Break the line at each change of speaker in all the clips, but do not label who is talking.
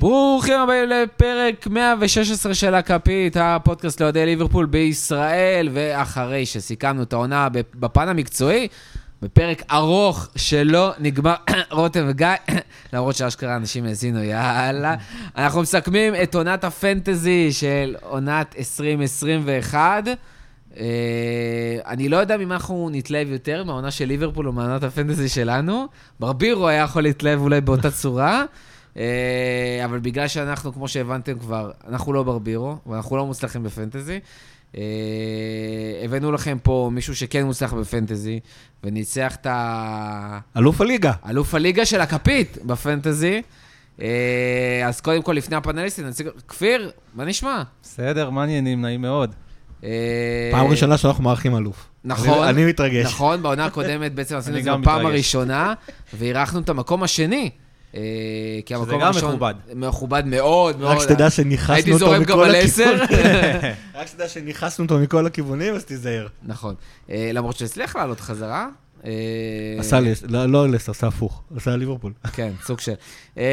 ברוכים הבאים לפרק 116 של הכפית, הפודקאסט לאוהדי ליברפול בישראל, ואחרי שסיכמנו את העונה בפן המקצועי, בפרק ארוך שלא נגמר, רותם וגיא, למרות שאשכרה אנשים האזינו, יאללה. אנחנו מסכמים את עונת הפנטזי של עונת 2021. אה, אני לא יודע ממה אנחנו נתלהב יותר, מהעונה של ליברפול או מעונת הפנטזי שלנו. ברבירו היה יכול להתלהב אולי באותה צורה. אה, אבל בגלל שאנחנו, כמו שהבנתם כבר, אנחנו לא ברבירו, ואנחנו לא מוצלחים בפנטזי. אה, הבאנו לכם פה מישהו שכן מוצלח בפנטזי, וניצח את ה...
אלוף הליגה.
אלוף הליגה של הכפית בפנטזי. אה, אז קודם כל, לפני הפאנליסטים, נציג... כפיר, מה נשמע?
בסדר, מה העניינים? נעים מאוד.
אה,
פעם ראשונה שאנחנו מארחים אלוף.
נכון.
אני אני מתרגש.
נכון, בעונה הקודמת בעצם עשינו
אני
את זה
גם
בפעם
מתרגש.
הראשונה, ואירחנו את המקום השני. אה, כי המקום
גם
הראשון...
מכובד.
מכובד מאוד, מאוד.
רק שתדע שניכסנו
לא, אה, הייתי
אותו
זורם גם
מכל
על עשר.
הכיוונים. רק שתדע שניכסנו אותו מכל הכיוונים, אז תיזהר.
נכון. אה, למרות שהצליח לעלות חזרה. אה,
עשה לי, לא- לא לסר, עשה הפוך, עשה ליברפול.
כן, סוג של. אה,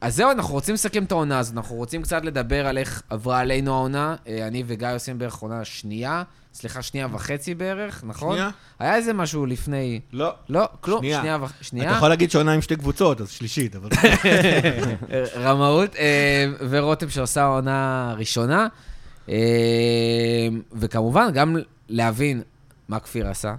אז זהו, אנחנו רוצים לסכם את העונה הזאת, אנחנו רוצים קצת לדבר על איך עברה עלינו העונה. אה, אני וגיא עושים בערך עונה שנייה, סליחה, שנייה וחצי בערך, נכון?
שנייה?
היה איזה משהו לפני...
לא.
לא, כלום,
שנייה.
שנייה וחצי. שנייה.
אתה יכול להגיד שעונה עם שתי קבוצות, אז שלישית, אבל...
רמאות, אה, ורותם שעושה עונה ראשונה. אה, וכמובן, גם להבין מה כפיר עשה,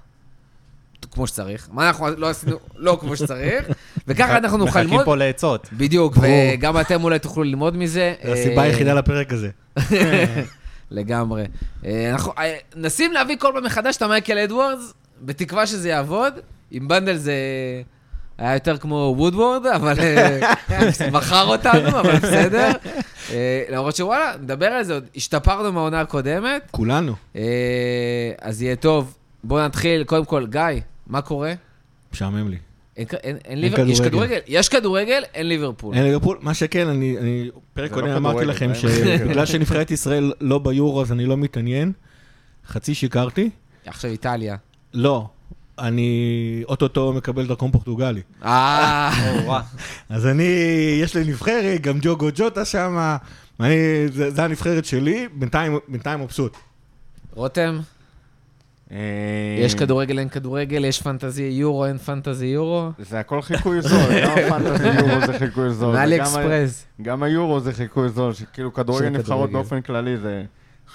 כמו שצריך, מה אנחנו לא עשינו, לא כמו שצריך, וככה אנחנו נוכל
מחכים
ללמוד.
פה לעצות.
בדיוק,
ברור.
וגם אתם אולי תוכלו ללמוד מזה.
זו הסיבה
אה,
היחידה לפרק הזה.
לגמרי. אה, אנחנו אה, מנסים להביא כל פעם מחדש את המייקל אדוורדס, בתקווה שזה יעבוד. עם בנדל זה היה יותר כמו וודוורד, אבל אה, מכר אותנו, אבל בסדר. אה, למרות שוואלה, נדבר על זה, עוד השתפרנו מהעונה הקודמת,
כולנו.
אה, אז יהיה טוב. בואו נתחיל, קודם כל, גיא, מה קורה?
משעמם לי.
אין כ- אין- אין ליברפול, יש
כדורגל.
כדורגל, יש כדורגל, אין ליברפול.
אין ליברפול, מה שכן, אני, אני פרק
זה
קודם
לא
אמרתי
כדורגל,
אה?
לכם
מה?
שבגלל שנבחרת ישראל לא ביורו, אז אני לא מתעניין. חצי שיקרתי.
עכשיו איטליה.
לא, אני אוטוטו מקבל דרכון פורטוגלי.
אה,
נורא.
אז אני, יש לי נבחרת, גם ג'וגו ג'וטה שמה, אני, זה, זה הנבחרת שלי, בינתיים, בינתיים מבסוט.
רותם,
אה,
יש כדורגל, אין כדורגל, יש פנטזי יורו, אין פנטזי יורו.
זה הכל חיקוי זול, גם הפנטזי יורו זה חיקוי זול. וגם
מאלי
ה-
אקספרס.
גם היורו זה חיקוי זול, שכאילו כדורגל
של
נבחרות
כדורגל.
באופן כללי זה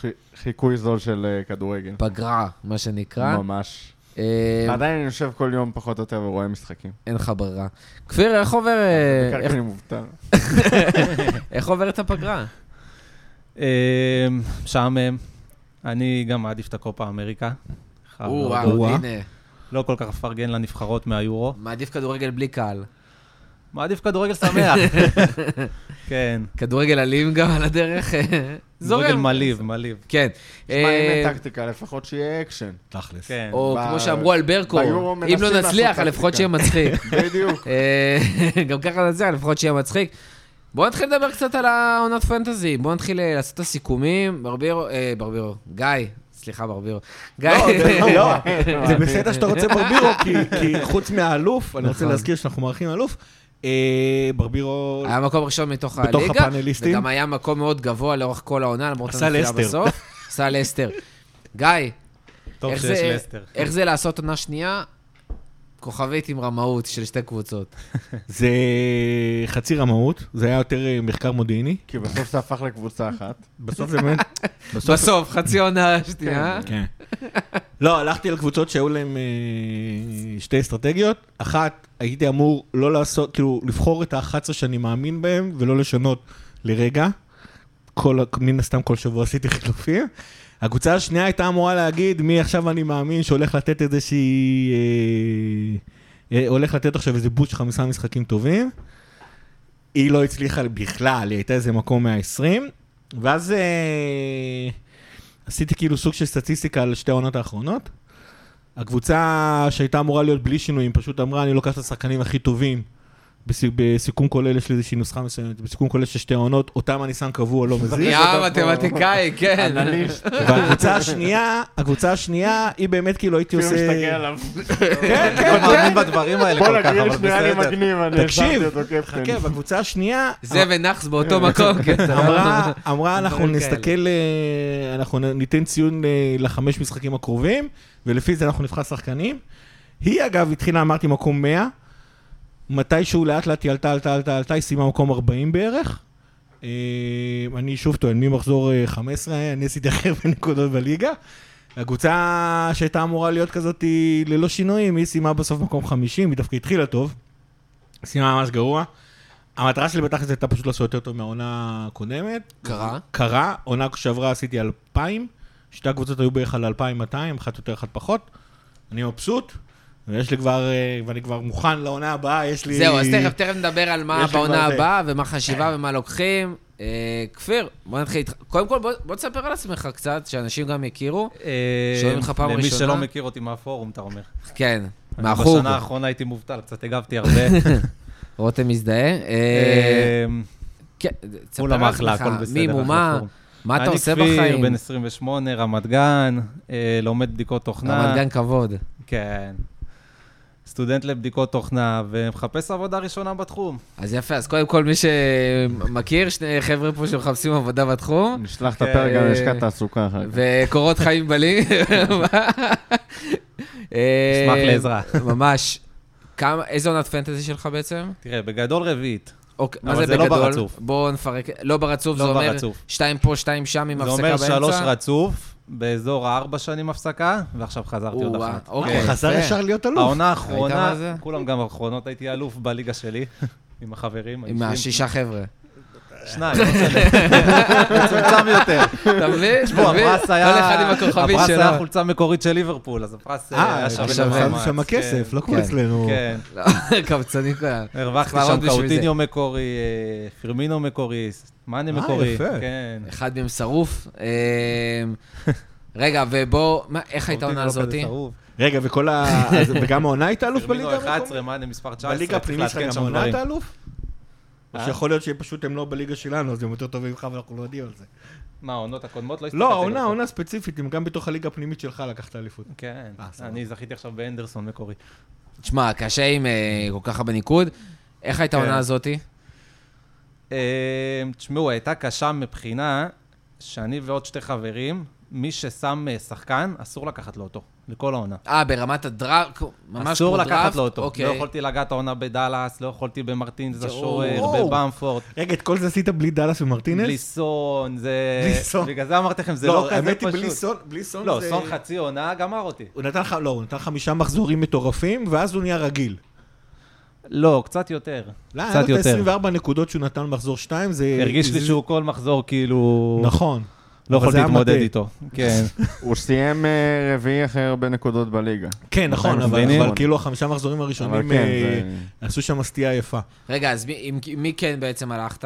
חי- חיקוי זול של אה, כדורגל.
פגרה, מה שנקרא.
ממש.
אה,
עדיין אני יושב כל יום פחות או יותר ורואה משחקים.
אין לך ברירה. כפיר, איך עובר, אה,
בעיקר כי
איך-
אני מובטל.
איך עוברת הפגרה?
אה, משעמם. אני גם מעדיף את הקופה אמריקה.
אה,
חייב
או,
להודות.
וואו,
וואו.
הנה,
לא כל כך מפרגן לנבחרות מהיורו.
מעדיף כדורגל בלי קהל.
מעדיף כדורגל שמח. כן.
כדורגל אלים גם על הדרך. אה, זורם.
כדורגל מלהיב, מלהיב.
כן.
תשמע, אם אין
אה,
טקטיקה, לפחות שיהיה אקשן.
תכלס.
כן.
או
ב-
כמו שאמרו על ברקו,
ביורו
אם
מנסים
לא
לעשות
נצליח,
טקטיקה.
לפחות שיהיה מצחיק.
בדיוק.
אה, גם ככה נצליח, לפחות שיהיה מצחיק. בואו נתחיל לדבר קצת על העונת פנטזי. בואו נתחיל אה, לעשות את הסיכומים. ברבירו, אה, ברבירו, גיא, סליחה, ברבירו. גיא,
לא, לא,
אה,
זה בסדר שאתה רוצה ברבירו, כי- כי חוץ מהאלוף, אני רוצה
נכון.
להזכיר שאנחנו מארחים אלוף, אה, ברבירו
היה מקום ראשון מתוך
בתוך
הליגה.
הפאנליסטים.
וגם היה מקום מאוד גבוה לאורך כל העונה, למרות
עשה
הנפילה
לסטר.
בסוף. עשה לסטר. גיא,
טוב
איך
שיש
זה-
לסטר.
איך זה לעשות עונה שנייה? כוכבית עם רמאות של שתי קבוצות.
זה חצי רמאות, זה היה יותר אה, מחקר מודיעיני.
כי בסוף זה הפך לקבוצה אחת.
בסוף זה באמת...
בסוף, חצי עונה שנייה.
כן. לא, הלכתי לקבוצות שהיו להן אה, שתי אסטרטגיות. אחת, הייתי אמור לא לעשות, כאילו, לבחור את ה-11 שאני מאמין בהן ולא לשנות לרגע. כל, ה- מן הסתם כל שבוע עשיתי חילופים. הקבוצה השנייה הייתה אמורה להגיד מי עכשיו אני מאמין שהולך לתת איזושהי... אה, אה, הולך לתת עכשיו איזה בוט של חמישה משחקים טובים. היא לא הצליחה בכלל, היא הייתה איזה מקום 120. ואז אה, עשיתי כאילו סוג של סטטיסטיקה על שתי העונות האחרונות. הקבוצה שהייתה אמורה להיות בלי שינויים, פשוט אמרה, אני לוקח את השחקנים הכי טובים בס- בסיכום כולל יש לי איזושהי נוסחה מסוימת, בסיכום כולל של שתי העונות, אותם אני שם קבוע, לא מזיז.
יא מתמטיקאי, כן.
אנליסט, כאילו
והקבוצה השנייה, הקבוצה השנייה, היא באמת כאילו הייתי
אפילו
עושה...
מסתכל עליו.
כן,
לא
כן,
מאמין
כן.
בדברים האלה
בוא
כל כך, אבל
נגריל שנייה לי
בסדר.
מגניב, אני
תקשיב,
החזרתי אותו קפטן.
חכה, בקבוצה השנייה...
זה ונאחס באותו מקום, כן. אתה יודע.
אמרה, אמרה, אנחנו
דברים
נסתכל, אה, אנחנו נ- ניתן ציון אה, לחמש משחקים הקרובים, ולפי זה אנחנו נבחר שחקנים. היא אגב התחילה, אמרתי, מקום 100, מתישהו לאט לאט היא עלתה, עלתה, עלתה, עלתה, היא סיימה מקום 40 בערך. אה, אני שוב טוען, ממחזור אה, 15, אני עשיתי הכי הרבה נקודות בליגה. הקבוצה שהייתה אמורה להיות כזאת היא ללא שינויים, היא סיימה בסוף מקום 50, היא דווקא התחילה טוב. סיימה ממש גרוע. המטרה שלי בתכלס הייתה פשוט לעשות יותר טוב מהעונה הקודמת.
קרה?
קרה, עונה שעברה עשיתי 2,000, שתי הקבוצות היו בערך על 2,200, אחת יותר, אחת פחות. אני מבסוט, ויש לי כבר, אה, ואני כבר מוכן לעונה הבאה, יש לי...
זהו, אז תכף, תכף נדבר על מה
יש לי
בעונה
כבר זה.
הבאה, ומה
כן.
חשיבה ומה לוקחים. אה, כפיר, בוא נתחיל איתך. קודם כל, בוא- בוא תספר על עצמך קצת, שאנשים גם יכירו.
אה,
שואלים אותך פעם
למי
ראשונה?
שלא מכיר אותי מהפורום, אתה אומר.
כן,
אני
מהחוג.
בשנה האחרונה הייתי מובטל, קצת הגבתי הרבה.
רותם מזדהה. אה,
אה,
כן, תספר
מול
על
המחלה,
עצמך,
הכל בסדר.
מי
אחלה
מו מה,
פורום.
מה אתה עושה
אני כפיר,
בחיים.
בן 28, רמת גן, אה, לומד בדיקות תוכנה.
רמת גן כבוד.
כן. סטודנט לבדיקות תוכנה, ומחפש עבודה ראשונה בתחום.
אז יפה, אז קודם כל מי שמכיר, שני חבר'ה פה שמחפשים עבודה בתחום,
נשלח את הפרק גם ללשכת תעסוקה אחר כך.
וקורות חיים בלי. אה,
אשמח לעזרה.
ממש. כמה, איזה עונת פנטזי שלך בעצם?
תראה, בגדול רביעית.
אוקיי, מה
אבל
זה
זה לא
בגדול?
ברצוף.
בואו נפרק. לא ברצוף,
לא
זה אומר
ברצוף.
שתיים פה, שתיים שם עם
זה
הפסקה
אומר
באמצע?
שלוש רצוף, באזור הארבע שנים הפסקה, ועכשיו חזרתי עוד
או-אה,
אחת.
אוקיי.
אה, חזר
יפה.
ישר להיות אלוף.
העונה
ראית מה זה?
האחרונה, כולם גם האחרונות, הייתי אלוף בליגה שלי, עם החברים.
עם
האישיים.
השישה חבר'ה.
שניים, לא משנה.
מצומצם יותר.
אתה מבין?
תשמעו,
אתה מבין?
הפרס היה...
כל אחד עם הכוכבית
הפרס היה
שלו.
חולצה מקורית של ליברפול, אז הפרס אה, היה שווה
עכשיו
למאמץ.
שם הכסף, לא כמו
כן.
אצלנו.
כן, כן.
לא, קבצנים כולם.
הרווחתי
לעמוד
שם
בשביל
קאוטיניו מקורי, אה, פרמינו מקורי, מאנה
אה,
מקורי.
יפה.
כן.
אחד מהם שרוף. אמ, רגע, ובוא, מה, איך הייתה העונה
קאוטיניו לא
הזאתי?
כזה שרוף.
רגע, וכל ה... אז- וגם העונה הייתה אלוף
פרמינו
בליגה? המקומית?
11, מאנה מספר 19,
בליגה
צריך
הפנימית שלך
לעדכן
גם
כן, שם
העונה
דברים.
אתה אלוף? או
אה?
שיכול להיות שפשוט הם לא בליגה שלנו, אז הם יותר טובים לך ואנחנו לא יודעים על זה.
מה, העונות הקודמות? לא הסתכלתי.
לא, העונה,
גם.
העונה ספציפית, הם גם בתוך הליגה הפנימית שלך לקחת אליפות.
כן,
אה, סבבה.
אני זכיתי עכשיו באנדרסון מקורי.
תשמע, קשה עם אה, כל כך הרבה ניקוד. איך הייתה
כן.
העונה הזאתי?
אה, תשמעו, הייתה קשה מבחינה שאני ועוד שתי חברים, מי ששם אה, שחקן, אסור לקחת לו אותו, לכל העונה.
אה, ברמת הדראפט? ממש
אסור
כמו
לקחת
דראפט?
לו אותו. לא
אוקיי.
יכולתי לגעת העונה בדאלאס, לא יכולתי במרטינז אה, השוער,
וואו.
בבמפורד,
רגע, את כל זה עשית בלי דאלאס ומרטינס?
בליסון, זה...
בליסון.
בגלל זה אמרתי לכם, זה לא
האמת
כזה
היא, בלי
פשוט.
סון, בלי סון
לא,
זה...
סון חצי עונה גמר אותי.
הוא נתן לך, לא, הוא נתן חמישה מחזורים מטורפים, ואז הוא נהיה רגיל.
לא, קצת יותר.
לא,
קצת
היה לו את
יותר.
ה-24 נקודות שהוא נתן במחזור 2, זה...
הרגיש לי
זה-
שהוא כל מחזור כאילו...
נכון.
לא
אבל
יכולתי
זה היה
להתמודד
מטעה.
איתו. כן.
הוא סיים אה, רביעי אחרי הרבה נקודות בליגה.
כן, נכון,
נכון,
אבל
מבינים?
אבל כאילו החמישה מחזורים
אבל
הראשונים
כן,
אה,
זה-
עשו שם סטייה יפה.
רגע, אז מי- עם מי כן בעצם הלכת?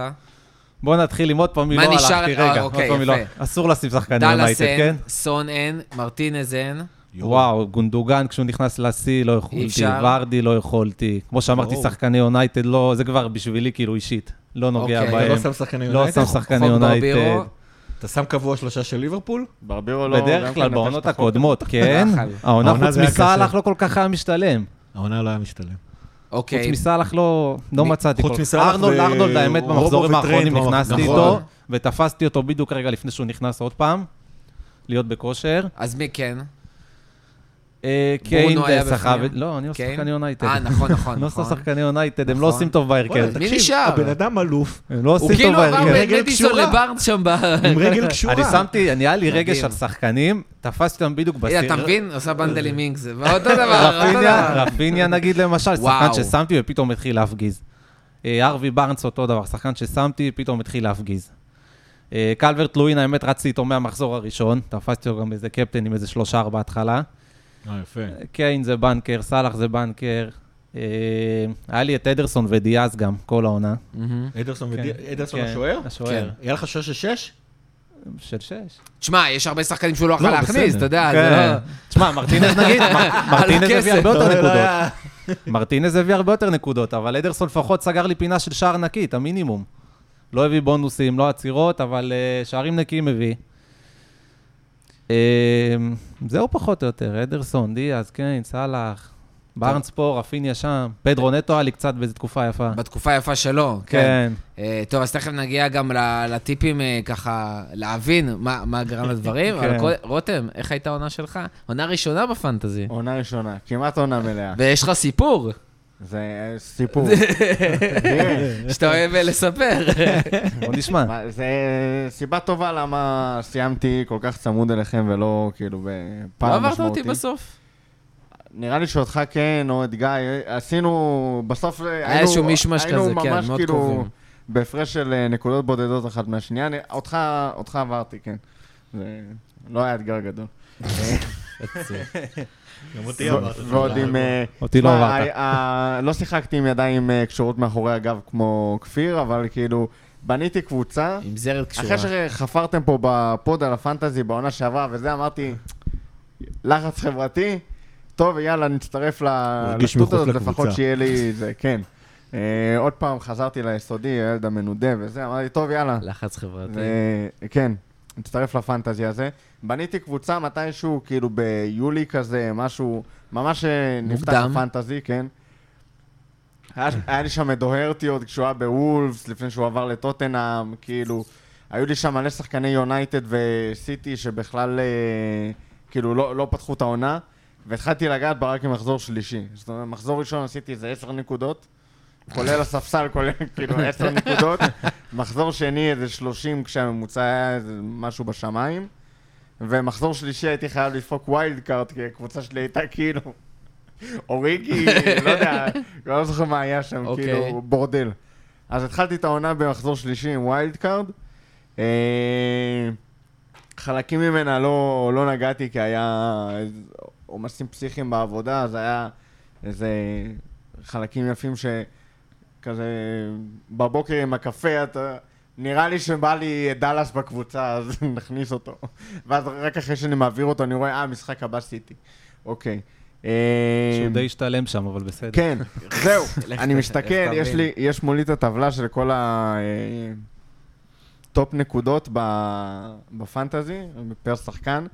בואו נתחיל עם עוד פעם מלא
מה נשאר?
הלכתי,
אה,
רגע. עוד
אוקיי,
פעם מלא.
יפה.
אסור לשים שחקנים
דאלאס
למייטד, כן?
אין, סון אין, מרטינז אין.
וואו, גונדוגן כשהוא נכנס לשיא לא יכולתי,
אפשר.
ורדי לא יכולתי. כמו שאמרתי,
ברור.
שחקני יונייטד לא, זה כבר בשבילי כאילו אישית. לא נוגע
אוקיי.
אתה לא
בהם.
שם שחקני
לא
יונייטד?
שם שחקני
חוק ברבירו.
יונייטד.
אתה שם קבוע שלושה של ליברפול?
ברבירו לא... גם
בדרך
כן
כלל
נטש
בעונות
את החוק.
הקודמות, כן?
לא יכול.
העונה
העונה
חוץ
זה היה
מסאלח
קשה.
לא כל כך היה משתלם.
העונה לא היה משתלם.
חוץ
אוקיי.
מסאלח לא לא
מי-
מצאתי.
חוץ
כל-
מסאלח
ארנולד,
ו-
ארנולד, האמת,
רובו
במחזורים
וטרנט
האחרונים
במח-
נכנסתי
נכון.
איתו, ותפסתי אותו בדיוק רגע לפני שהוא נכנס עוד פעם, להיות בכושר.
אז מי כן?
אה,
ברונו
קיין
היה
אה, סחב...
בפנים.
את- לא, אני לא
קיין?
שחקן יונייטד.
אה, נכון, נכון,
אני לא עושה
נכון.
שחקני יונייטד, הם לא
נכון.
עושים טוב בהרכב.
וואלה, מי נשאר?
הבן אדם אלוף,
הם לא
הוא
עושים טוב
כאילו עבר
בהרכב.
בין
רגל
מדיסון
קשורה.
לבארנס שם ב...
עם רגל קשורה.
אני שמתי, אני- היה לי
מדהים.
רגש על שחקנים, תפסתי אותם בדיוק
הנה,
בסיר.
אתה מבין? עושה בנדל עם אינק זה. ואותו דבר, אותו
רפיניה,
דבר.
רפיניה נגיד למשל, שחקן
וואו.
ששמתי ופתאום התחיל להפגיז. אה, ארווי בארנס אותו דבר, שחקן ששמתי, פתאום התחיל להפגיז. אה, קלברט לואין, האמת, רצתי איתו מהמחזור הראשון, תפסתי אותו גם איזה קפטן עם איזה שלושה-ארבע בהתחלה.
אה, יפה.
קיין זה בנקר, סאלח זה בנקר. אה, היה לי את אדרסון ודיאז גם, כל העונה.
מהמם.
אדרסון
כן,
ודי- אדרסון
כן,
השוער?
השוער.
היה לך שש שש?
של שש.
תשמע, יש הרבה שחקנים שהוא לא יכול
לא,
להכניס,
בסדר.
אתה יודע, זה
כן.
לא...
לא, תשמע, מרטינז נגיד, מר- מרטינז הביא הרבה יותר נקודות. מרטינז הביא הרבה יותר נקודות, אבל אדרסון לפחות סגר לי פינה של שער נקי, את המינימום. לא הביא בונוסים, לא עצירות, אבל אה, שערים נקיים הביא. אה, זהו פחות או יותר, אדרסון, דיאז, קיין, סאלח, בארנס פה, רפיניה שם, פדרו נטו היה לי קצת באיזו תקופה יפה.
בתקופה היפה שלו, כן.
כן.
אה, טוב, אז תכף נגיע גם ל- לטיפים, אה, ככה, להבין מה מה גרם לדברים.
כן.
אבל קוד- רותם, איך הייתה העונה שלך? עונה ראשונה בפנטזי.
עונה ראשונה, כמעט עונה מלאה.
ויש לך סיפור
זה אה, סיפור. תראה,
שאתה אוהב אה, לספר.
בוא נשמע.
מה, זה אה, סיבה טובה למה סיימתי כל כך צמוד אליכם ולא כאילו בפער
לא
משמעותי.
עברת אותי בסוף?
נראה לי שאותך כן, או את גיא, עשינו, בסוף אה, היינו...
איזשהו מישמש כזה, כן,
היינו
מאוד
ממש כאילו
קרובים.
בהפרש של אה, נקודות בודדות אחת מהשנייה, אני- אותך אותך עברתי, כן. זה לא היה אתגר גדול.
גם אותי אמרת.
ועוד עם... אה,
אותי לא
תשמע,
עברת.
ה- ה- לא שיחקתי עם ידיים אה, קשורות מאחורי הגב כמו כפיר, אבל כאילו, בניתי קבוצה.
עם זרד קשורה.
אחרי שחפרתם פה בפוד על הפנטזי בעונה שעברה וזה, אמרתי, לחץ חברתי, טוב, יאללה, נצטרף ל-
הרגיש
לשטות
מחוץ
הזאת,
לקבוצה.
לפחות שיהיה לי זה, כן. אה, עוד פעם חזרתי ליסודי, הילד המנודה וזה, אמרתי, טוב, יאללה.
לחץ חברתי.
אה, כן, נצטרף לפנטזי הזה. בניתי קבוצה מתישהו, כאילו ביולי כזה, משהו, ממש אה, נפתח
מוקדם.
הפנטזי, כן. היה, היה לי שם את דוהרטי עוד כשהוא היה בוולפס, לפני שהוא עבר לטוטנאם, כאילו, היו לי שם מלא שחקני יונייטד וסיטי שבכלל, אה, כאילו, לא, לא פתחו את העונה, והתחלתי לגעת בה רק עם מחזור שלישי. זאת אומרת, מחזור ראשון עשיתי איזה עשר נקודות, כולל הספסל, כולל כאילו עשר נקודות, מחזור שני איזה שלושים כשהממוצע היה איזה משהו בשמיים, ומחזור שלישי הייתי חייב לדפוק ווילד קארט, כי הקבוצה שלי הייתה כאילו... אוריגי, לא יודע, לא זוכר מה היה שם,
אוקיי.
כאילו, בורדל. אז התחלתי את העונה במחזור שלישי עם ווילד קארד. אה, חלקים ממנה לא, לא נגעתי כי היה איזה עומסים פסיכיים בעבודה, אז היה איזה חלקים יפים שכזה בבוקר עם הקפה, אתה... נראה לי שבא לי את דאלאס בקבוצה, אז נכניס אותו. ואז רק אחרי שאני מעביר אותו, אני רואה, אה, משחק הבא סיטי. אוקיי. אה,
שהוא די השתלם שם, אבל בסדר.
כן, זהו,
לך
אני
ת-
מסתכל,
לך
יש
תבין.
לי, יש מולי את הטבלה של כל הטופ נקודות ב- בפנטזי, פר שחקן.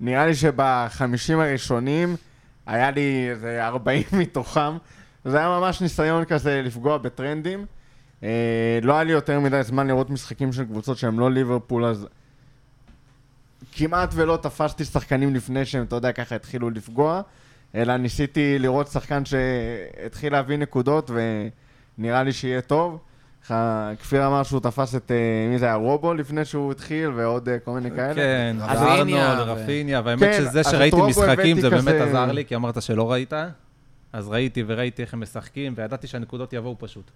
נראה לי שבחמישים הראשונים היה לי איזה 40 מתוכם. זה היה ממש ניסיון כזה לפגוע בטרנדים. אה, לא היה לי יותר מדי זמן לראות משחקים של קבוצות שהן לא ליברפול, אז כמעט ולא תפסתי שחקנים לפני שהם, אתה יודע, ככה התחילו לפגוע, אלא ניסיתי לראות שחקן שהתחיל להביא נקודות ונראה לי שיהיה טוב. ככה, כפיר אמר שהוא תפס את, אה, מי זה היה, רובו לפני שהוא התחיל, ועוד אה, כל מיני כאלה.
כן,
אז רפיניה
וארנולד,
ו-
רפיניה,
כן,
והאמת שזה
אז את
שראיתי
רובו
משחקים
הבאתי
זה באמת
כזה-
עזר לי, כי אמרת שלא ראית, אז ראיתי וראיתי איך הם משחקים, וידעתי שהנקודות יבואו פשוט.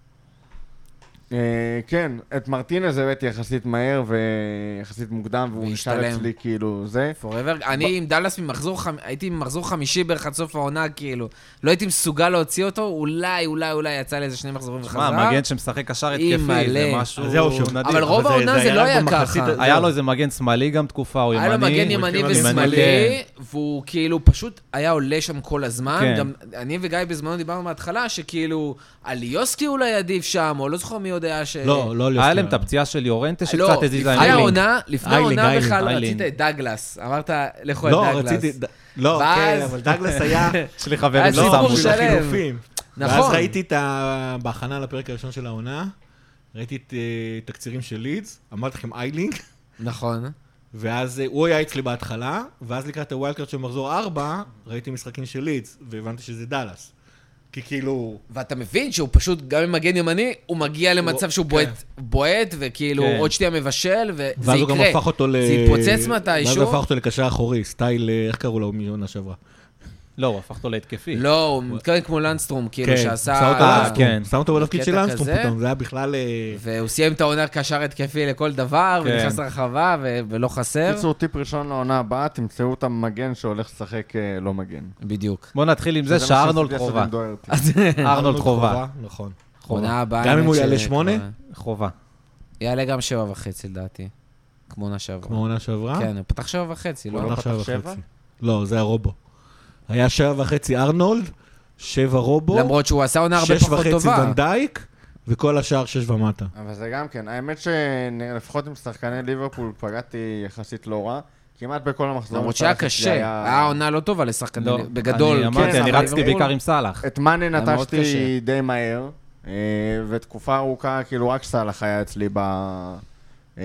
אה, כן, את מרטינז הבאתי יחסית מהר ויחסית מוקדם, והוא נשאר
והשתלם.
אצלי כאילו זה.
Forever, אני עם דאלאס ממחזור חמ... הייתי במחזור חמישי בערך עד סוף העונה, כאילו. לא הייתי מסוגל להוציא אותו, אולי, אולי, אולי יצא לאיזה שני מחזורים וחזר.
מה, מגן שמשחק קשר התקפי, זה
אימא'לה.
משהו
אז זהו, שהוא
נדיר.
אבל רוב העונה זה לא
רק
היה
במחצית-
ככה.
זהו.
היה לו איזה מגן שמאלי גם תקופה, או ימני.
היה לו מגן ימני
הוא התחיל
ושמאלי,
כן.
והוא כאילו פשוט היה עולה שם כל הזמן.
כן.
גם אני וגיא בזמנו דיברנו מההתחלה, שכאילו, על יוסקי אולי עדיף שם, או לא זוכר מי יודע ש...
לא, לא
היה להם את
הפציעה.
הפציעה של יורנטה
לא,
שקצת
לפני
הזיזה עם
העונה, לפני
איילינג,
העונה
איילינג,
בכלל
איילינג.
רצית את דאגלס. אמרת, לכו את
לא,
דאגלס.
רציתי... ד- לא,
ואז-
כן, אבל דגלס היה... לא
יש לי חברים לא
היה סיפור
ששמו
בשביל
שלם.
החילופים.
נכון.
ואז ראיתי את ה... בהכנה לפרק הראשון של העונה, ראיתי את אה, תקצירים של לידס, אמרתי לכם איילינג,
נכון.
ואז אה, הוא היה אצלי בהתחלה, ואז לקראת הווילד קארט של מחזור 4, ראיתי משחקים של לידס, והבנתי שזה דאלאס. כי כאילו...
ואתה מבין שהוא פשוט, גם עם מגן ימני, הוא מגיע למצב שהוא בועט, בועט, וכאילו
כן.
עוד שנייה מבשל, וזה יקרה.
כן. ואז הוא גם הפך אותו ל...
זה יתפוצץ
ואז הוא הפך
מתישהו.
אותו לקשר אחורי, סטייל, אה, איך קראו לו מעונה שעברה?
לא, הוא הפך אותו להתקפי.
לא, הוא מתכוון כמו לנסטרום, כאילו, שעשה...
שם כן, אותו
אה,
לאנסטרום.
כן.
שם אותו בתפקיד של
קטע
לאנסטרום
כזה.
פתאום, זה היה בכלל... אה,
והוא סיים את העונה קשר התקפי לכל דבר,
כן.
ונכנס לרחבה, ו- ולא חסר.
קיצור, טיפ ראשון לעונה הבאה, תמצאו את המגן שהולך לשחק אה, לא מגן.
בדיוק.
בוא נתחיל עם זה
מה שניסיתי
שארנולד
לעשות עם
חובה.
דוהרטי.
ארנולד חובה.
נכון.
עונה הבאה...
גם
האמת
אם הוא
ש-
יעלה שמונה?
כבר-
חובה.
יעלה גם שבע וחצי, לדעתי. כמו עונה שעברה.
כמו עונה שעברה?
כן, הוא פתח שבע וחצי, לא?
הוא לא
עונה
פתח
שעה
שבע?
וחצי. לא, זה היה רובו. היה שעה וחצי ארנולד, שבע רובו,
למרות שהוא עשה עונה הרבה
שש
פחות
וחצי
טובה.
ונדייק, וכל השאר שש ומטה.
אבל זה גם כן. האמת שלפחות עם שחקני ליברפול פגעתי יחסית לא רע. כמעט בכל המחזורים.
למרות שהיה
שלי
קשה,
היה-
היה עונה לא טובה לשחקנים,
לא,
בגדול.
אני
כן,
אמרתי, אני
אבל
רצתי
ליברפול-
בעיקר עם סאלח.
את מאנה
היה מאוד קשה.
נטשתי די מהר, אה, ותקופה ארוכה, כאילו רק סאלח היה אצלי ב... אה,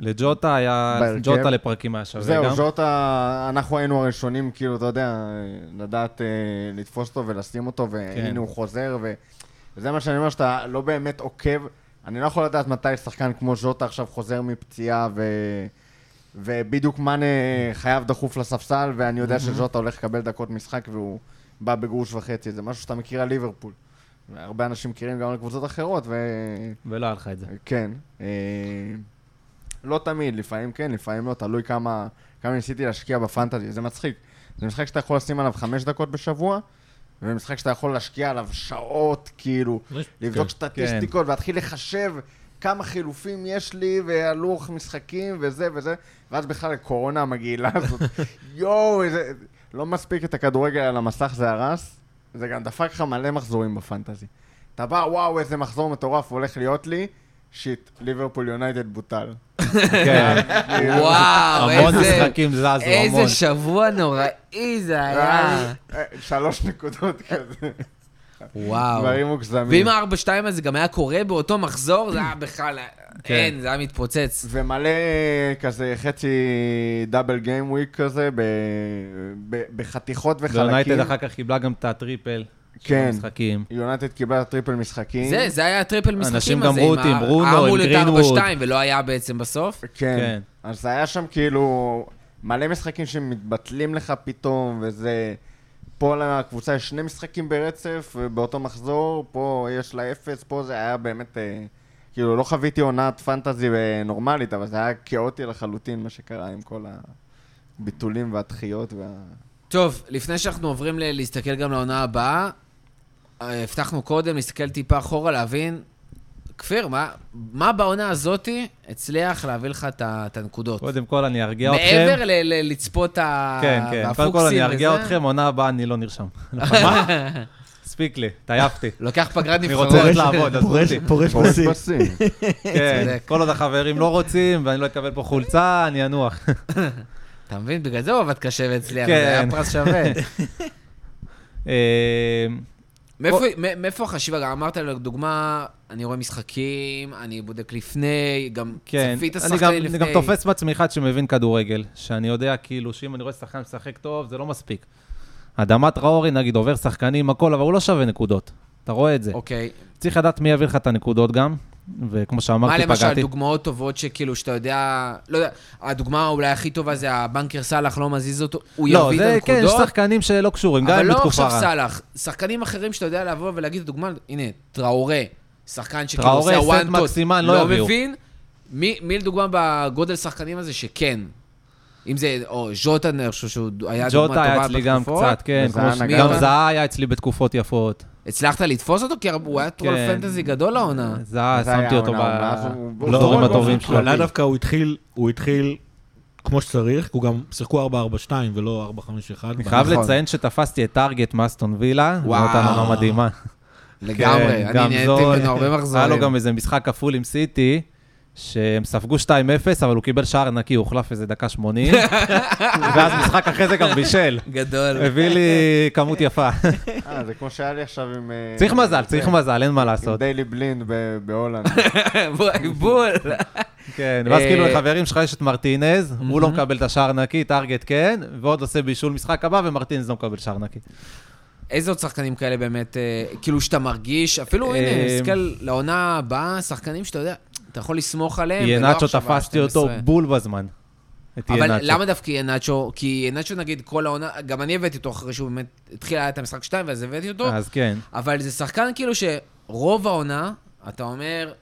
לג'וטה היה,
בהרכב.
ג'וטה לפרקים היה שווה גם.
זהו, ז'וטה, אנחנו היינו הראשונים, כאילו, אתה יודע, אה, לדעת אה, לתפוס אותו ולשים אותו,
כן.
והנה הוא חוזר, וזה מה שאני אומר, שאתה לא באמת עוקב. אני לא יכול לדעת מתי שחקן כמו ז'וטה עכשיו חוזר מפציעה, ו... ובדיוק מאנה חייב דחוף לספסל, ואני יודע שז'וטה הולך לקבל דקות משחק והוא בא בגרוש וחצי. זה משהו שאתה מכיר על ליברפול. הרבה אנשים מכירים גם על קבוצות אחרות, ו...
ולא היה לך את זה.
כן. אה, לא תמיד, לפעמים כן, לפעמים לא, תלוי כמה, כמה ניסיתי להשקיע בפנטזי, זה מצחיק. זה משחק שאתה יכול לשים עליו חמש דקות בשבוע, ומשחק שאתה יכול להשקיע עליו שעות, כאילו,
כן.
לבדוק סטטיסטיקות, ולהתחיל לחשב כמה חילופים יש לי, והלוח משחקים, וזה וזה, ואז בכלל הקורונה המגעילה הזאת. יואו, איזה... לא מספיק את הכדורגל על המסך זה הרס, זה גם דפק לך מלא מחזורים בפנטזי. אתה בא, וואו, איזה מחזור מטורף הולך להיות לי, שיט, ליברפול יונייטד בוטל.
כן,
וואו,
המון
אה, איזה...
משחקים זזו, המון.
איזה שבוע נוראי זה היה.
אה, שלוש נקודות כזה,
וואו.
דברים מוגזמים.
ואם ה-4-2 הזה גם היה קורה באותו מחזור, זה היה בכלל...
כן.
אין, זה היה מתפוצץ.
ומלא כזה חצי דאבל גיים וויק כזה, ב- ב- בחתיכות וחלקים.
ויונייטד אחר כך קיבלה גם את הטריפל. של
כן.
המשחקים.
יונייטד קיבלה טריפל משחקים.
זה, זה היה הטריפל משחקים
גם
הזה,
רוט עם ברונו, עם
אמור להיות
גרינווד.
4-2 ולא היה בעצם בסוף.
כן.
כן.
כן. אז זה היה שם כאילו מלא משחקים שמתבטלים לך פתאום, וזה... פה לקבוצה יש שני משחקים ברצף, באותו מחזור, פה יש לה אפס, פה זה היה באמת... אה, כאילו, לא חוויתי עונת פנטזי אה, נורמלית, אבל זה היה כאוטי לחלוטין, מה שקרה עם כל הביטולים והדחיות וה...
טוב, לפני שאנחנו עוברים ל- להסתכל גם לעונה הבאה, אה, הבטחנו קודם להסתכל טיפה אחורה, להבין. כפיר, מה, מה בעונה הזאתי הצליח להביא לך את ה- את הנקודות?
קודם כל אני ארגיע אתכם.
מעבר ל- ל- לצפות ה-
כן, כן. קודם כל אני ארגיע
אה, וזה.
אתכם, עונה הבאה אני לא נרשם. מה? הספיק לי, התעייפתי.
לוקח פגרת
אני
נבחרות.
רוצה ללכת לעבוד, אז
פורש-
אותי.
פורש
אוקיי.
בשיא.
מתבאסים.
כן,
צודק.
כל עוד החברים לא רוצים ואני לא אקבל פה חולצה, אני אנוח.
אתה מבין? בגלל זה הוא עבד קשה והצליח,
כן.
זה היה פרס שווה.
אה,
מאיפה- מ- מאיפה החשיבה? גם אמרת לדוגמה, אני רואה משחקים, אני בודק לפני, גם
כן,
צפית
אני גם-
שחקנים לפני.
אני גם תופס מעצמי אחד שמבין כדורגל, שאני יודע כאילו שאם אני רואה שחקן משחק טוב, זה לא מספיק. אדמת טראורי, נגיד, עובר שחקנים, הכל, אבל הוא לא שווה נקודות. אתה רואה את זה.
אוקיי.
צריך לדעת מי יביא לך את הנקודות גם, וכמו
מה
שאמרתי,
למשל
פגעתי.
דוגמאות טובות שכאילו, שאתה יודע, לא יודע, הדוגמה אולי הכי טובה זה הבנקר סאלח לא מזיז אותו, הוא
לא,
יביא את
זה, כן, יש
הנקודות,
שחקנים שלא קשורים, גם
אבל
אם
לא
בתקופה
עכשיו
רעה.
סאלח. שחקנים אחרים שאתה יודע לבוא ולהגיד, דוגמה, הנה, טראורה, שחקן שכאילו
טראורה,
עושה
סט
וואן טוט,
מקסימן, לא
לא
יביאו.
מבין, מי מי לדוגמה בגודל שחקנים הזה שכן. אם זה, או ז'וטה, אני חושב שהוא היה דוגמה
ג'וטה
טובה
היה אצלי גם
בתקופות.
קצת, כן,
וזהה
כמו ש-
נגע.
גם זהה היה אצלי בתקופות יפות.
הצלחת לתפוס אותו? כי הוא היה טרול
כן.
פנטזי גדול העונה.
זהה,
זה היה
אה, שמתי אותו
העונה, העונה הזו, הוא- הוא
במחזורים
זורק
הטובים
באופן
שלו.
לא, אבל
כללי.
דווקא הוא התחיל, הוא התחיל כמו שצריך, הוא גם שיחקו 4-4-2 ולא 4-5-1.
אני חייב
נכון.
לתציין שתפסתי את טארגט מאסטון וילה,
וואו.
וואו. אותה נורא מדהימה.
לגמרי,
כן,
אני
גם
נהניתי
זו-
ממנו הרבה מחזורים.
היה לו גם איזה משחק כפול עם סיטי, שהם ספגו 2-0, אבל הוא קיבל שער נקי, הוא הוחלף איזה דקה 80, ואז משחק אחרי זה גם בישל.
גדול.
הביא לי כמות יפה.
אה, זה כמו שהיה לי עכשיו עם... אה,
צריך מזל, צריך מזל, אין מה
עם
לעשות.
דיילי בלינד ב- בהולנד.
וואי, בול.
כן, ואז
אה,
כאילו לחברים שלך יש את מרטינז, הוא לא מקבל את השער נקי, טארגט כן, ועוד עושה בישול משחק הבא, ומרטינז לא מקבל שער נקי.
אה, איזה עוד שחקנים כאלה באמת, אה, כאילו שאתה מרגיש, אפילו
אה,
הנה, נסתכל לעונה הבאה, שחקנים שאתה יודע, אתה יכול לסמוך עליהם. ולא
ינאצ'ו
עכשיו
תפסתי
ה-
אותו
12.
בול בזמן. את
אבל
ינאצ'ו.
למה דווקא ינאצ'ו? כי ינאצ'ו נגיד כל העונה, גם אני הבאתי אותו אחרי שהוא באמת התחיל היה את המשחק 2 ואז הבאתי אותו,
אז כן.
אבל זה שחקן כאילו שרוב העונה, אתה אומר,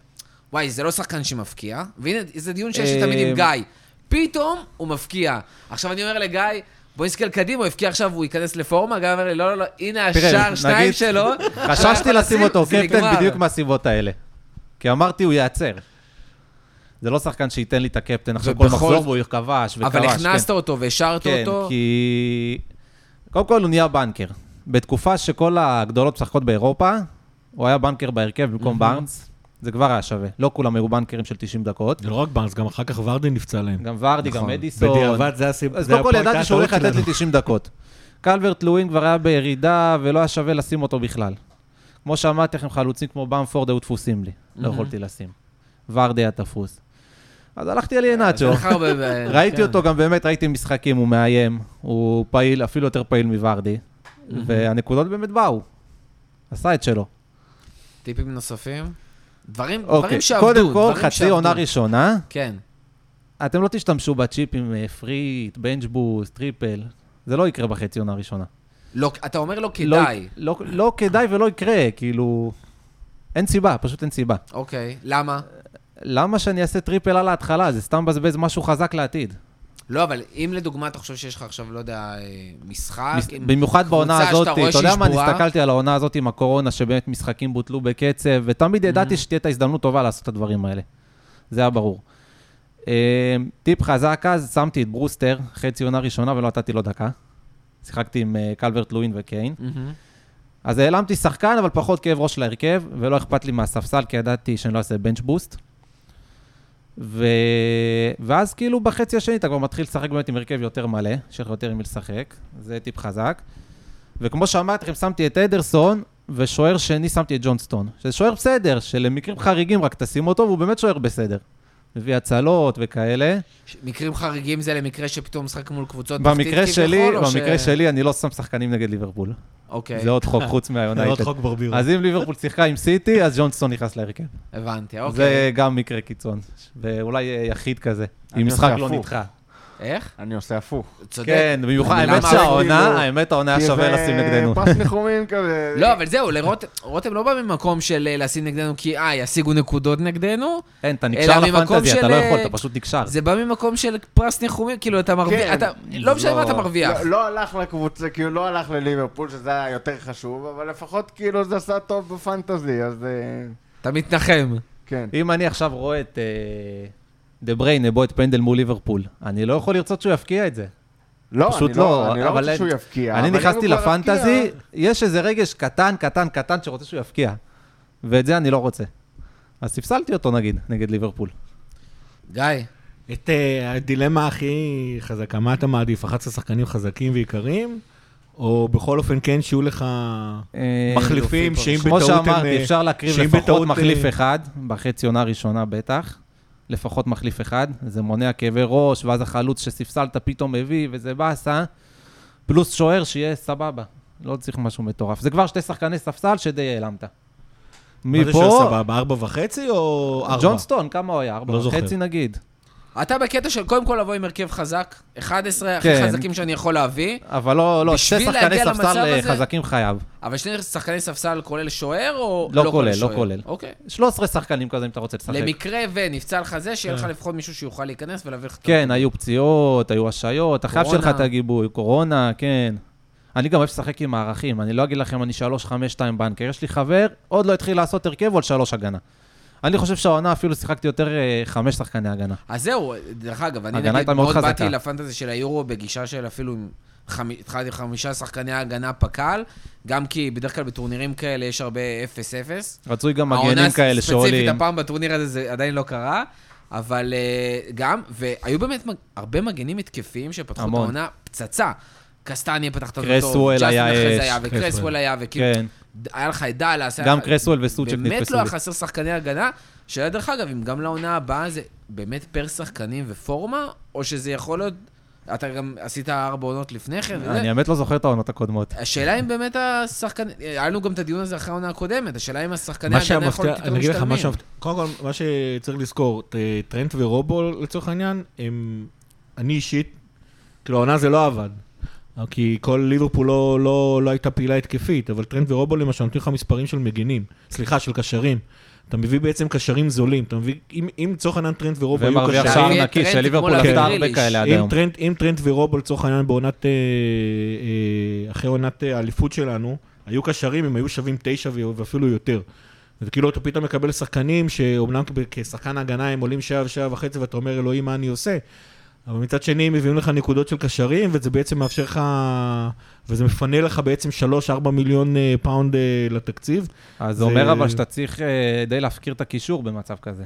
וואי, זה לא שחקן שמפקיע, והנה, זה דיון שיש לי תמיד עם
אה,
גיא. פתאום הוא מפקיע. עכשיו אני אומר לגיא, בוא נסתכל קדימה, הוא יפקיע עכשיו, הוא ייכנס לפורמה, גיא אומר לי, לא, לא, לא, הנה
תראה,
השער שתיים
נגיד-
שלו.
חששתי לשים אותו
זה
קפטן
נגמר.
בדיוק מהסיבות האלה. כי אמרתי, הוא ייעצר. זה לא שחקן שייתן לי את הקפטן עכשיו כל
ובכל
מחזור,
זאת-
והוא כבש וכבש.
אבל
כן.
הכנסת אותו והשארת
כן,
אותו.
כי... קודם כל הוא נהיה בנקר. בתקופה שכל הגדולות משחקות באירופה, הוא היה בנקר בהרכב במקום בארנס. זה כבר היה שווה. לא כולם היו בנקרים של 90 דקות.
זה לא רק בארנס, גם אחר כך ורדן נפצע להם.
גם ורדי,
נכון.
גם אדיסון.
בדיעבד זה הסיב...
אז
זה
קודם כל
הפועל-
ידעתי
הייתה
שהוא הולך
הטעות
לתת לי
שלנו.
90 דקות. קלברט לואין כבר היה בירידה ולא היה שווה לשים אותו בכלל. כמו שאמרתי לכם, חלוצים כמו במפורד היו תפוסים לי, לא
Mhm.
יכולתי לשים. ורדי היה תפוס. אז הלכתי על ינאצ'ו.
אין לך הרבה בעיה, אה,
ראיתי
כן.
אותו גם באמת, ראיתי משחקים, הוא מאיים, הוא פעיל, אפילו יותר פעיל מוורדי, והנקודות באמת באו. עשה את שלו.
טיפים נוספים? דברים
אוקיי,
דברים שעבדו.
קודם כל,
דברים
חצי
שעבדו.
עונה ראשונה,
כן.
אתם לא תשתמשו בצ'יפים אה, פריט, בנג' בוסט, טריפל, זה לא יקרה בחצי עונה ראשונה.
לא, אתה אומר לא
לא-
כדאי.
לא, לא כדאי ולא יקרה, כאילו... אין סיבה, פשוט אין סיבה.
אוקיי, למה?
למה שאני אעשה טריפל על ההתחלה? זה סתם מבזבז משהו חזק לעתיד.
לא, אבל אם לדוגמה אתה חושב שיש לך עכשיו, לא יודע, אה, משחק,
מס-
עם
במיוחד
קבוצה
בעונה
שאתה
הזאת,
רואה
אתה יודע
שהיא
מה, אני
שבורה?
הסתכלתי על העונה הזאת עם הקורונה, שבאמת משחקים בוטלו בקצב,
Mm-hmm.
ותמיד ידעתי שתהיה את ההזדמנות טובה לעשות את הדברים האלה. זה היה ברור. אה, טיפ חזק אז, שמתי את ברוסטר, חצי עונה ראשונה, ולא נתתי לו דקה. שיחקתי עם אה, קלברט לואין וקיין.
מהמם.
אז העלמתי שחקן, אבל פחות כאב ראש להרכב, ולא אכפת לי מהספסל, כי ידעתי שאני לא אעשה בנץ' בוסט. ו... ואז כאילו בחצי השני אתה כבר מתחיל לשחק באמת עם הרכב יותר מלא, יש לך יותר עם מי לשחק, זה טיפ חזק. וכמו שאמרתי לכם, שמתי את אדרסון, ושוער שני שמתי את ג'ונסטון. שזה שוער בסדר, שלמקרים חריגים רק תשים אותו, והוא באמת שוער בסדר. מביא הצלות וכאלה.
ש- מקרים חריגים זה למקרה שפתאום משחק מול קבוצות תחתית
במקרה שלי,
כביכול, או ש-
במקרה שלי, אני לא שם שחקנים נגד ליברפול.
אוקיי,
זה עוד חוק חוץ
זה עוד
מהיונייטד.
חוק ברבירו.
אז אם ליברפול שיחקה עם סיטי, אז ג'ונסטון נכנס להרכב.
הבנתי,
זה
אוקיי.
גם מקרה קיצון, ואולי אה, יחיד כזה,
אני
אם
עושה
משחק לא
הפוך.
נדחה.
איך?
אני עושה הפוך.
צודק.
כן, במיוחד,
למה
האמת
אבל
שהעונה,
כאילו-
האמת העונה היה
כי
שווה
זה
לשים נגדנו.
פרס ניחומים כזה.
לא, אבל זהו, לרותם רותם לא בא ממקום של אה, לשים נגדנו כי אה, ישיגו נקודות נגדנו,
אין, אתה
אלא
נקשר
ממקום
לפנטזי, אתה
של,
לא יכול,
אה,
אתה פשוט נקשר.
זה בא ממקום של פרס ניחומים, כאילו אתה מרוויח,
כן,
אתה- לא משנה מה אתה מרוויח.
לא- לא הלך לקבוצה, כאילו לא הלך לליברפול, שזה היה יותר חשוב, אבל לפחות כאילו זה עשה טוב בפנטזי, אז אה,
אתה מתנחם.
כן.
אם אני עכשיו רואה את אה, דה בריינה בועט פנדל מול ליברפול, אני לא יכול לרצות שהוא יפקיע את זה.
לא,
פשוט
אני לא,
לא,
אני לא
אבל
רוצה שהוא
אין-
יפקיע.
אני
אבל אם
נכנסתי
הוא כבר
לפנטזי,
יפקיע,
יש איזה רגש קטן, קטן, קטן שרוצה שהוא יפקיע, ואת זה אני לא רוצה. אז ספסלתי אותו נגיד, נגד ליברפול.
גיא,
את אה, הדילמה הכי חזקה, מה אתה מעדיף, 11 שחקנים חזקים ועיקרים, או בכל אופן כן שיהיו לך
אה,
מחליפים שאם
כמו
בטעות הם...
שאמרתי,
אה,
אפשר להקריב
שאם
לפחות
בטעות,
מחליף
אה,
אחד, בחצי עונה ראשונה בטח, לפחות מחליף אחד, זה מונע כאבי ראש, ואז החלוץ שספסלת פתאום מביא, וזה באסה, פלוס שוער שיהיה סבבה, לא צריך משהו מטורף. זה כבר שתי שחקני ספסל שדי העלמת.
מה זה שהוא
מפה,
סבבה, ארבע וחצי או ארבע?
ג'ונסטון, כמה הוא היה? ארבע
לא זוכר.
וחצי נגיד.
אתה בקטע של קודם כל לבוא עם הרכב חזק, 11 הכי
כן.
חזקים שאני יכול להביא,
אבל לא, לא, שתי
בשביל
שחקני
להגיע
ספסל
למצב
אה,
הזה-
חזקים חייב.
אבל שני שחקני ספסל כולל שוער או
לא כולל, לא
שוער?
כולל.
אוקיי.
13 שחקנים כזה אם אתה רוצה לשחק.
למקרה ונפצע לך זה, שיהיה לך לפחות מישהו שיוכל להיכנס ולהביא לך את
כן, היו פציעות, היו השעיות, החייב
קורונה.
שלך את הגיבוי, קורונה, כן. אני גם אוהב לשחק עם הערכים, אני לא אגיד לכם אני 3-5-2 בנקר, יש לי חבר, עוד לא התחיל לעשות הרכב, עוד 3 הגנה. אני חושב שהעונה אפילו שיחקתי יותר 5 שחקני הגנה.
אז זהו, דרך אגב, אני
ההגנה
נגיד
הייתה מאוד
מאוד
חזקה.
באתי לפנטזי של היורו בגישה של אפילו עם חמ- התחלתי עם חמישה שחקני הגנה פק"ל, גם כי בדרך כלל בטורנירים כאלה יש הרבה 0-0.
רצוי גם
העונה
מגנים כאלה
ספציפית,
שעולים.
הפעם בטורניר הזה זה עדיין לא קרה, אבל אה, גם, והיו באמת מג- הרבה מגנים התקפיים שפתחו את
המון.
העונה פצצה. קסטניה פתח את הזמן טוב,
קרסוול
ג'סטין
היה
אחרי זה
אש,
היה, וקרסוול
קרסוול.
היה, וכאילו,
כן,
היה לך את דאלאס. היה
גם
לך-
קרסוול וסוצ'ק
באמת
נתפסו
לא היה
לי.
חסר שחקני הגנה, שהיה דרך אגב, אם גם לעונה הבאה זה באמת פר שחקנים ופורמה, או שזה יכול להיות... אתה גם עשית ארבע עונות לפני כן, וזה.
אני האמת לא זוכר את העונות הקודמות.
השאלה אם באמת השחקנים... היה לנו גם את הדיון הזה אחרי העונה הקודמת, השאלה אם השחקני
מה
ההגנה יכול
שהמפתיע,
להיות פתאום
אני אגיד לך מה
משתלמים.
שהמפתיע, קודם כל, מה שצריך לזכור, ט- טרנט ורובו לצורך העניין, הם, אני אישית, כאילו העונה זה לא עבד. כי כל ליברפול לא, לא, לא הייתה פעילה התקפית, אבל טרנט ורובו למשל נותנים לך מספרים של מגינים, סליחה, של קשרים. אתה מביא בעצם קשרים זולים, אתה מביא, אם אם לצורך העניין טרנט ורובו
והם
היו
מרוויח
קשרים,
שער
תביא את
נקי,
טרנט
שליברפול
אתמול
להביא
עשתה הרבה
גריליש.
כאלה עד
אם
היום.
טרנט, אם טרנט ורובו לצורך העניין בעונת, אה, אה, אחרי עונת אה, האליפות שלנו, היו קשרים, הם היו שווים תשע ו- ואפילו יותר. זה כאילו אתה פתאום מקבל שחקנים שאומנם כ- כשחקן הגנה הם עולים שעה ושעה וחצי ואתה אומר אלוהים מה אני עושה, אבל מצד שני, הם מביאים לך נקודות של קשרים, וזה בעצם מאפשר לך, וזה מפנה לך בעצם 3-4 מיליון אה, פאונד אה, לתקציב.
אז
זה-
זה אומר אבל שאתה צריך אה, די להפקיר את הקישור במצב כזה.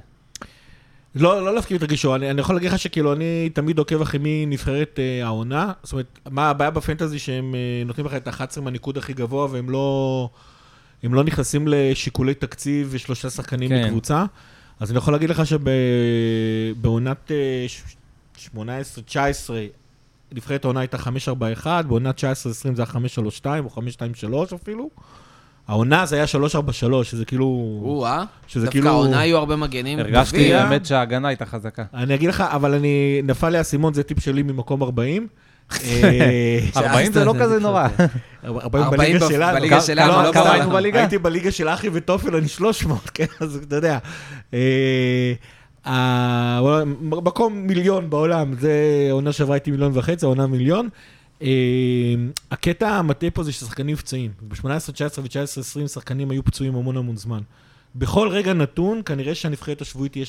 לא, לא להפקיר את הגישור, אני, אני יכול להגיד לך שכאילו אני תמיד עוקב אחרי מי נבחרת אה, העונה, זאת אומרת, מה הבעיה בפנטזי שהם אה, נותנים לך את ה-11 מהניקוד הכי גבוה והם לא, הם לא נכנסים לשיקולי תקציב ושלושה שחקנים
כן.
כן. מקבוצה, אז אני יכול להגיד לך אה, שבעונת 18-19 נבחרת העונה הייתה 5-4-1, בעונת 19-20 זה היה 5-3-2 או 5-2-3 אפילו, העונה זה היה 3-4-3, שזה כאילו...
או-אה,
שזה
אה? דווקא
כאילו-
העונה היו הרבה מגנים. אה?
הרגשתי
גביע.
האמת שההגנה הייתה חזקה.
אני אגיד לך, אבל אני, נפל לי האסימון, זה טיפ שלי ממקום 40. אה,
40 זה לא
זה
כזה
זה
נורא.
40
40
בליגה
בפ-
שלנו.
בליגה
כ-
שלנו,
כמה-
לא
כמה
בעולם.
היינו בליגה? הייתי בליגה של אחי וטופל, אני 300, כן, אז אתה יודע. אה, ה- מקום מיליון בעולם, זה העונה שעברה הייתי מיליון וחצי, העונה מיליון. אה, הקטע המטעה פה זה ששחקנים נפצעים. ב-18, 19 ו-19, 20 שחקנים היו פצועים המון המון זמן. בכל רגע נתון, כנראה שהנבחרת השבועית תהיה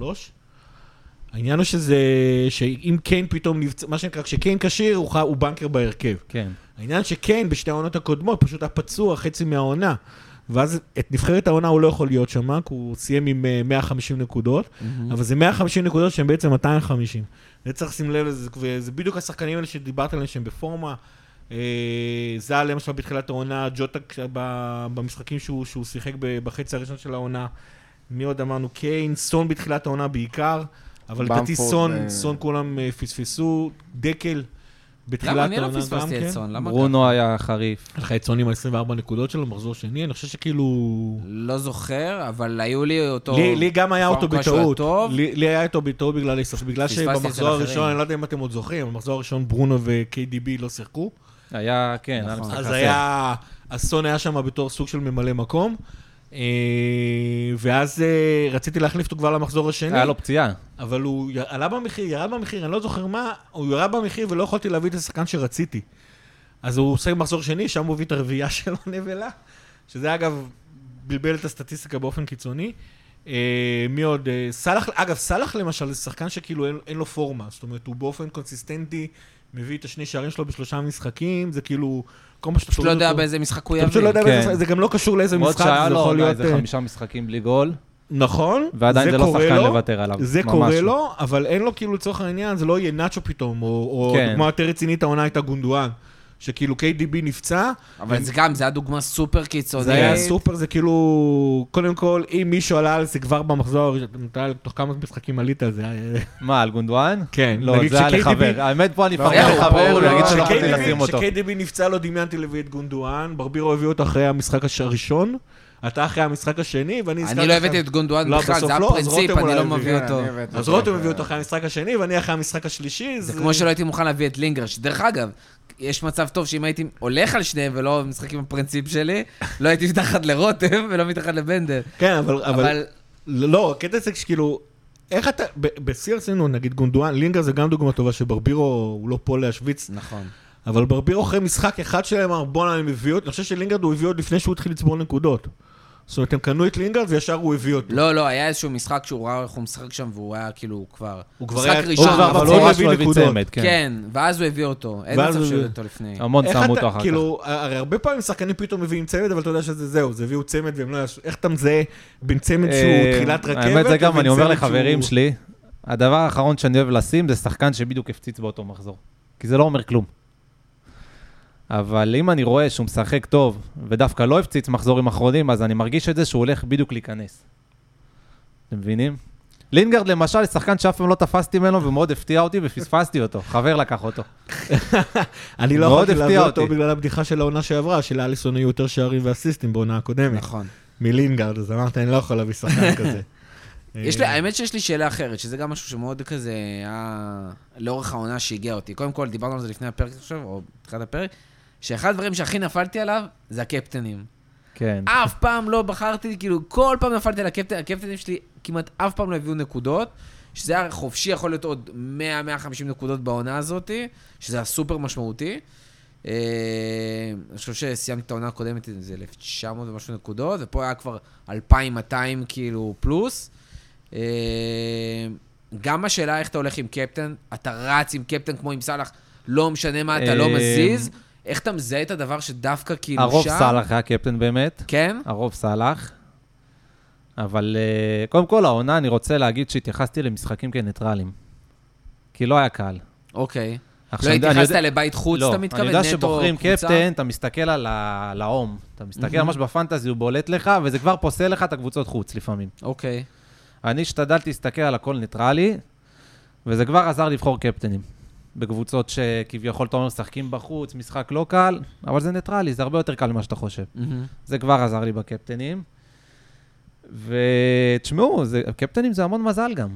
3-4-3. העניין הוא שזה, שאם קיין פתאום נפצע, מה שנקרא, כשקיין כשיר, הוא, ח- הוא בנקר בהרכב.
כן.
העניין שקיין בשתי העונות הקודמות פשוט היה פצוע חצי מהעונה. ואז את נבחרת העונה הוא לא יכול להיות שם, כי הוא סיים עם אה, 150 נקודות, אבל זה 150 נקודות שהן בעצם 250. זה צריך לשים לב לזה, וזה בדיוק השחקנים האלה שדיברת עליהם שהם בפורמה. אה, ז"ל למשל בתחילת העונה, ג'וטה כש- ב- במשחקים שהוא, שהוא שיחק ב- בחצי הראשון של העונה. מי עוד אמרנו? קיין, סון בתחילת העונה בעיקר, אבל לדעתי
במפורד,
סון,
אה.
סון כולם אה, פספסו, דקל בתחילת
למה
העונה גם
אני
כן.
לא פספסתי את סון? למה?
ברונו היה חריף.
היה לך את סוני עם ה-24 נקודות שלו, מחזור שני, אני חושב שכאילו...
לא זוכר, אבל היו לי אותו...
לי, לי גם היה
כבר
אותו
כושר
בטעות,
טוב.
לי, לי היה אותו בטעות בגלל ההסתכלות, בגלל
פספסתי אצל
שבמחזור
אחרים.
הראשון, אני לא יודע אם אתם עוד זוכרים, במחזור הראשון ברונו ו-KDB לא שיחקו,
היה, כן, היה
נכון.
משחק
אז
חסר.
היה, אז סון היה שם בתור סוג של ממלא מקום, אה, ואז אה, רציתי להחליף אותו כבר למחזור השני,
היה לו פציעה.
אבל הוא י- עלה במחיר, ירד במחיר, אני לא זוכר מה, הוא ירד במחיר ולא יכולתי להביא את השחקן שרציתי. אז הוא עושה מחזור שני, שם הוא הביא את הרביעייה שלו נבלה, שזה אגב בלבל את הסטטיסטיקה באופן קיצוני. אה, מי עוד? אה, סאלח, אגב, סאלח למשל זה שחקן שכאילו אין, אין לו פורמה, זאת אומרת, הוא באופן קונסיסטנטי מביא את השני שערים שלו בשלושה משחקים, זה כאילו, כל מה שאתה
פשוט לא יודע
אותו-
באיזה משחק הוא
אתה פשוט לא
יביא.
יודע באיזה
כן.
משחק, זה גם לא קשור לאיזה
למרות
משחק,
שהיה
זה
לו
יכול
עוד
להיות...
איזה
אה,
חמישה משחקים בלי גול,
נכון,
ועדיין זה לא
קורה
שחקן
לו.
לוותר עליו.
זה
ממש
קורה
לא.
לו, אבל אין לו כאילו לצורך העניין, זה לא יהיה נאצ'ו פתאום, או, או
כן.
דוגמה יותר רצינית העונה הייתה גונדואן, שכאילו KDB נפצע,
אבל זה כן. גם, זה היה דוגמה סופר קיצונית.
זה היה סופר, זה כאילו, קודם כל, אם מישהו עלה על זה כבר במחזור הראשון, אתה יודע, תוך כמה משחקים עלית על זה, אה,
מה, על גונדואן?
כן,
לא,
נגיד
זה היה
ש-KDB
לחבר. האמת, פה אני
לא,
אפרגן
היה לו
לחבר,
פאול,
הוא יגיד
לא,
שלא יכולתי
ש-KDB
לשים אותו.
כשקיידיבי נפצע לא דמיינתי להביא את גונדואן, ברבירו הביא אותו אחרי המשחק הש- הראשון, אתה אחרי המשחק השני, ואני
אני לא הבאתי את גונדואן
לא,
בכלל,
בסוף
זה היה
לא, אז
פרינציפ,
רותם
אני
אולי
לא
הביא,
מביא
כן,
אותו.
אני הבאתי
אז
אותו.
רותם הביא אותו אחרי המשחק השני, ואני אחרי המשחק השלישי,
זה כמו שלא הייתי מוכן להביא את לינגר, שדרך אגב, יש מצב טוב שאם הייתי הולך על שניהם ולא משחק עם הפרינציפ שלי, לא הייתי מתחת לרותם ולא מתחת לבנדר.
כן, אבל... אבל...
אבל
לא, הקטע זה שכאילו, איך אתה, ב- בשיא הרצינות, נגיד גונדואן, לינגר זה גם דוגמה טובה שברבירו הוא לא פה להשוויץ,
נכון.
אבל ברבירו אחרי משחק אחד שלהם אמר בואנה אני מביא אותו, אני חושב שלינגרד הוא הביא עוד לפני שהוא התחיל לצבור נקודות. זאת אומרת, הם קנו את לינגרד וישר הוא הביא אותו.
לא, לא, היה איזשהו משחק שהוא ראה איך הוא משחק שם, והוא היה כאילו כבר...
הוא כבר
משחק
היה- הוא
ראשון,
כבר
אבל
אבל
הוא
הוא
ממש
ממש לא הביא
נקודות.
צמד, כן. אמ-
כן, ואז הוא הביא אותו. אין
ואז
מצב
הוא
שהוא
הביא-
הביא אותו לפני.
המון
איך
שמו
אתה-
אותו אחר כך.
כאילו, הרי הרבה פעמים שחקנים פתאום מביאים צמד, אבל אתה יודע שזה זהו, זה הביאו צמד והם לא יעשו, איך אתה מזהה בין צמד שהוא
אה,
תחילת רכבת?
האמת זה גם,
לבין
אני אומר
צמד
לחברים
שהוא-
שלי, הדבר האחרון שאני אוהב לשים זה שחקן שבדיוק הפציץ באותו מחזור. כי זה לא אומר כלום. אבל אם אני רואה שהוא משחק טוב, ודווקא לא הפציץ מחזורים אחרונים, אז אני מרגיש את זה שהוא הולך בדיוק להיכנס. אתם מבינים? לינגרד למשל, שחקן שאף פעם לא תפסתי ממנו ומאוד הפתיע אותי ופספסתי אותו. חבר לקח אותו.
אני לא
מאוד
יכולתי
הפתיע
להביא אותו
אותי.
בגלל הבדיחה של העונה שעברה, שלאליסון היו יותר שערים ואסיסטים בעונה הקודמת.
נכון.
מלינגרד, אז אמרת, אני לא יכול להביא שחקן כזה.
יש לי,
אה,
האמת שיש לי שאלה אחרת, שזה גם משהו שמאוד כזה היה לאורך העונה שהגיע אותי. קודם כל, דיברנו על זה לפני הפרק עכשיו, או בתחילת הפרק, שאחד הדברים שהכי נפלתי עליו זה הקפטנים.
כן.
אף פעם לא בחרתי, כאילו, כל פעם נפלתי על הקפטן, הקפטנים שלי כמעט אף פעם לא הביאו נקודות, שזה היה חופשי, יכול להיות עוד 100-150 נקודות בעונה הזאת, שזה היה סופר משמעותי. אה, אני חושב שסיימתי את העונה הקודמת עם איזה 1,900 ומשהו נקודות, ופה היה כבר 2,200 כאילו פלוס. אה, גם השאלה איך אתה הולך עם קפטן, אתה רץ עם קפטן כמו עם סאלח, לא משנה מה, אתה לא
אה,
מזיז, איך אתה מזהה את הדבר שדווקא כאילו שם...
הרוב סאלח היה קפטן באמת.
כן?
הרוב סאלח. אבל אה, קודם כל, העונה, אני רוצה להגיד שהתייחסתי למשחקים כניטרלים. כי לא היה קל.
אוקיי.
עכשיו,
לא
אני יודע-
התייחסת לבית חוץ,
לא,
אתה מתכוון?
אני יודע
נטו,
שבוחרים
קבוצה?
קפטן, אתה מסתכל על ה- לעום. אתה מסתכל ממש בפנטזי, הוא בולט לך, וזה כבר פוסל לך את הקבוצות חוץ לפעמים.
אוקיי.
אני השתדלתי להסתכל על הכל ניטרלי, וזה כבר עזר לבחור קפטנים. בקבוצות שכביכול, אתה אומר, משחקים בחוץ, משחק לא קל, אבל זה ניטרלי, זה הרבה יותר קל ממה שאתה חושב.
מהמם.
זה כבר עזר לי בקפטנים. ותשמעו, זה- קפטנים זה המון מזל גם.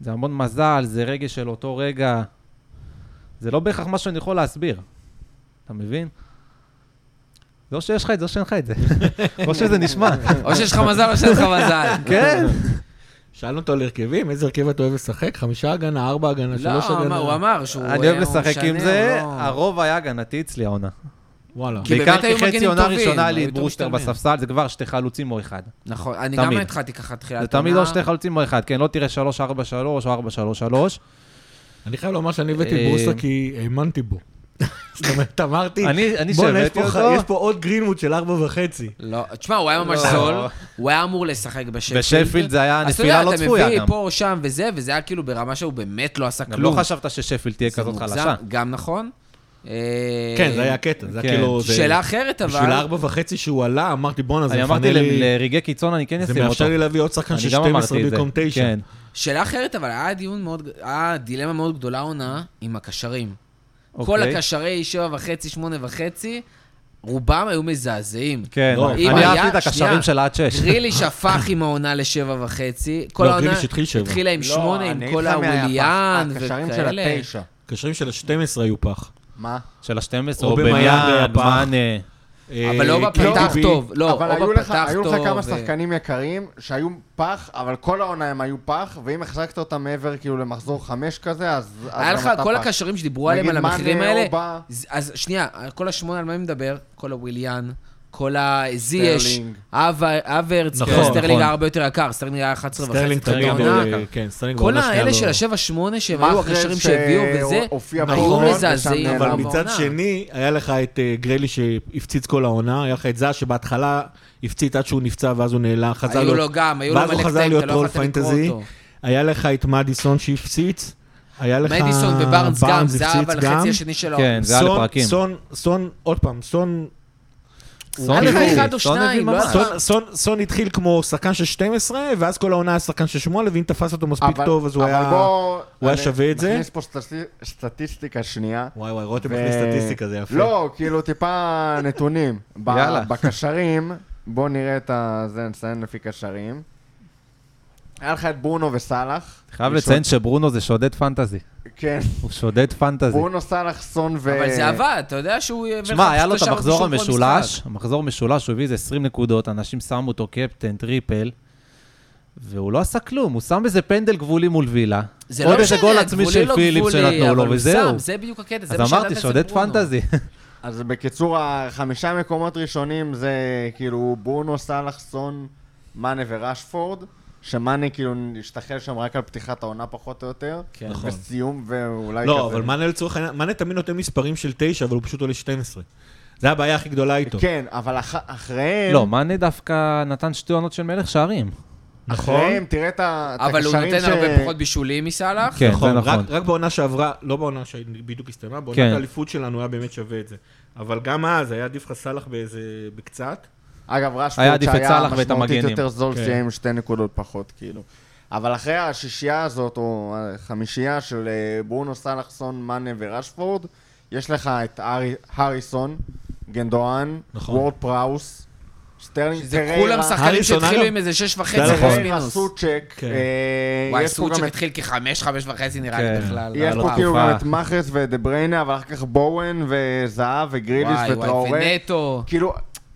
זה המון מזל, זה רגע של אותו רגע. זה לא בהכרח מה שאני יכול להסביר. אתה מבין? זה או שיש לך את זה או שאין לך את זה. או שזה נשמע.
או שיש לך מזל או שאין לך מזל.
כן.
שאלנו אותו על הרכבים, איזה הרכב אתה אוהב לשחק? חמישה הגנה, ארבע הגנה,
לא,
שלוש
הוא אמר-
הגנה.
הוא אמר שהוא... אה,
אני אוהב
הוא
לשחק
משנה,
עם זה,
הוא לא-
הרוב היה הגנתי אצלי העונה.
וואלה.
כי
בעיקר
באמת היו
כחצי
מגנים
עונה
טובים,
ראשונה
היו
היה לי את
יותר
ברושטר
משתלמים.
בספסל, זה כבר שתי חלוצים או אחד.
נכון, אני גם
תמיד.
התחלתי ככה תחילת
זה תמיד לא או שתי חלוצים או אחד, כן, לא תראה 3-4-3 או 4-3-3.
אני חייב לומר שאני הבאתי
אה,
את ברוסה כי האמנתי בו. זאת אומרת, אמרתי,
אני- אני
בואנה, יש
שהבאתי
פה ח-
אותו-
יש פה עוד גרינווד של ארבע וחצי.
לא, תשמע, הוא היה ממש
לא.
זול, הוא היה אמור לשחק בשפילד.
בשפילד זה היה
אז אתה
נפילה
יודע,
לא צפויה
אתה מביא
גם.
פה, שם וזה, וזה היה כאילו ברמה שהוא באמת לא עשה
גם לא
כלום.
חשבת ששפילד תהיה
זה
כזאת
מוגזם,
חלשה.
גם נכון. אה,
כן, זה היה הקטע, זה היה
כן.
כאילו... זה-
שאלה אחרת, אבל...
בשביל הארבע וחצי שהוא עלה, אמרתי, בואנה, זה
אני אמרתי
מפנה
ל-
לי...
לרגעי קיצון, אני כן
זה
אשים אותו.
מאפשר לי להביא עוד שחקן של
אני גם אמרתי
12
את זה.
במקום 9.
כן.
שאלה אחרת, אבל היה דיון מאוד, היה דילמה מאוד גדולה עונה עם הקשרים.
אוקיי.
כל הקשרי שבע וחצי, שמונה וחצי, רובם היו מזעזעים.
כן,
לא,
אם
אני
היה-
אהבתי את הקשרים
שנייה.
של עד 6.
גריליש הפך עם העונה לשבע וחצי. כל
לא,
העונה
גריליש התחיל שבע.
התחילה עם
לא,
שמונה,
אני
עם
אגיד
כל
לך מי היה
האווליאן
פח. הקשרים של
וכאלה.
התשע.
קשרים של ה-12 היו פח.
מה?
של ה-12,
או
או
במיאן,
במיאן,
הפעם.
מאנה.
אבל לא אובה
אה,
פתח
KDB.
טוב, לא,
אבל היו
אובה
לך,
פתח
היו
טוב. אה.
לך כמה
ו-
שחקנים יקרים שהיו פח, אבל כל העונה הם היו פח, ואם החזקת אותם מעבר כאילו למחזור חמש כזה, אז... אז
היה
גם
לך
אתה
כל
פח.
הקשרים שדיברו עליהם, על
נגיד, מאנה,
המחירים האלה.
אובה.
ז- אז שנייה, כל השמונה, על מה אני מדבר? כל הוויליאן, כל הזייש,
סטרלינג.
אברץ,
נכון,
כן, סטרלינג
נכון.
היה הרבה יותר יקר, סטרלינג היה 11 וחצי,
סטרלינג תמיד,
העונה.
אה, כן, סטרלינג
כל
בעונה שנייה
האלה
לא-
של השבע שמונה שהם היו
מאחרי
הקשרים
ש-
שהביאו וזה,
הופיע
היו
פה, ושם
מזעזעים.
נעלם.
לא אבל
בעונה.
מצד שני, היה לך את אה, גרלי שהפציץ כל העונה, היה לך את זה שבהתחלה הפציץ עד שהוא נפצע ואז הוא נעלם, חזר
היו לו גם, היו לו
ואז
מלא
הוא חזר
קטעים,
להיות
אתה לא
רול
יכולת לקרוא
פנטזי.
אותו.
היה לך את מדיסון שהפציץ, היה לך...
מדיסון ובארנס גם, זה היה
אה, הפציץ
אבל
גם.
החצי השני של העונה.
כן, זה היה
סון-
לפרקים.
סון, סון, עוד פעם, סון...
סון
היה לך
הביא,
אחד או
סון הביא
שניים,
ממש.
לא היה לך-
סון- סון- סון התחיל כמו שחקן של 12, ואז כל העונה היה שחקן של 8, ואם תפס אותו מספיק
אבל-
טוב, אז הוא
אבל
היה...
בוא-
הוא היה
אני
שווה את זה.
נכניס פה סטטי- סטטיסטיקה שנייה.
וואי וואי, רותם
ו-
הכניס סטטיסטיקה, זה יפה.
לא, כאילו טיפה נתונים. ב-
יאללה.
בקשרים, בואו נראה את ה... זה נציין לפי קשרים. היה לך את ברונו וסאלח.
חייב לציין שברונו זה שודד פנטזי.
כן,
הוא שודד פנטזי.
ברונו, סאלח, סון ו...
אבל זה עבד, אתה יודע שהוא... הביא
שמע,
לך
היה לו את
שלושה
המחזור
בישול כל
המשולש,
משחק.
המחזור המשולש, הוא הביא איזה 20 נקודות, אנשים שמו אותו קפטן, טריפל, והוא לא עשה כלום, הוא שם איזה פנדל גבולי מול וילה.
זה
עוד
לא
איזה
משנה,
גול עצמי
גבולי
של
לא
פיליפס
גבולי,
שנתנו
אבל
לו,
הוא
וזהו.
שם, זה בדיוק הקטע, זה
אז
מה שידעת
אמרתי,
אצל
שודד
ברונו.
פנטזי.
אז בקיצור, החמישה מקומות ראשונים זה כאילו ברונו, סאלח, סון, מאנה וראשפורד, שמאנה כאילו השתחרר שם רק על פתיחת העונה פחות או יותר.
כן, נכון.
וסיום ואולי
לא,
כזה.
אבל מאנה לצורך העניין, מאנה תמיד נותן מספרים של 9, אבל הוא פשוט עולה 12. זה הבעיה הכי גדולה איתו.
כן, אבל אח...
כן.
אחריהם...
לא, מאנה דווקא נתן שתי עונות של מלך שערים.
אה, נכון.
אחריהם, תראה את ה- את
אבל הוא
הקשרים
נותן
ש-
הרבה פחות בישולים מסאלח.
כן, זה נכון.
רק- רק בעונה שעברה, לא בעונה שבדיוק הסתיימה,
כן.
בעונת האליפות שלנו היה באמת שווה את זה. אבל גם אז היה עדיף לך סאלח באיזה... בקצת.
אגב,
היה
רשפורד
עדיף את
שהיה
סאלח ואת
משמעותית
המגנים.
יותר זול,
כן.
סיים עם שתי נקודות פחות, כאילו. אבל אחרי השישייה הזאת, או החמישייה של אה, ברונו, סאלח, סון, מאנה ורשפורד, יש לך את הארי- האריסון, גנדואן,
נכון.
וורד פראוס, סטרלינג
זה כולם שחקנים
הריסון,
שהתחילו
אגב.
עם איזה שש וחצי
זה
פלוס
נכון.
טררה,
מינוס.
סוצ'ק,
כן.
אה,
וואי,
יש פה גם
סוצ'ק
את-
התחיל לא כחמש, חמש וחצי נראה לי
כן.
בכלל.
יש
וואו.
פה כאילו גם
תקופה.
את מאחז ודה בריינה, אבל אחר כך בואן וזהב וגריליס
וואי, וואי,
וטראורה.
ונטו.
כאילו,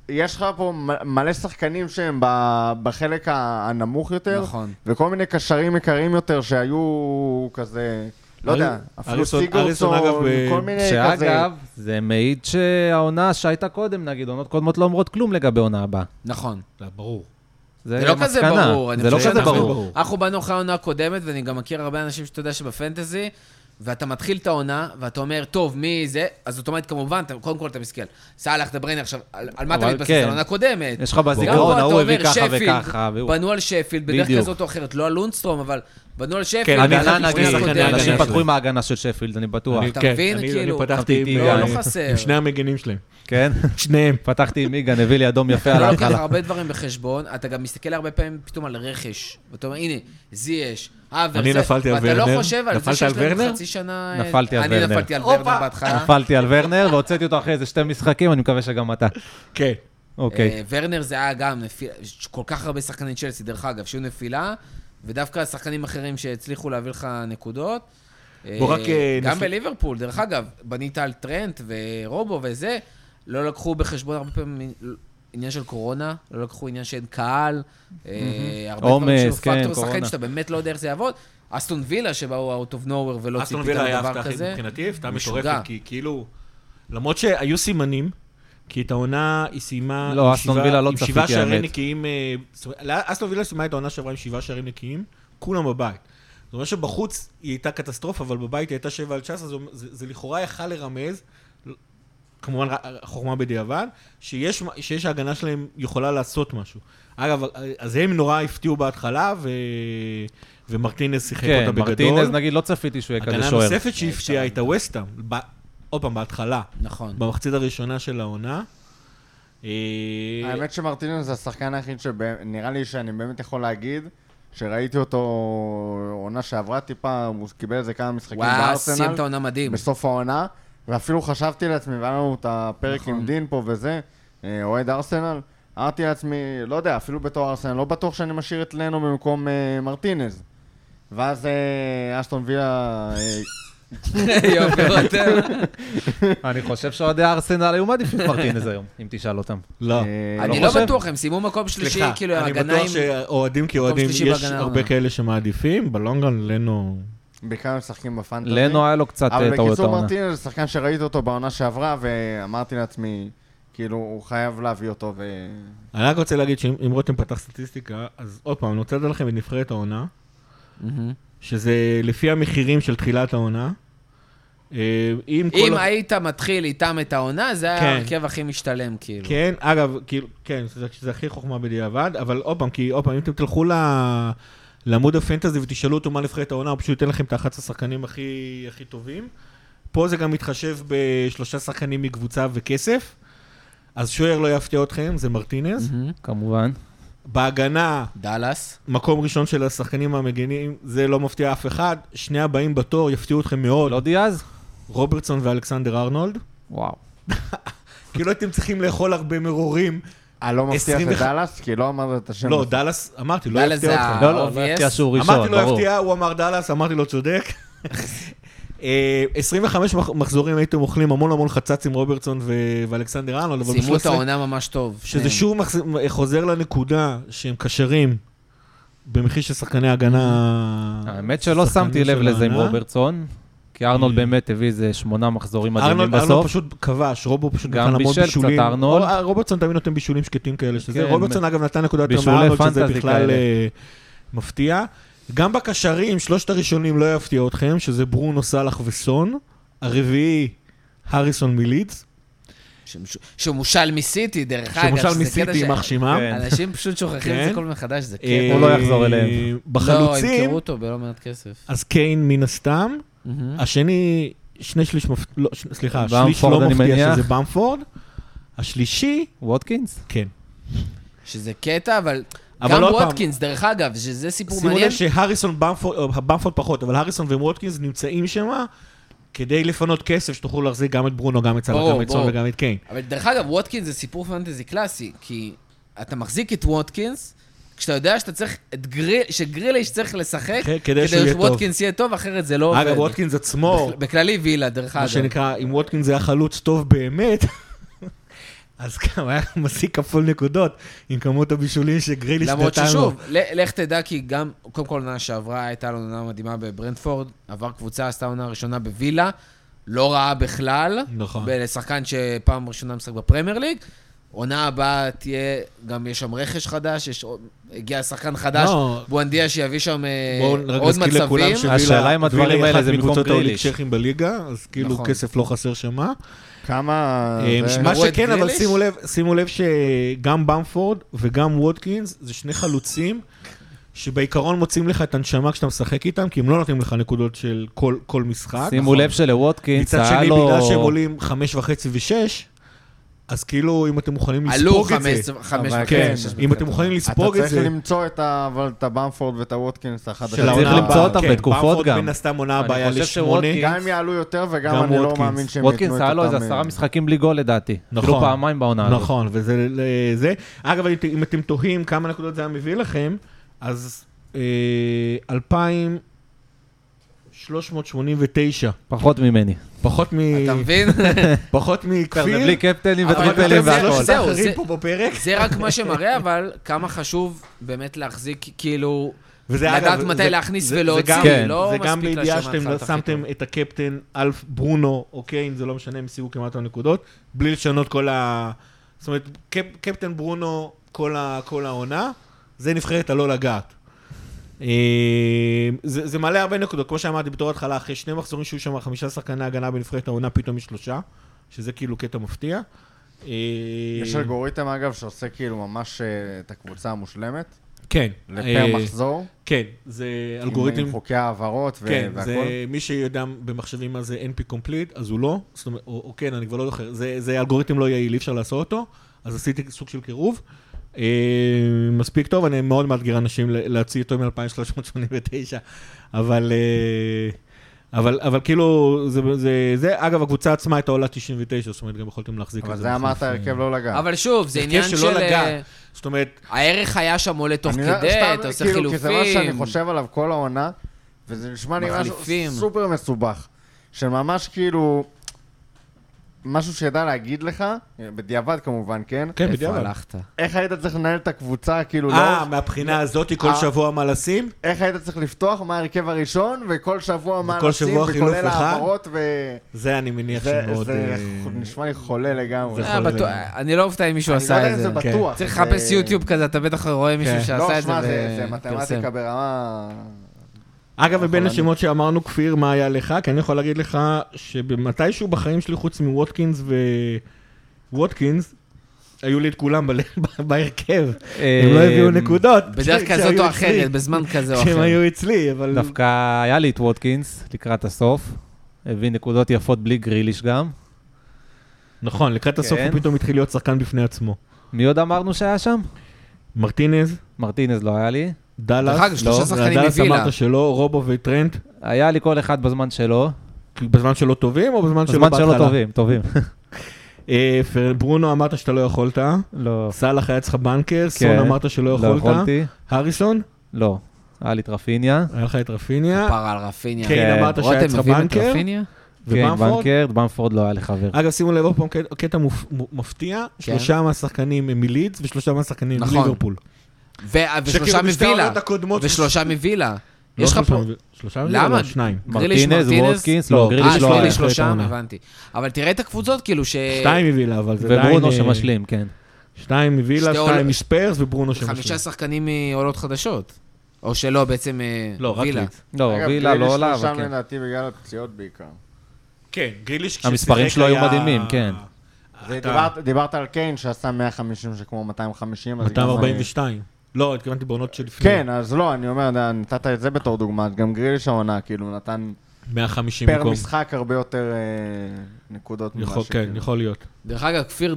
יש לך פה מ- מלא שחקנים שהם ב- בחלק ה- הנמוך יותר,
נכון.
וכל מיני קשרים יקרים יותר שהיו כזה, לא
אריס-
יודע, אפילו
אריסון- אריסון,
סיגורסון,
אגב, ב-
כל מיני כזה.
שאגב, זה מעיד שהעונה שהייתה קודם, נגיד, עונות קודמות לא אומרות כלום לגבי עונה הבאה.
נכון.
לא, ברור.
זה לא כזה
מסקנה.
ברור. אני
זה לא
חושב
כזה
שאנחנו-
ברור.
אנחנו באנו אחרי העונה הקודמת, ואני גם מכיר הרבה אנשים שאתה יודע שבפנטזי, ואתה מתחיל את העונה, ואתה אומר, טוב, מי זה? אז אוטומטית, כמובן, אתה- קודם כל אתה מסתכל. סאלח, דה בריינה, עכשיו, על על מה אתה
אבל
מתבסס?
כן.
על העונה הקודמת.
יש לך
גם פה
בזיכרון,
אתה
ההוא הביא
אומר,
ככה
"שפילד",
וככה, והוא...
בנו על שפילד, בדרך
בדיוק.
כזאת או אחרת, לא על לונסטרום, אבל בנו על שפילד.
כן,
ועל
אני
המשחק
חייב להגיד,
הקודם.
שחקני ההגנה
אנשים
שלהם.
פתחו עם ההגנה של שפילד, אני בטוח.
אני-
אתה
כן,
מבין?
אני-
כאילו,
אני פתחתי
חטיפי,
עם-
לא, לא
עם-
חסר.
עם שני המגנים שלהם.
כן?
שניהם.
פתחתי עם מיגן, הביא לי אדום יפה על
אתה לוקח
ההתחלה.
הרבה דברים בחשבון, אתה גם מסתכל הרבה פעמים פתאום על רכש. ואתה אומר, הנה, זייש, אברס.
אני נפלתי על
ואתה
ורנר.
לא חושב על זה
נפלת
שיש
על
להם
ורנר?
חצי שנה... אה,
נפלתי על
אני
ורנר.
נפלתי על ורנר בהתחלה.
נפלתי על ורנר והוצאתי אותו אחרי איזה שתי משחקים, אני מקווה שגם אתה.
כן.
אוקיי.
אה, ורנר זה היה גם נפילה, יש כל כך הרבה שחקני צ'לסי, דרך אגב, שהיו נפילה, ודווקא שחקנים אחרים שהצליחו להביא לך נקודות. אה,
בוא רק, אה,
גם
נפל-
בליברפול, דרך אגב, בנית על טרנט ורובו וזה, לא לקחו בחשבון הרבה פעמים עניין של קורונה, לא לקחו עניין שאין קהל, אה, הרבה דברים
עומס,
שהיו
כן,
פקטור שחקנים
קורונה.
שאתה באמת לא יודע איך זה יעבוד. אסטון וילה שבאו out of nowhere ולא
אסטון
ציפית
וילה היה
לדבר
הפתעה
כזה.
מבחינתי, הפתעה
משוגע.
מטורפת, כי כאילו... למרות שהיו סימנים, כי את העונה היא סיימה...
לא,
עם
אסטון
שבעה-
וילה לא
עם
צפיתי,
שבעה שערים
האמת.
נקיים... אה, זאת אומרת, לא, אסטון וילה סיימה את העונה שעברה עם שבעה שערים נקיים, כולם בבית. זאת אומרת שבחוץ היא הייתה קטסטרופה, אבל בבית היא הייתה 7 על 19, זה, זה, זה לכאורה יכל לרמז, כמובן ר- חוכמה בדיעבד, שיש, מה- שיש ההגנה שלהם יכולה לעשות משהו. אגב, אז הם נורא הפתיעו בהתחלה, ו... ומרטינז שיחק
כן,
אותה בגדול.
מרטינז, נגיד, לא צפיתי שהוא יהיה כזה
הגנה
שוער.
נוספת שהפתיעה הייתה וסטאם, ב- עוד פעם, בהתחלה,
נכון.
במחצית הראשונה של העונה. אה,
האמת שמרטינז זה השחקן היחיד שנראה לי שאני באמת יכול להגיד שראיתי אותו עונה שעברה טיפה, הוא קיבל איזה כמה משחקים
וואו, סיים
בארסנל
את העונה מדהים.
בסוף העונה, ואפילו חשבתי לעצמי, והיה לנו את הפרק
נכון.
עם דין פה וזה, אה, אוהד ארסנל, אמרתי לעצמי, לא יודע, אפילו בתור ארסנל, לא בטוח שאני משאיר את לנו במקום אה, מרטינז. ואז אה, אשטון וילה... אה,
יופי, רותם.
אני חושב שאוהדי ארסנל היו מעדיפים את מרטינז היום, אם תשאל אותם.
לא.
אה,
אני
לא
לא
חושב.
בטוח, הם סיימו מקום שלישי,
סליחה,
כאילו,
אני
ההגנה
בטוח
עם...
שאוהדים כאוהדים,
שלישי
יש
בהגנה
הרבה
העונה.
כאלה שמעדיפים, בלונגרן לנו...
בעיקר הם משחקים בפנטזי.
לנו היה לו קצת אה,
אבל
טעויות
בקיצור,
העונה.
מרטינז זה שחקן שראיתי אותו בעונה שעברה, ואמרתי לעצמי, כאילו, הוא חייב להביא אותו, ו...
אני רק רוצה להגיד שאם אם רותם פתח סטטיסטיקה, אז עוד פעם, אני רוצה לתת לכם את נבחרת העונה,
מהמם.
שזה לפי המחירים של תחילת העונה. אה, אם כל...
אם היית מתחיל איתם את העונה, זה היה
כן.
ההרכב הכי משתלם, כאילו.
כן, אגב, כאילו, כן, זה, זה הכי חוכמה בדיעבד, אבל עוד פעם, כי עוד פעם, אם אתם תלכו ל... לעמוד הפנטזי ותשאלו אותו מה נבחרת העונה, הוא פשוט ייתן לכם את ה-11 השחקנים הכי, הכי טובים. פה זה גם מתחשב בשלושה שחקנים מקבוצה וכסף. אז שוער לא יפתיע אתכם, זה מרטינז.
מהמם.
כמובן.
בהגנה,
דאלאס.
מקום ראשון של השחקנים המגנים, זה לא מפתיע אף אחד. שני הבאים בתור יפתיעו אתכם מאוד,
לא דיאז?
רוברטסון ואלכסנדר ארנולד.
וואו.
כאילו אתם צריכים לאכול הרבה מרורים.
אה, לא מבטיח
25
לדאלאס? כי לא אמרת את השם.
לא, דאלאס, אמרתי, לא
דאלאס
יפתיע
זה
אתכם.
ה-
לא, לא,
obvious.
לא הפתיע שהוא
אמרתי
ראשון,
לו
ברור.
הפתיעה, הוא אמר דאלאס, אמרתי לו צודק. אה, 25 מח- מחזורים הייתם אוכלים המון המון חצץ עם רוברטסון ו- ואלכסנדר ארנולד, אבל
סיימו את
ב-13,
העונה ממש טוב.
שזה
שניהם.
שוב מחז- חוזר לנקודה שהם קשרים במחיר של שחקני הגנה.
האמת שלא
שחקנים
שמתי לב
של
לזה עם
העונה.
רוברטסון, כי ארנולד באמת הביא איזה שמונה מחזורים מדהימים
ארנולד ארנולד
בסוף.
פשוט כבש, רובו פשוט
גם
נתן המון
בישל קצת
בישולים.
ארנולד.
רוב- רוברטסון תמיד נותן בישולים שקטים כאלה, שזה
כן,
רוברטסון אגב נתן נקודה יותר
בישולי
מארנולד, שזה
פנטזי
בכלל
כאלה.
אה, מפתיע. גם בקשרים, שלושת הראשונים לא יפתיע אתכם, שזה ברונו סאלח וסון. הרביעי, הריסון מלידס,
ש- שהוא מושל מסיטי, דרך אגב.
שמושל
שזה קטע
מסיטי,
ש-
יימח שמם.
כן.
אנשים פשוט שוכחים את
כן.
זה כל מחדש, זה
אה,
קטע.
הוא לא יחזור אליהם.
לא, הם
בחלוצים,
ימכרו אותו בלא מעט כסף.
אז קיין מן הסתם.
מהמם.
השני, שני שליש מפתיע, סליחה,
במפורד,
שליש לא
אני
מפתיע
מניח.
שזה במפורד. השלישי,
ווטקינס?
כן.
שזה קטע, אבל...
אבל
גם
עוד פעם-
ווטקינס, דרך אגב, שזה סיפור
שימו לב
מעניין.
שהריסון במפורד, או, במפורד פחות, אבל הריסון ומוטקינס נמצאים שם כדי לפנות כסף שתוכלו להחזיק גם את ברונו, גם את סלאח,
ברור,
גם את סון
ברור.
וגם את קיין.
אבל דרך אגב, ווטקינס זה סיפור פנטזי קלאסי, כי אתה מחזיק את ווטקינס, כשאתה יודע שאתה צריך את גריל, שגריליש צריך לשחק,
כן, כדי שהוא יהיה טוב.
שווטקינס יהיה טוב, אחרת זה לא עובד.
אגב, ווטקינס עצמו,
בכ- בכללי וילה, דרך
מה
אגב.
שנקרא, אם ווטקינס היה חלוץ טוב באמת, אז גם היה משיג כפול נקודות עם כמות הבישולים שגריליש
למרות
נתן לו.
ששוב, ל- לך תדע כי גם, קודם כל עונה שעברה הייתה לו עונה מדהימה בברנדפורד, עבר קבוצה, עשתה עונה ראשונה בווילה, לא רעה בכלל,
נכון.
לשחקן שפעם ראשונה משחק בפרמייר ליג, עונה הבאה תהיה, גם יש שם רכש חדש, יש עוד- הגיע שחקן חדש,
לא.
בואנדיה שיביא שם אה,
בואו רק
עוד
נזכיר לכולם
מצבים.
שווילה-
השאלה אם הדברים
וילה היא
האלה
אחת
זה במקום
מקבוצות האוליג
גריליש.
צ'כים בליגה, אז כאילו
נכון.
כסף לא חסר שמה.
כמה...
אה,
זה-
מה
שמרו את
שכן, אבל
גריליש?
שימו לב, שימו לב שגם במפורד וגם וודקינס זה שני חלוצים שבעיקרון מוצאים לך את הנשמה כשאתה משחק איתם, כי הם לא נותנים לך נקודות של כל, כל משחק.
שימו לב שלווטקינס
נכון. מצד
היה
שני,
לו...
בגלל שהם עולים חמש וחצי ושש, אז כאילו, אם אתם מוכנים
עלו
לספוג את
חמש
זה,
חמש
אבל
כן,
וחצי. שש
אם
בקטע.
אתם מוכנים
אתה
לספוג את
צריך
זה,
למצוא את ה- אבל את הבמפורד ואת הווטקינס האחד
של
צריך
העונה
למצוא
הבאה.
אותם
כן,
בתקופות
במפורד
גם.
מן הסתם עונה
אני
הבאה
חושב
לשמונה.
שווטקינס-
גם אם יעלו יותר וגם
גם
אני לא
ווטקינס.
מאמין שהם ייתנו את אותם...
ווטקינס היה לו איזה
אה,
עשרה משחקים בלי גול לדעתי.
נכון.
כאילו פעמיים בעונה הזאת.
נכון, וזה... ל- זה. אגב, אם ת- אם אתם תוהים כמה נקודות זה היה מביא לכם, אז אה, 2,389.
פחות ממני.
פחות מ...
אתה מבין?
פחות
זה
מכפיר.
בלי קפטנים
אבל
וטריפלים
זה-
והכל.
זהו,
זהו,
זה-
זה... פה בפרק.
זה רק מה שמראה, אבל כמה חשוב באמת להחזיק, כאילו,
וזה
לדעת
אגב,
מתי
זה-
להכניס
זה-
ולהוציא,
זה גם-
כן.
לא
זה
מספיק
גם בידיעה
לשם
שאתם לא
מההתחלה
שמתם את הקפטן אלף ברונו או קיין, זה לא משנה, הם סיימו כמעט הנקודות, בלי לשנות כל ה... זאת אומרת, קפ- קפטן ברונו כל ה- כל העונה, זה נבחרת הלא לגעת. אה, זה זה מעלה הרבה נקודות, כמו שאמרתי בתור התחלה, אחרי שני מחזורים שהיו שם חמישה שחקני הגנה בנבחרת העונה, פתאום יש שלושה, שזה כאילו קטע מפתיע. אה,
יש אלגוריתם אגב שעושה כאילו ממש אה, את הקבוצה המושלמת,
כן.
לפר
אה,
מחזור,
כן, זה
אלגוריתם,
אלגוריתם
עם חוקי העברות ו-
כן,
והכל.
זה מי שיודע במחשבים מה זה NP complete, אז הוא לא, זאת אומרת, או, או כן, אני כבר לא זוכר, זה, זה אלגוריתם לא יעיל, אי אפשר לעשות אותו, אז עשיתי סוג של קירוב. אה, מספיק טוב, אני מאוד מאתגר אנשים ל- להוציא אותו מ-2389, אבל, אה, אבל, אבל כאילו, זה, זה, זה, אגב, הקבוצה עצמה הייתה עולה 99, זאת אומרת, גם יכולתם להחזיק
אבל
את זה.
זה אמרת
בסוף, אה,
הרכב לא לגע.
אבל שוב, זה
הרכב
עניין
שלא
של...
לגע.
אה,
זאת אומרת,
הערך היה שם עולה תוך
אני-
כדי,
סתם,
אתה עושה
כאילו, כי זה מה שאני
חילופים.
חושב עליו כל העונה, וזה נשמע לי משהו
מחליפים.
סופר מסובך. שממש כאילו, משהו שידע להגיד לך, בדיעבד כמובן, כן?
כן,
איפה
בדיוק.
הלכת?
איך היית צריך לנהל את הקבוצה, כאילו,
אה,
לאורך
מהבחינה הזאת, כל
אה.
שבוע מה לשים?
איך היית צריך לפתוח, מה ההרכב הראשון, וכל שבוע מה
וכל
הנושאים,
שבוע חילוף
וכולל
אחד?
העברות, ו...
זה אני מניח
זה
שמאוד...
זה
אה,
נשמע לי חולה לגמרי.
זה
אה,
יכול
בטוח-
להיות.
אני לא אופתע אם מישהו
אני לא יודע
עשה
אם
את זה.
זה בטוח.
צריך
זה-
לחפש יוטיוב כזה, אתה בטח רואה מישהו
כן.
שעשה
לא,
את זה
שמע, זה זה
ופרסם.
מתמטיקה ברמה...
אגב,
יכול
מבין
להגיד.
השמות שאמרנו, כפיר, מה היה לך? כי אני יכול להגיד לך שבמתישהו בחיים שלי, חוץ מווטקינס וווטקינס, היו לי את כולם בל- בהרכב.
אה,
הם לא הביאו נקודות.
אה, בדרך
כש-
כזאת
כשהיו
או
אצלי.
אחרת, בזמן כזה או
כשהם
אחר.
היו אצלי, אבל...
אמ, דווקא היה לי את ווטקינס לקראת הסוף. הביא נקודות יפות בלי גריליש גם.
נכון, לקראת הסוף
כן.
הוא פתאום התחיל להיות שחקן בפני עצמו.
מי עוד אמרנו שהיה שם?
מרטינז,
מרטינז לא היה לי.
דרך אגב,
דאלאס, לא,
שלושה שחקנים
דאלאס
מווילה.
אמרת שלא, רובו וטרנט,
היה לי כל אחד בזמן שלו.
בזמן שלא טובים או בזמן שלא
בזמן
בהתחלה?
שלו טובים, טובים.
אה, פר- ברונו אמרת שאתה לא יכולת,
לא.
סאלח היה אצלך בנקר, סון
כן.
אמרת שלא
לא
יכולת,
יכולתי.
הריסון,
לא. היה לי את רפיניה.
היה לך את רפיניה,
פרה על רפיניה.
כן.
קיין אמרת שהיה
כן. רותם
אצלך
הביא את
בנקר,
רפיניה?
כן,
ובמפורד. אה,
בנקרד, במפורד לא היה לי חבר.
אגב, שימו לב עוד פעם, קט- קטע מופ- מ- מפתיע, שלושה מהשחקנים הם מלידס ושלושה מהשחקנים הם
כן. נכון.
ליברפול.
ו- ושלושה
שכאילו בשתי
מווילה.
העונות הקודמות-
ושלושה מווילה.
לא
יש לך
שלושה
פה...
מב- שלושה מלידס?
למה?
למה? שניים.
גריליש,
מרטינז,
מרטינז?
וודקינס,
לא,
לא,
אה,
גריליש לא
שלושה
היה.
אחרי
שלושה,
העונה.
הבנתי. אבל תראה את הקבוצות, כאילו ש...
שתיים מווילה, אבל זה עדיין...
וברונו
אה,
שמשלים, כן.
שתיים מווילה,
שתי
שתיים
עול-
מספרס וברונו שמשלים.
חמישה שחקנים מעולות חדשות. או שלא, בעצם אה,
לא, רק
וילה.
לידס.
לא,
אגב,
וילה
גריליש
לא עולה,
שם
אבל כן.
לדעתי בגלל הפציעות בעיקר.
כן, גריליש כששיחק
המספרים שלו היו
היה-
מדהימים, כן.
זה
אתה-
דיברת- דיברת על קיין שעשה 150 שכמו 250, אז גם-
242. לא, התכוונתי בעונות שלפני.
כן, אז לא, אני אומר, אתה- נתת את זה בתור דוגמה, אז גם גריליש העונה, כאילו, נתן
150
פר
במקום.
משחק הרבה יותר אה, נקודות ממה
יכול- כן,
שכאילו.
יכול להיות.
דרך אגב, כפיר,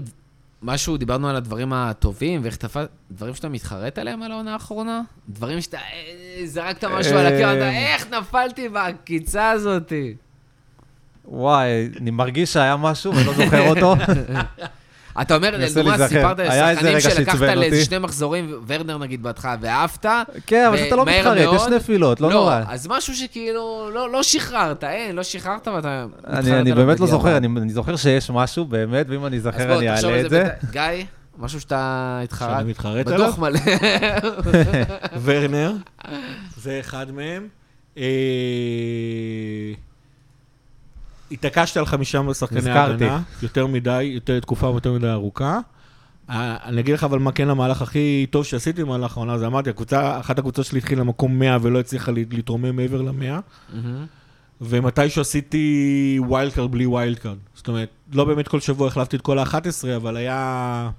משהו, דיברנו על הדברים הטובים, ואיך תפס... דברים שאתה מתחרט עליהם על העונה האחרונה? דברים שאתה... אה, זרקת משהו על הקיר,
אה,
אתה איך נפלתי בעקיצה הזאתי?
וואי, אני מרגיש שהיה משהו ולא זוכר אותו.
אתה אומר,
מנסה
לדוגמה,
להיזכר.
סיפרת
היה איזה
לשחקנים
רגע
שלקחת
שעצבן
לאיזה
אותי.
שני מחזורים, ורנר נגיד בהתחלה, ואהבת.
כן, אבל אתה לא
ומהר
מתחרט, יש
מאוד-
נפילות, לא נורא.
אז משהו שכאילו, לא, לא שחררת, אין, לא שחררת ואתה... מתחרט
אני, אני
עליו
באמת לא
בדיעבד.
זוכר, אני, אני זוכר שיש משהו, באמת, ואם אני
אז
אזכר
בוא,
אני
תחשוב
אעלה
על
את זה.
בת- גיא, משהו שאתה התחרט.
שאני מתחרט עליו?
בדוח מלא.
ורנר, זה אחד מהם. אה, התעקשת על חמישה שחקני
נזכרתי.
הגנה, יותר מדי, יותר תקופה יותר מדי ארוכה. אה, אני אגיד לך אבל מה כן המהלך הכי טוב שעשיתי במהלך העונה, זה אמרתי, הקבוצה, אחת הקבוצות שלי התחילה מקום 100 ולא הצליחה להת- להתרומם מעבר ל-100,
מהמם.
ומתישהו עשיתי ווילד קארד בלי ווילד קארד. זאת אומרת, לא באמת כל שבוע החלפתי את כל ה-11, אבל היה...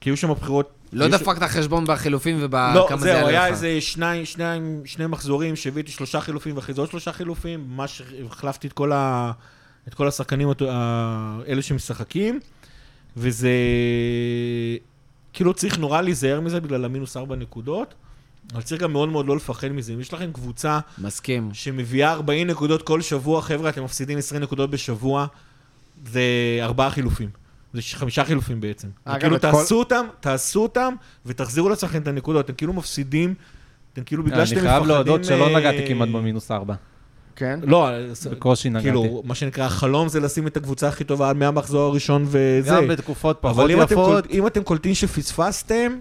כי היו שם בחירות...
לא
היו שם-
דפקת חשבון בחילופים
לא,
ובכמה זה
זהו, היה
יעלה לך.
איזה שניים, שניים, שני מחזורים שהבאתי שלושה חילופים ואחרי זה עוד שלושה חילופים, ממש החלפתי את כל, ה, את כל השחקנים, אותו- ה- אלה שמשחקים, וזה... כאילו צריך נורא להיזהר מזה בגלל המינוס ארבע נקודות, אבל צריך גם מאוד מאוד לא לפחד מזה. אם יש לכם קבוצה
מסכים.
שמביאה 40 נקודות כל שבוע, חבר'ה, אתם מפסידים 20 נקודות בשבוע, זה ארבעה חילופים. זה ש- חמישה חילופים בעצם.
אגב,
כאילו
את כל-
תעשו אותם, תעשו אותם, ותחזירו לעצמכם את הנקודות. אתם כאילו מפסידים, אתם כאילו בגלל שאתם
אני
מפחדים...
חייב להודות שלא
אה,
נגעתי כמעט במינוס ארבע.
כן?
לא, ס-
בקושי נגעתי.
כאילו, מה שנקרא, החלום זה לשים את הקבוצה הכי טובה עד מהמחזור הראשון וזה.
גם בתקופות פחות
אבל אם אתם,
יפות.
קול- אם אתם קולטים שפספסתם,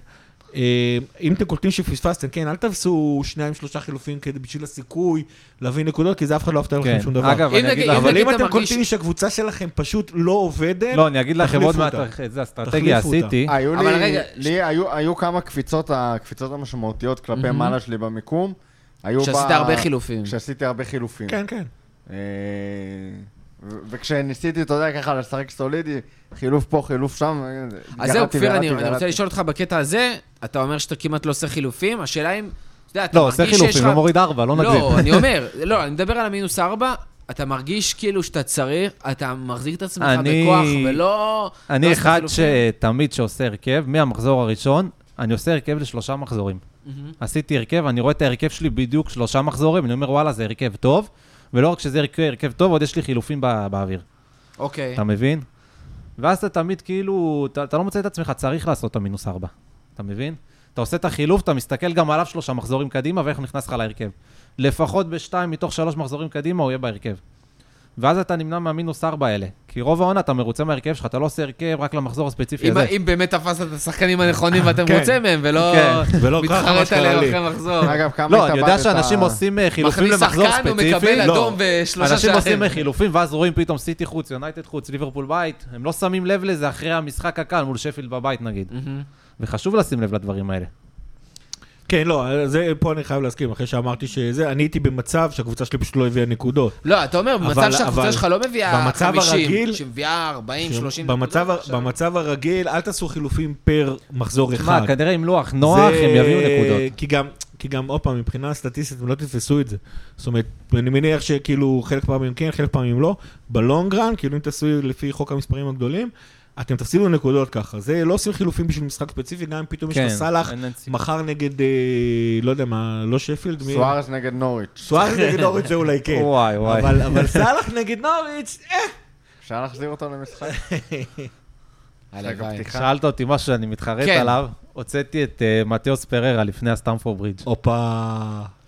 אה, אם אתם קולטים שפספסתם, כן, אל תעשו שניים, שלושה חילופים כדי בשביל הסיכוי להביא נקודות, כי זה אף אחד לא יפתח לכם
כן.
שום דבר.
אגב,
אם
אני
נגיד-
אגיד
אם
לך,
אבל אם
אתה
אתם
מרגיש-
קולטים שהקבוצה שלכם פשוט לא עובדת,
לא, אני אגיד לכם
תחליפו
עוד מעט,
אותה.
איזה
תחליפו
אסטרטגיה
אותה.
עשיתי.
היו
אבל
לי,
רגע,
לי היו, היו כמה קפיצות, הקפיצות המשמעותיות כלפי
מהמם.
מעלה שלי במיקום. היו
שעשית
ב-
הרבה חילופים.
כשעשיתי הרבה חילופים.
כן, כן.
אה, ו- וכשניסיתי, אתה יודע, ככה לשחק סולידי, חילוף פה, חילוף שם, אה,
אז זהו, כפיר, אני אני רוצה לשאול אותך בקטע הזה, אתה אומר שאתה כמעט לא עושה חילופים, השאלה אם... אתה יודע, אתה
לא, עושה
מרגיש שיש
חילופים,
לך-
לא מוריד ארבע, לא נגזים.
לא, אני אומר, לא, אני מדבר על המינוס ארבע, אתה מרגיש כאילו שאתה צריך, אתה מחזיק את עצמך
אני-
בכוח, ולא... לא
אני
עשית
אחד
חילופים.
שתמיד שעושה הרכב, מהמחזור הראשון, אני עושה הרכב לשלושה מחזורים.
מהמם.
עשיתי הרכב, אני רואה את ההרכב שלי בדיוק שלושה מחזורים, אני אומר, וואלה, זה הרכב טוב, ולא רק שזה הרכב- הרכב טוב, עוד יש לי חילופים בא- באוויר.
אוקיי.
אתה מבין? ואז אתה תמיד כאילו, אתה, אתה לא מוצא את עצמך, צריך לעשות את המינוס ארבע. אתה מבין? אתה עושה את החילוף, אתה מסתכל גם עליו שלושה מחזורים קדימה, ואיך הוא נכנס לך להרכב. לפחות בשתיים מתוך שלוש מחזורים קדימה הוא יהיה בהרכב. ואז אתה נמנע מהמינוס ארבע האלה. כי רוב העונה אתה מרוצה מההרכב שלך, אתה לא עושה הרכב רק למחזור הספציפי
אם-
הזה.
אם באמת תפסת את השחקנים הנכונים ואתה
כן.
מרוצה מהם, ולא
כן.
ולא ככה, מה
מתחרט
שקרה
עליהם
לי.
אחרי מחזור.
אגב, כמה
לא,
התאבדת...
אני יודע שאנשים עושים אה, חילופים
מכניס
למחזור
שחקן, הוא מקבל
ספציפי.
לא.
אדום ושלושה
אנשים
שערים.
עושים אה, חילופים, ואז רואים פתאום סיטי חוץ, יונייטד חוץ, ליברפול בית. הם לא שמים לב לזה אחרי המשחק הקל מול שפילד בבית נגיד.
מהמם.
וחשוב לשים לב לדברים האלה.
כן, לא, זה, פה אני חייב להסכים, אחרי שאמרתי שזה, אני הייתי במצב שהקבוצה שלי פשוט לא הביאה נקודות.
לא, אתה אומר, במצב
אבל-
שהקבוצה
אבל-
שלך לא מביאה
במצב
50,
הרגיל-
שמביאה 40, 30
במצב, ה-
עכשיו.
במצב הרגיל, אל תעשו חילופים פר מחזור אחד.
תשמע, כנראה עם לוח נוח,
זה-
הם יביאו נקודות.
כי גם, כי גם, עוד פעם, מבחינה סטטיסטית, הם לא תתפסו את זה. זאת אומרת, אני מניח שכאילו חלק פעמים כן, חלק פעמים לא. בלונגרן, כאילו אם תעשו לפי חוק המספרים הגדולים, אתם תפסידו נקודות ככה. זה לא עושים חילופים בשביל משחק ספציפי, גם אם פתאום יש
כן,
לך סאלח,
אין- אין סיכוי.
מחר נגד, אה, לא יודע מה, לא שפילד, מי?
סוארס נגד נוריץ'.
סוארס נגד נוריץ' זה אולי כן.
וואי, וואי.
אבל אבל סאלח נגד נוריץ', אה,
אפשר להחזיר אותו למשחק?
הלוואי.
פתיחה.
שאלת אותי משהו שאני מתחרט
כן.
עליו, הוצאתי את אה, מתאוס פררה לפני הסטמפורד ברידג'.
הופה.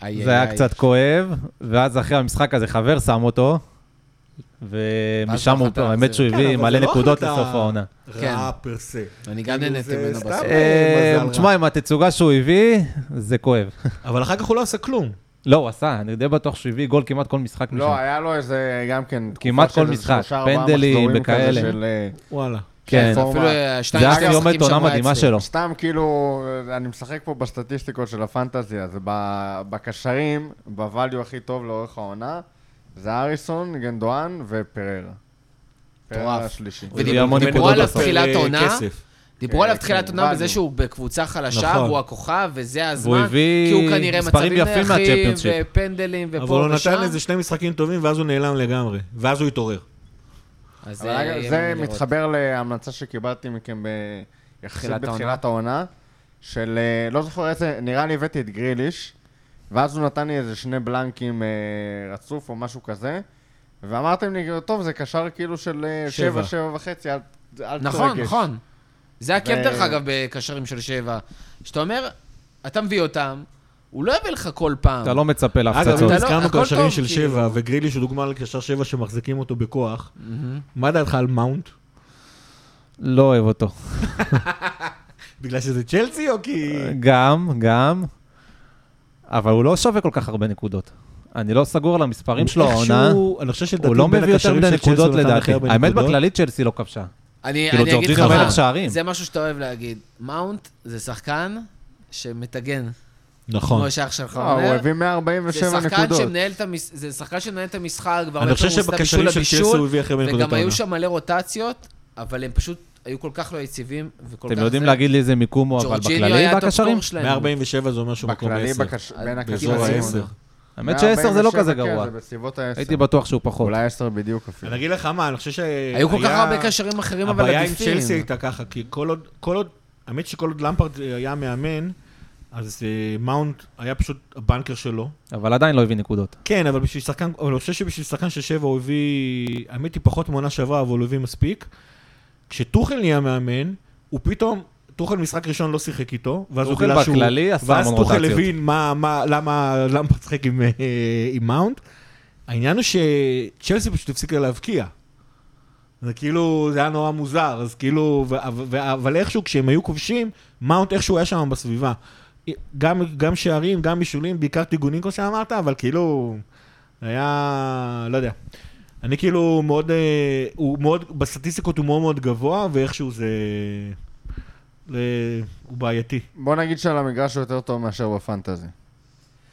איי,
זה
איי,
היה
איי.
קצת כואב, ואז אחרי המשחק הזה חבר שם אותו,
ואז לא
ומשם הוא,
יכולת
האמת שהוא
להחזיר.
כן,
הביא
אבל
מלא
זה לא
נקודות
החלטה
לסוף העונה.
כן.
רעה פרסה.
אני גם
כאילו,
נהניתי
זה
ממנו
סתם
בסוף.
אה,
מזל רע.
תשמע, עם התצוגה שהוא הביא, זה כואב.
אבל אחר כך הוא לא עשה כלום.
לא, הוא עשה, אני די בטוח שהוא הביא גול כמעט כל משחק משם.
לא, היה לו איזה, גם כן, תקופה
כמעט
של
כל
איזה
משחק,
שלושה, ארבעה
פנדלים
מחזורים כזה
וכאלה.
של, אה,
וואלה.
כן,
פורמה.
אפילו אה, לא. שתיים,
זה
שני
היה באמת
משחקים שם
עונה
הוא היה
מדהימה
אצלי.
שלו.
סתם כאילו, אני משחק פה בסטטיסטיקות של הפנטזי, אז ב- בקשרים, בvalue הכי טוב לאורך העונה, זה אריסון, גנדואן ופררה. פררה
מטורף.
השלישי.
הוא הביא המון
ודיברו
נקודות
עליו
בסוף.
תחילת
אה,
עונה,
כסף.
דיברו עליו
כן,
תחילת עונה
הבנו.
בזה שהוא בקבוצה חלשה,
נכון.
והוא הכוכב, וזה
והוא
הזמן, כי הוא
הביא
כנראה
מספרים
מצבים
יפים
נייחים,
מהצ'מפיונשיפ.
ופנדלים,
אבל
ופה
הוא נתן
ושם.
איזה שני משחקים טובים, ואז הוא נעלם לגמרי. ואז הוא התעורר.
אז אה,
אבל אגב,
יהיה
זה
מעניין לראות.
מתחבר להמלצה שקיבלתי מכם ב... יחסית
תחילת
בתחילת העונה, של אה, לא זוכר איזה, נראה לי הבאתי את גריליש, ואז הוא נתן לי איזה שני בלנקים אה, רצוף או משהו כזה, ואמרתם לי, טוב, זה קשר כאילו של אה,
שבע.
שבע, שבע וחצי, אל אל תרגש.
נכון, נכון. זה הכיף,
ו-
דרך אגב, בקשרים של שבע. שאתה אומר, אתה מביא אותם, הוא לא יביא לך כל פעם.
אתה לא מצפה
אגב,
להפצצות.
אם
אתה לא-
הזכרנו
הכל
קשרים
טוב,
של
כאילו.
שבע, וגרילי שהוא דוגמה לקשר שבע שמחזיקים אותו בכוח, מה דעתך על מאונט?
לא אוהב אותו.
בגלל שזה צ'לסי או כי...
גם, גם, אבל הוא לא שווה כל כך הרבה נקודות. אני לא סגור על המספרים שלו העונה,
איכשהו, אני חושב שלדעתי
הוא לא
בין
מביא יותר
הקשרים
מדי
של צ'לסי
נקודות
נתן הכי
לדעתי.
הרבה
האמת
נקודות.
בכללית צ'לסי לא כבשה.
אני,
כאילו,
אני אגיד לך
ג'ורג'יניו
מה,
מלך שערים.
זה משהו שאתה אוהב להגיד. מאונט זה שחקן שמטגן,
נכון.
כמו שאח שלך
אה, הוא
אומר.
הביא
זה
147
שחקן,
נקודות.
שמנהל את המש... זה שחקן שמנהל את המשחק, והרבה פעמים
אני חושב
הוא עושה את הבישול
שבקשרים של צ'לסי הוא
לבישול,
הביא הכי הרבה נקודות
וגם היו
העונה.
שם מלא רוטציות, אבל הם פשוט היו כל כך לא יציבים, וכל כך...
אתם יודעים
זה-
להגיד לי איזה מיקום הוא, אבל
ג'ורג'יניו
בכללי,
היה הטופ
בקשרים?
סקורר שלהם.
147 זה אומר שהוא מקום
בכללי,
10.
בקש- בין
באזור
כמעט
הקשרים.
ה-10.
האמת ש-10 זה לא כזה
147, כן,
גרוע.
זה בסביבות ה-10.
הייתי בטוח שהוא פחות.
אולי 10 בדיוק אפילו.
אני אגיד לך מה, אני חושב ש...
היו כל כך
היה-
הרבה קשרים אחרים, אבל
הבעיה עם
עדיפים.
צ'לסי הייתה ככה, כי כל עוד, כל עוד, האמת שכל עוד למפרד היה מאמן, אז אה, מאונט היה פשוט הבנקר שלו.
אבל עדיין לא הביא נקודות.
כן, אבל בשביל שחקן, אבל אני חושב שבשביל שחקן של שבע הוא הביא, האמת היא פחות מעונה שעברה, אבל הוא הביא מספיק. כשטוחל נהיה מאמן, הוא פתאום, טוחל משחק ראשון לא שיחק איתו, ואז הוא
טוחל
גילה שהוא...
בכללי עשה
ואז
המון
טוחל
רוטציות.
הבין מה, מה, למה למפרד שיחק עם, אה, עם מאונט. העניין הוא שצ'לסי פשוט הפסיקה להבקיע. זה כאילו, זה היה נורא מוזר, אז כאילו, ו- ו- ו- אבל איכשהו כשהם היו כובשים, מאונט איכשהו היה שם בסביבה. גם, גם שערים, גם בישולים, בעיקר טיגונים כמו שאמרת, אבל כאילו, היה, לא יודע. אני כאילו מאוד, אה, הוא מאוד, בסטטיסטיקות הוא מאוד מאוד גבוה, ואיכשהו זה, זה הוא בעייתי.
בוא נגיד שעל המגרש הוא יותר טוב מאשר בפנטזי.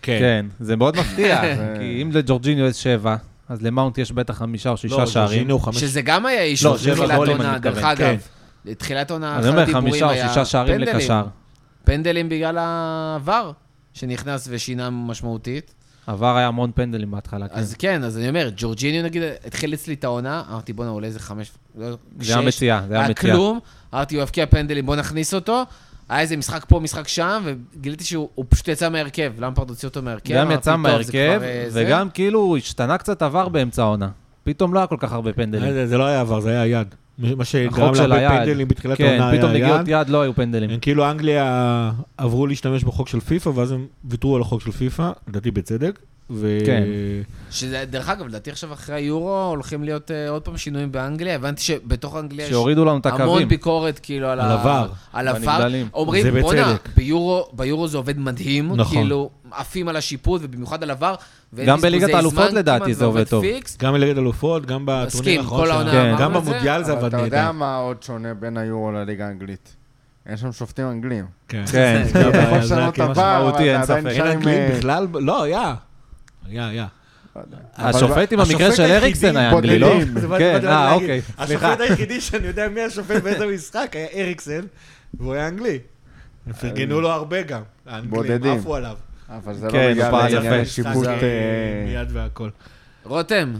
כן, זה מאוד מפתיע,
זה-
כי אם לג'ורג'יניו יש 7, אז למאונט יש בטח חמישה או שישה
לא,
שערים.
ג'ורג'יניו הוא חמש...
שזה גם היה אישור
לא, שבע
בתחילת
גולים,
עונה,
אני
דרך
מתכוון, כן.
אגב. לתחילת עונה,
אני
אחד
אומר
הדיבורים
חמישה או
היה
שישה שערים
פנדלים.
לקשר.
פנדלים בגלל העבר, שנכנס ושינה משמעותית.
עבר היה המון פנדלים בהתחלה, כן.
אז כן, אז אני אומר, ג'ורג'יניו נגיד התחיל אצלי את העונה, אמרתי בואנה אולי איזה חמש, לא,
זה היה
שש,
מציאה, זה היה
היה
מציאה.
כלום, אמרתי, הוא יבקיע פנדלים, בוא נכניס אותו. היה איזה משחק פה, משחק שם, וגיליתי שהוא הוא פשוט יצא מהרכב. למפרד הוציא אותו מהרכב.
גם
אמרתי,
יצא
"טוב, כן, זה
מהרכב,
כבר, אה, זה".
וגם כאילו הוא השתנה קצת עבר באמצע העונה. פתאום לא היה כל כך הרבה פנדלים.
זה, זה לא היה עבר, זה היה יד. מה
החוק
שגרם
של
להרבה
היד.
לא פנדלים בתחילת
כן,
העונה
פתאום
היה
נגיעות
יד.
יד לא היו פנדלים.
הם כאילו אנגליה עברו להשתמש בחוק של פיפא, ואז הם ויתרו על החוק של פיפא, לדעתי בצדק. ו...
כן.
שזה, דרך אגב, לדעתי עכשיו אחרי היורו הולכים להיות אה, עוד פעם שינויים באנגליה. הבנתי שבתוך אנגליה יש
שהורידו לנו את
המון
הקווים.
ביקורת, כאילו, על
על
ה-
עבר.
על עבר.
בנבדלים.
זה
אומרים, בואנה,
בצדק."
ביורו- ביורו זה עובד מדהים.
נכון.
כאילו, עפים על השיפוט, ובמיוחד על עבר. ואין
גם בליגת
בזבוזי
האלופות
זמן
לדעתי
כמעט,
זה עובד
ועובד
טוב.
פיקס.
גם בליגת אלופות, גם
מסכים,
בטורניר האחרון
כל
שהיה.
העונה
כן. אמרנו
גם
את זה,
במונדיאל זה
אבל
עבד
אתה יודע
נהדר.
מה עוד שונה בין היורו לליגה האנגלית. אין שם שופטים אנגלים.
כן.
כן,
זה
הבעיה,
יכול
זה
לשנות את
הכי
הפער,
משמעותי,
אבל
אין
אתה עדיין
ספק.
אין
נשאר עם,
אנגלים
אה,
בכלל, ב- לא, היה. היה, היה.
השופט עם המקרה
השופט
של
היחידי-
אריקסן היה אנגלי, לא?
בודדים.
זה מה
כן,
שבאתי
אה,
להגיד.
אוקיי, סליחה.
השופט היחידי שאני יודע מי השופט באיזה משחק היה אריקסן, והוא היה אנגלי. הם פרגנו לו הרבה גם. האנגלים
בודדים.
עפו עליו.
אבל זה לא
כן,
בגלל
פעל
העניין
יפה.
השיפוט...
משחק,
אה,
מיד והכל.
רותם,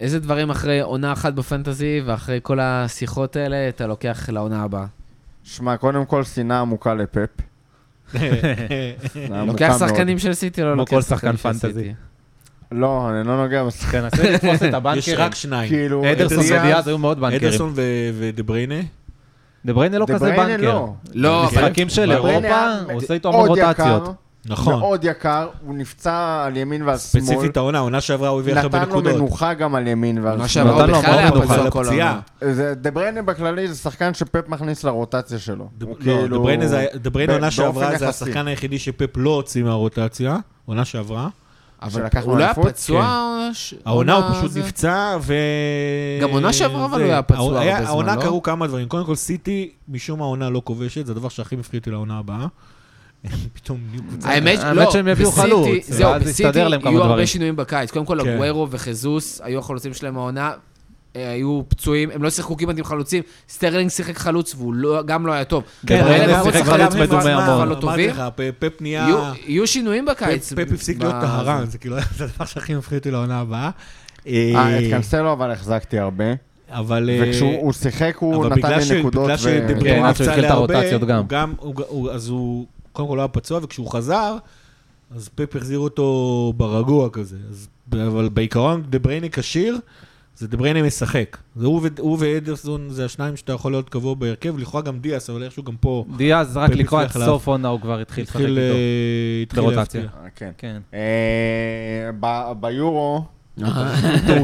איזה דברים אחרי עונה אחת בפנטזי ואחרי כל השיחות האלה אתה לוקח לעונה הבאה?
שמע, קודם כל שנאה עמוקה לפאפ.
כן.
שנאה
לוקח
עמוקה
שחקנים של סיטי או לא
כמו
לוקח
כל
שחקנים
שחקן
של
פנטזי.
סיטי?
מאוד. לא, אני לא נוגע בשחקנים.
תנסה לתפוס את
יש
הבנקרים.
רק שניים.
כאילו...
אדרסון
דיאז-
ודיאז היו מאוד בנקרים.
אדרסון ו- ודבריינה.
דה בריינה לא
דה
כזה
בריינה
בנקר.
לא.
לא, אבל...
משחקים של
דה
אירופה,
בריינה
הוא עושה איתו המון
מאוד יקר,
רוטציות.
נכון.
מאוד יקר, הוא נפצע על ימין ועל שמאל.
ספציפית העונה, העונה שעברה הוא הביא הכי הרבה
נתן לו
נקודות.
מנוחה גם על ימין ועל
מה
שמאל.
שעבר
נתן לו
בכלל
המון
היה
מנוחה
פצוע כל העונה.
זה- דה בריינה בכללי זה שחקן שפפ מכניס לרוטציה שלו.
ד-
הוא
לא,
כאילו-
דבריינה זה- דבריינה
ב-
עונה
באופן
שעברה זה
יחסי.
השחקן היחידי שפפ לא הוציא מהרוטציה, עונה שעברה.
אבל
שלקחנו
הוא לא היה
אליפות?
פצוע?
כן.
או ש-
העונה הוא פשוט
זה-
נפצע, ו...
גם עונה שעברה, אבל
זה-
הוא היה פצוע
הא-
הרבה
היה-
זמן,
העונה
לא?
קרו כמה דברים. קודם כל, סיטי, משום העונה לא כובשת, זה הדבר שהכי מפחיד אותי לעונה הבאה. פתאום נהיו קבוצה.
האמת,
האמת
לא,
שהם יביאו
בסיטי-
חלוץ,
זהו,
ואז
בסיטי
יסתדר להם כמה
יהיו הרבה
דברים.
שינויים בקיץ. קודם כל,
כן.
הגוורו וחזוס היו החלוצים שלהם העונה, אה, היו פצועים, הם לא שיחקו כמעט עם חלוצים. סטרלינג שיחק חלוץ והוא לא- גם לא היה טוב.
כן,
הם
בריינה
האלה בחוץ
שיחק
חלוץ
חלוץ מדומה
אבל
המון.
לא
אמרתי
טובים.
לך, פ- פפ נהיה...
יהיו- יהיו שינויים בקיץ.
פפ פפ הפסיק להיות
ב-
טהרן, זה כאילו זה הדבר שהכי מפחיד אותי לעונה הבאה.
אה,
אה,
את קנסלו אבל החזקתי הרבה.
אבל... אה,
וכשהוא הוא שיחק הוא
אבל
נתן
בגלל ש-
לי נקודות.
בגלל
ו-
כן,
שדיברנו
עד שהוא
נפצע
התחיל את
להרבה,
הרוטציות גם.
הוא גם, הוא ג- הוא- אז הוא קודם כל לא היה פצוע, וכשהוא חזר, אז פפ החזיר אותו ברגוע כזה. אז- אבל בעיקרון, דה בריינה כשיר, זה דה בריינה משחק. זה הוא ו- הוא ואדרסון זה השניים שאתה יכול להיות קבוע בהרכב, לכאורה גם דיאס, אבל איכשהו גם פה
דיאז, רק
פפ
לקראת
הצליח
סוף עונה הוא כבר התחיל לשחק
התחיל
איתו.
אה, התחיל
ברוטציה.
להפתיע.
אה, כן.
כן.
אה, ב- ביורו,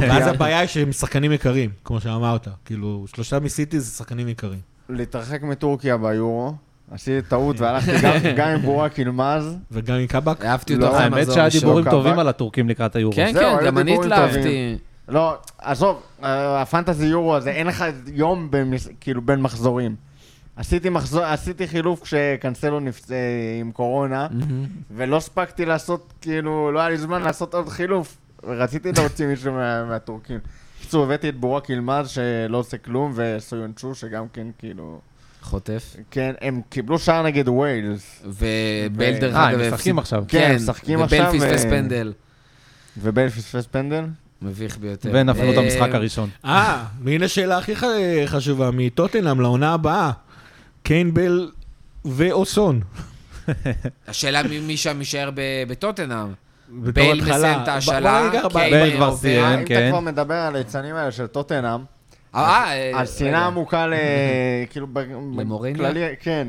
ואז הבעיה היא שהם שחקנים יקרים, כמו שאמרת. כאילו, שלושה מסיטי זה שחקנים יקרים.
להתרחק מטורקיה ביורו, עשיתי טעות והלכתי גם- גם עם בורק אילמז.
וגם עם קבק.
אהבתי
לא,
אותו אחרי
אה, האמת
מחזור
שהיה
ראשון.
דיבורים
קבק.
טובים על הטורקים לקראת היורו.
כן,
זהו,
כן,
היה
גם אני
דיבורים
התלהבתי.
לא, עזוב, אה, הפנטזי יורו הזה, אין לך יום במס... כאילו בין מחזורים. עשיתי, מחזור, עשיתי חילוף כשקנסלו נפצע עם קורונה,
Mm-hmm.
ולא הספקתי לעשות, כאילו, לא היה לי זמן לעשות עוד חילוף. רציתי להוציא מישהו מה, מהטורקים. בקיצור, הבאתי את בורק ילמז שלא עושה כלום, וסויונצ'ו שגם כן, כאילו...
חוטף.
כן, הם קיבלו שער נגד ווילס,
ובל,
ו-
דרך
אה,
אגב,
הם משחקים
הפסיד-
עכשיו.
כן, הם משחקים עכשיו,
ובל
אה,
פספס
ו-
פנדל.
ובייל פספס פנדל.
מביך ביותר.
ונפלו את
אה,
המשחק הראשון.
אה, והנה השאלה הכי ח- חשובה, מטוטנאם לעונה הבאה. קיין בל ואוסון.
השאלה מי מי שם יישאר ב- בטוטנאם.
בתור
בייל
התחלה.
מסיים את
ב-
ההשאלה,
בוא נגיד ככה,
קיין
בייל כבר
עובר.
סיים. כן,
אה, אם
כן.
אתה כבר מדבר על היצנים האלה של טוטנאם,
אה, אה,
על שנאה
רגע.
עמוקה ל... כאילו... ב-
למוריניו?
בכללי, כן.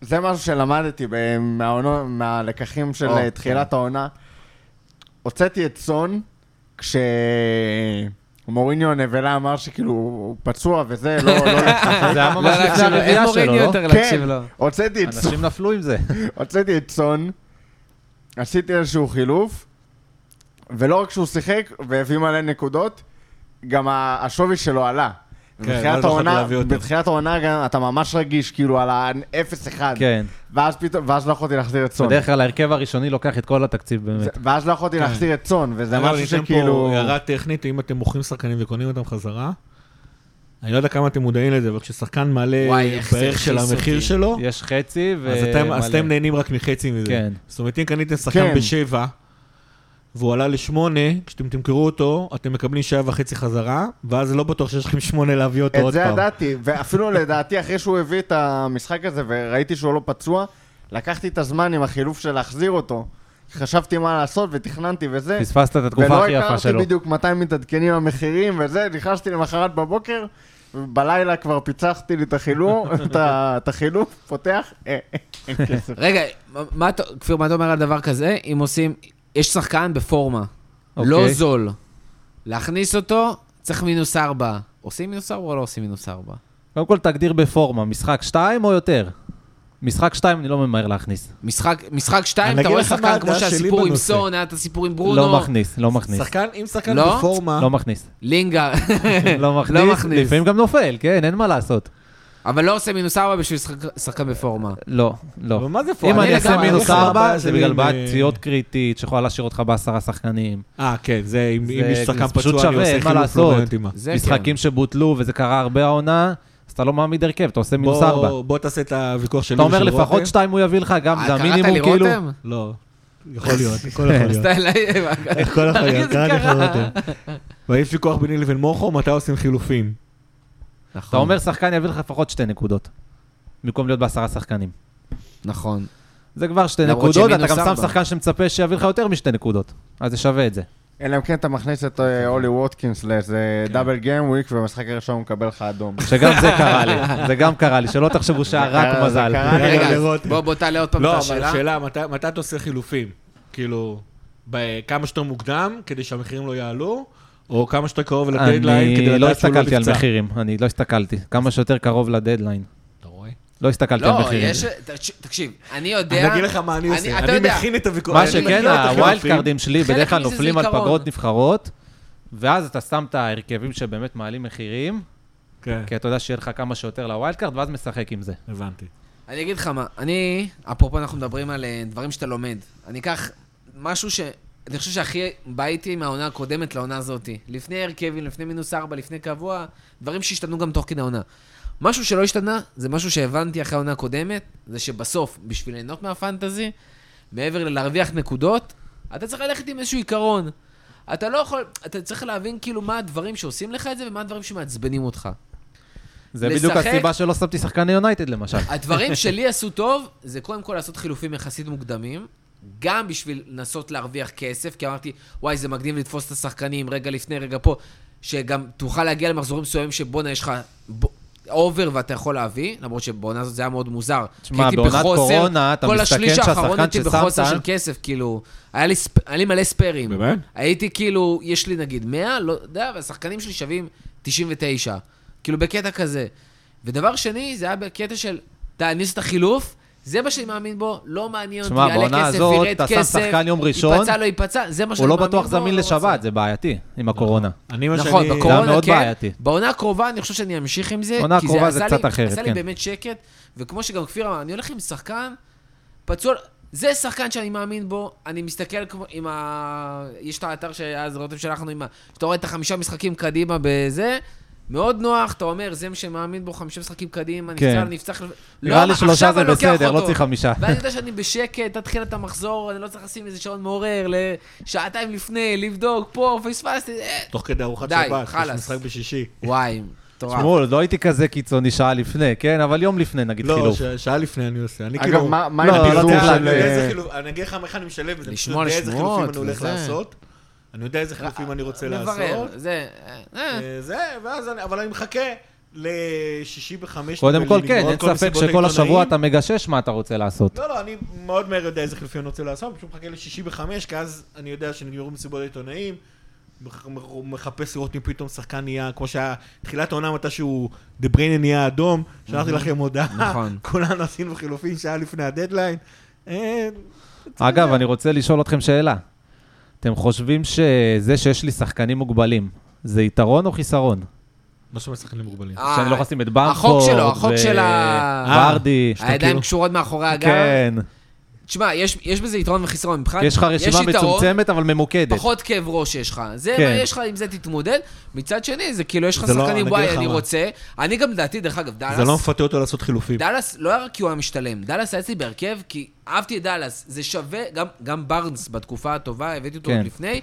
זה משהו שלמדתי ב- מהעונו- מהלקחים של
או,
אה, תחילת העונה. הוצאתי את סון כשמוריניו נבלה אמר שכאילו הוא פצוע וזה, לא... לא לשחק.
זה היה
לא
ממש לפני
להקשיב לו, אין
הרביעייה שלו,
מוריני
לא?
יותר
כן,
להקשיב לו.
הוצאתי את סון.
אנשים נפלו עם זה.
כן. הוצאתי את סון, עשיתי איזשהו חילוף, ולא רק שהוא שיחק והביא מלא נקודות, גם ה- השווי שלו עלה.
ואז
ובתחילת
לא יכולת
העונה,
להביא אותו.
בתחילת העונה גם אתה ממש רגיש, כאילו, על ה-0-1.
כן.
ואז פתאום, ואז לא יכולתי להחזיר את סון.
בדרך כלל ההרכב הראשוני לוקח את כל התקציב
זה-
באמת.
ואז לא יכולתי
כן.
להחזיר את סון, וזה
אגב,
משהו
אני אתן
שכאילו...
פה הערה טכנית, אם אתם מוכרים שחקנים וקונים אותם חזרה, אני לא יודע כמה אתם מודעים לזה, אבל כששחקן מעלה
וואי, איך זה
בערך של
הכעיס
המחיר
אותי.
שלו,
יש חצי ו...
אז אתם- אז
מלא.
אתם נהנים רק מחצי מזה.
כן.
זאת אומרת, אם קניתם שחקן
כן.
בשבע, והוא עלה לשמונה, כשאתם תמכרו אותו, אתם מקבלים שעה וחצי חזרה, ואז לא בטוח שיש לכם שמונה להביא אותו
את
עוד
זה
פעם.
ידעתי, ואפילו לדעתי, אחרי שהוא הביא את המשחק הזה וראיתי שהוא לא פצוע, לקחתי את הזמן עם החילוף של להחזיר אותו. חשבתי מה לעשות ותכננתי וזה.
פספסת את התקופה
ולא
הכי יפה
הכרתי
שלו.
בדיוק מתי מתעדכנים המחירים וזה, נכנסתי למחרת בבוקר, בלילה כבר פיצחתי לי את החילוף, את ה- את החילוף, פותח, אה, אה, אין כסף.
רגע, מה- מה אתה- כפיר, מה אתה אומר על דבר כזה? אם עושים, יש שחקן בפורמה, לא
אוקיי.
זול. להכניס אותו, צריך מינוס ארבע. עושים מינוס ארבע או לא עושים מינוס ארבע?
קודם כל תגדיר בפורמה, משחק 2 או יותר? משחק 2 אני לא ממהר להכניס.
משחק, משחק שתיים,
אני
אתה
אגיד
רואה
לך מה
שחקן כמו
הדעה שלי
שהסיפור עם
בנושא.
סון, היה את הסיפור עם ברונו.
לא מכניס, לא מכניס.
שחקן, אם שחקן
לא?
בפורמה,
לא מכניס.
לינגה. לא
לא מכניס.
מכניס.
לפעמים גם נופל, כן, אין מה לעשות.
אבל לא עושה מינוס ארבע בשביל שחק- שחקן בפורמה.
לא,
אבל
לא.
מה זה פורמה?
אם אני
לגמרי,
אעשה
אני
מינוס
לגמרי.
ארבע, זה בגלל
עם,
בעיית
אה,
פציעות קריטית, שיכולה להשאיר אותך בעשרה שחקנים.
אה, כן, זה אם
זה
אם יש שחקן
פשוט
פצוע, אני
שווה,
עושה
אין מה
חילוף לא
לעשות.
מעניין אותי מה.
זה כן.
משחקים שבוטלו, וזה קרה הרבה העונה, אז אתה לא מעמיד הרכב, אתה עושה מינוס
בוא-
ארבע.
בוא תעשה את הוויכוח שלי.
אתה אומר
ושל
לפחות
רותם.
שתיים הוא יביא לך, גם
אה,
זה
קראת לי
המינימום, כאילו.
רותם?
לא, יכול להיות, הכל יכול להיות.
סטייל האם.
הכל יכול להיות,
זה
קראתי לך
קרה?
רותם. ויש ויכוח ביני לבין מורכו, מתי עושים חילופים. נכון.
אתה אומר שחקן יביא לך לפחות שתי נקודות, במקום להיות בעשרה שחקנים.
נכון.
זה כבר שתי
למרות
נקודות, אתה
שמינוס
גם שם
ארבע.
שחקן שמצפה שיביא לך יותר משתי נקודות, אז זה שווה את זה.
אלא אם כן אתה מכניס את אה, אולי ווטקינס לאיזה
כן.
דאבל גיים וויק, ובמשחק הראשון הוא מקבל לך אדום.
שגם זה קרה לי, זה גם קרה לי, שלא תחשבו שהיה
קרה-
רק
זה
מזל.
קרה
רגע,
רגע, אז
לרותם.
בוא בוא תעלה עוד פעם את
לא, אבל
השאלה.
השאלה, מתי- מתי אתה עושה חילופים? כאילו, ב- כמה שיותר מוקדם, כדי שהמחירים לא יעלו, או כמה שיותר קרוב לדדליין, כדי
אני לא
לדעת שהוא לא
הסתכלתי על
נפצע.
מחירים, אני לא הסתכלתי. כמה שיותר קרוב לדדליין.
אתה רואה?
לא הסתכלתי על
לא,
מחירים.
יש... תקשיב- תקשיב, אני יודע...
אני אגיד לך מה אני עושה,
אתה
אני
יודע,
מכין את הוויכוח.
מה
אני מכין
שכן,
את
הווילד
החילופים.
קארדים שלי
חלק
בדרך כלל
מזה זה
נופלים על
עיקרון.
פגרות נבחרות, ואז אתה שם את ההרכבים שבאמת מעלים מחירים,
כן,
כי אתה יודע שיהיה לך כמה שיותר לווילד קארד, ואז משחק עם זה.
הבנתי.
אני אגיד לך מה, אני, אפרופו אנחנו מדברים על אה, דברים שאתה לומד, אני אקח משהו ש... אני חושב שהכי בא איתי מהעונה הקודמת לעונה הזאת. לפני הרכבים, לפני מינוס ארבע, לפני קבוע, דברים שהשתנו גם תוך כדי העונה. משהו שלא השתנה, זה משהו שהבנתי אחרי העונה הקודמת, זה שבסוף, בשביל ליהנות מהפנטזי, מעבר ללהרוויח נקודות, אתה צריך ללכת עם איזשהו עיקרון. אתה לא יכול, אתה צריך להבין כאילו מה הדברים שעושים לך את זה ומה הדברים שמעצבנים אותך.
זה
לשחק-
בדיוק הסיבה שלא שמתי שחקני יונייטד למשל.
הדברים שלי עשו טוב, זה קודם כל לעשות חילופים יחסית מוקדמים, גם בשביל לנסות להרוויח כסף, כי אמרתי, וואי, זה מגניב לתפוס את השחקנים רגע לפני, רגע פה, שגם תוכל להגיע למחזורים מסוימים שבואנה, יש לך ב- אובר ואתה יכול להביא, למרות שבעונה הזאת זה היה מאוד מוזר.
תשמע,
כי הייתי
בעונת
בחוסר,
קורונה אתה
כל
מסתכן
השליש
שהשחקן
האחרון הייתי
ששמת-
בחוסר של כסף, כאילו, היה לי, ספ... היה לי מלא ספיירים.
באמת?
הייתי כאילו, יש לי נגיד 100, לא יודע, והשחקנים שלי שווים 99. כאילו, בקטע כזה. ודבר שני, זה היה בקטע של, אתה, אני עושה את החילוף, זה מה שאני מאמין בו, לא מעניין אותי,
תשמע, בעונה
יעלה כסף,
הזאת,
ירד
אתה שם
כסף,
שחקן יום ראשון,
ייפצע, לא ייפצע, זה מה שאני
הוא לא
מאמין בו.
בטוח זמין
לא רוצה.
לשבת, זה בעייתי עם הקורונה.
אני מה
נכון,
שאני...
זה היה
בקורונה
מאוד
כן.
בעייתי.
בעונה הקרובה אני חושב שאני אמשיך עם זה.
עונה
כי
הקרובה
עשה
זה
לי-
קצת אחרת,
עשה לי
כן.
באמת שקט, וכמו שגם כפיר אמר, אני הולך עם שחקן פצוע, זה שחקן שאני מאמין בו, אני מסתכל כמו עם ה... יש את האתר שאז רותם שלחנו עם ה... שאתה רואה את החמישה משחקים קדימה בזה. מאוד נוח, אתה אומר, זה מה שמאמין בו, חמישה משחקים קדימה,
כן.
נפצע, נפצח...
נראה לי
לא,
שלושה
עכשיו
זה
אני לוקח
בסדר, לא
אותו.
צריך חמישה.
ואני יודע שאני בשקט, עד תחילת המחזור, אני לא צריך לשים איזה שעון מעורר לשעתיים לפני, לבדוק, פה, פספסתי, אה,
תוך כדי ארוחת
די,
שבת, יש
חלאס.
משחק בשישי.
וואי, מטורף.
תשמעו, לא הייתי כזה קיצוני שעה לפני, כן? אבל יום לפני נגיד
לא,
חילוף.
ש- שעה לפני אני עושה. אני
אגב,
כאילו...
מה מה
לא,
עם
לא
הפיזור
צריך
של...
להגיד.
אה,
איזה חילוף- אני אגיד לך איך אני משלב את זה.
לשמוע
פשוט יודע איזה
לשמועות
חילופים אני הולך
וזה.
לעשות. אני יודע איזה חילופים אני רוצה
לברר,
לעשות.
זה... אה,
אה, זה, ואז אני... אבל אני מחכה לשישי בחמש.
קודם כל,
ולגמור
כן,
את
אין
כל
ספק
מסיבות
שכל השבוע
העיתונאים.
אתה מגשש מה אתה רוצה לעשות.
לא, לא, אני מאוד מהר יודע איזה חילופים אני רוצה לעשות, פשוט מחכה לשישי בחמש, כי אז אני יודע שנגמרו מסיבות העיתונאים, מח- מח- מחפש לראות אם פתאום שחקן נהיה, כמו שהיה תחילת העונה מתי שהוא, דה בריינה נהיה אדום,
Mhm.
שלחתי לכם הודעה,
נכון.
כולנו עשינו חילופים שעה לפני הדדליין. אה,
אגב, אני רוצה לשאול אתכם שאלה. אתם חושבים שזה שיש לי שחקנים מוגבלים, זה יתרון או חיסרון?
מה שאומר לא שחקנים מוגבלים.
אה,
שאני לא יכול לשים את
החוק
במפורד,
שלו, החוק של ה- אה,
וורדי.
הידיים קשורות מאחורי הגב.
כאילו- כן,
תשמע, יש יש בזה יתרון וחיסרון. מבחינת-
יש לך רשימה
יתרון,
מצומצמת אבל ממוקדת.
פחות כאב ראש יש לך. זה
כן.
מה יש לך, עם זה תתמודד. מצד שני, זה כאילו, יש לך
זה לא- אני
שחקנים,
אגיד
וואי,
לך
אני
מה.
רוצה. אני גם, לדעתי, דרך אגב,
זה לא
דאלאס,
מפתה אותו לעשות חילופים.
דאלאס לא היה רק כי הוא היה משתלם. דאלאס היה אצלי בהרכב, כי אהבתי את דאלאס. זה שווה, גם- גם בארנס בתקופה הטובה, הבאתי אותו
כן.
עוד לפני.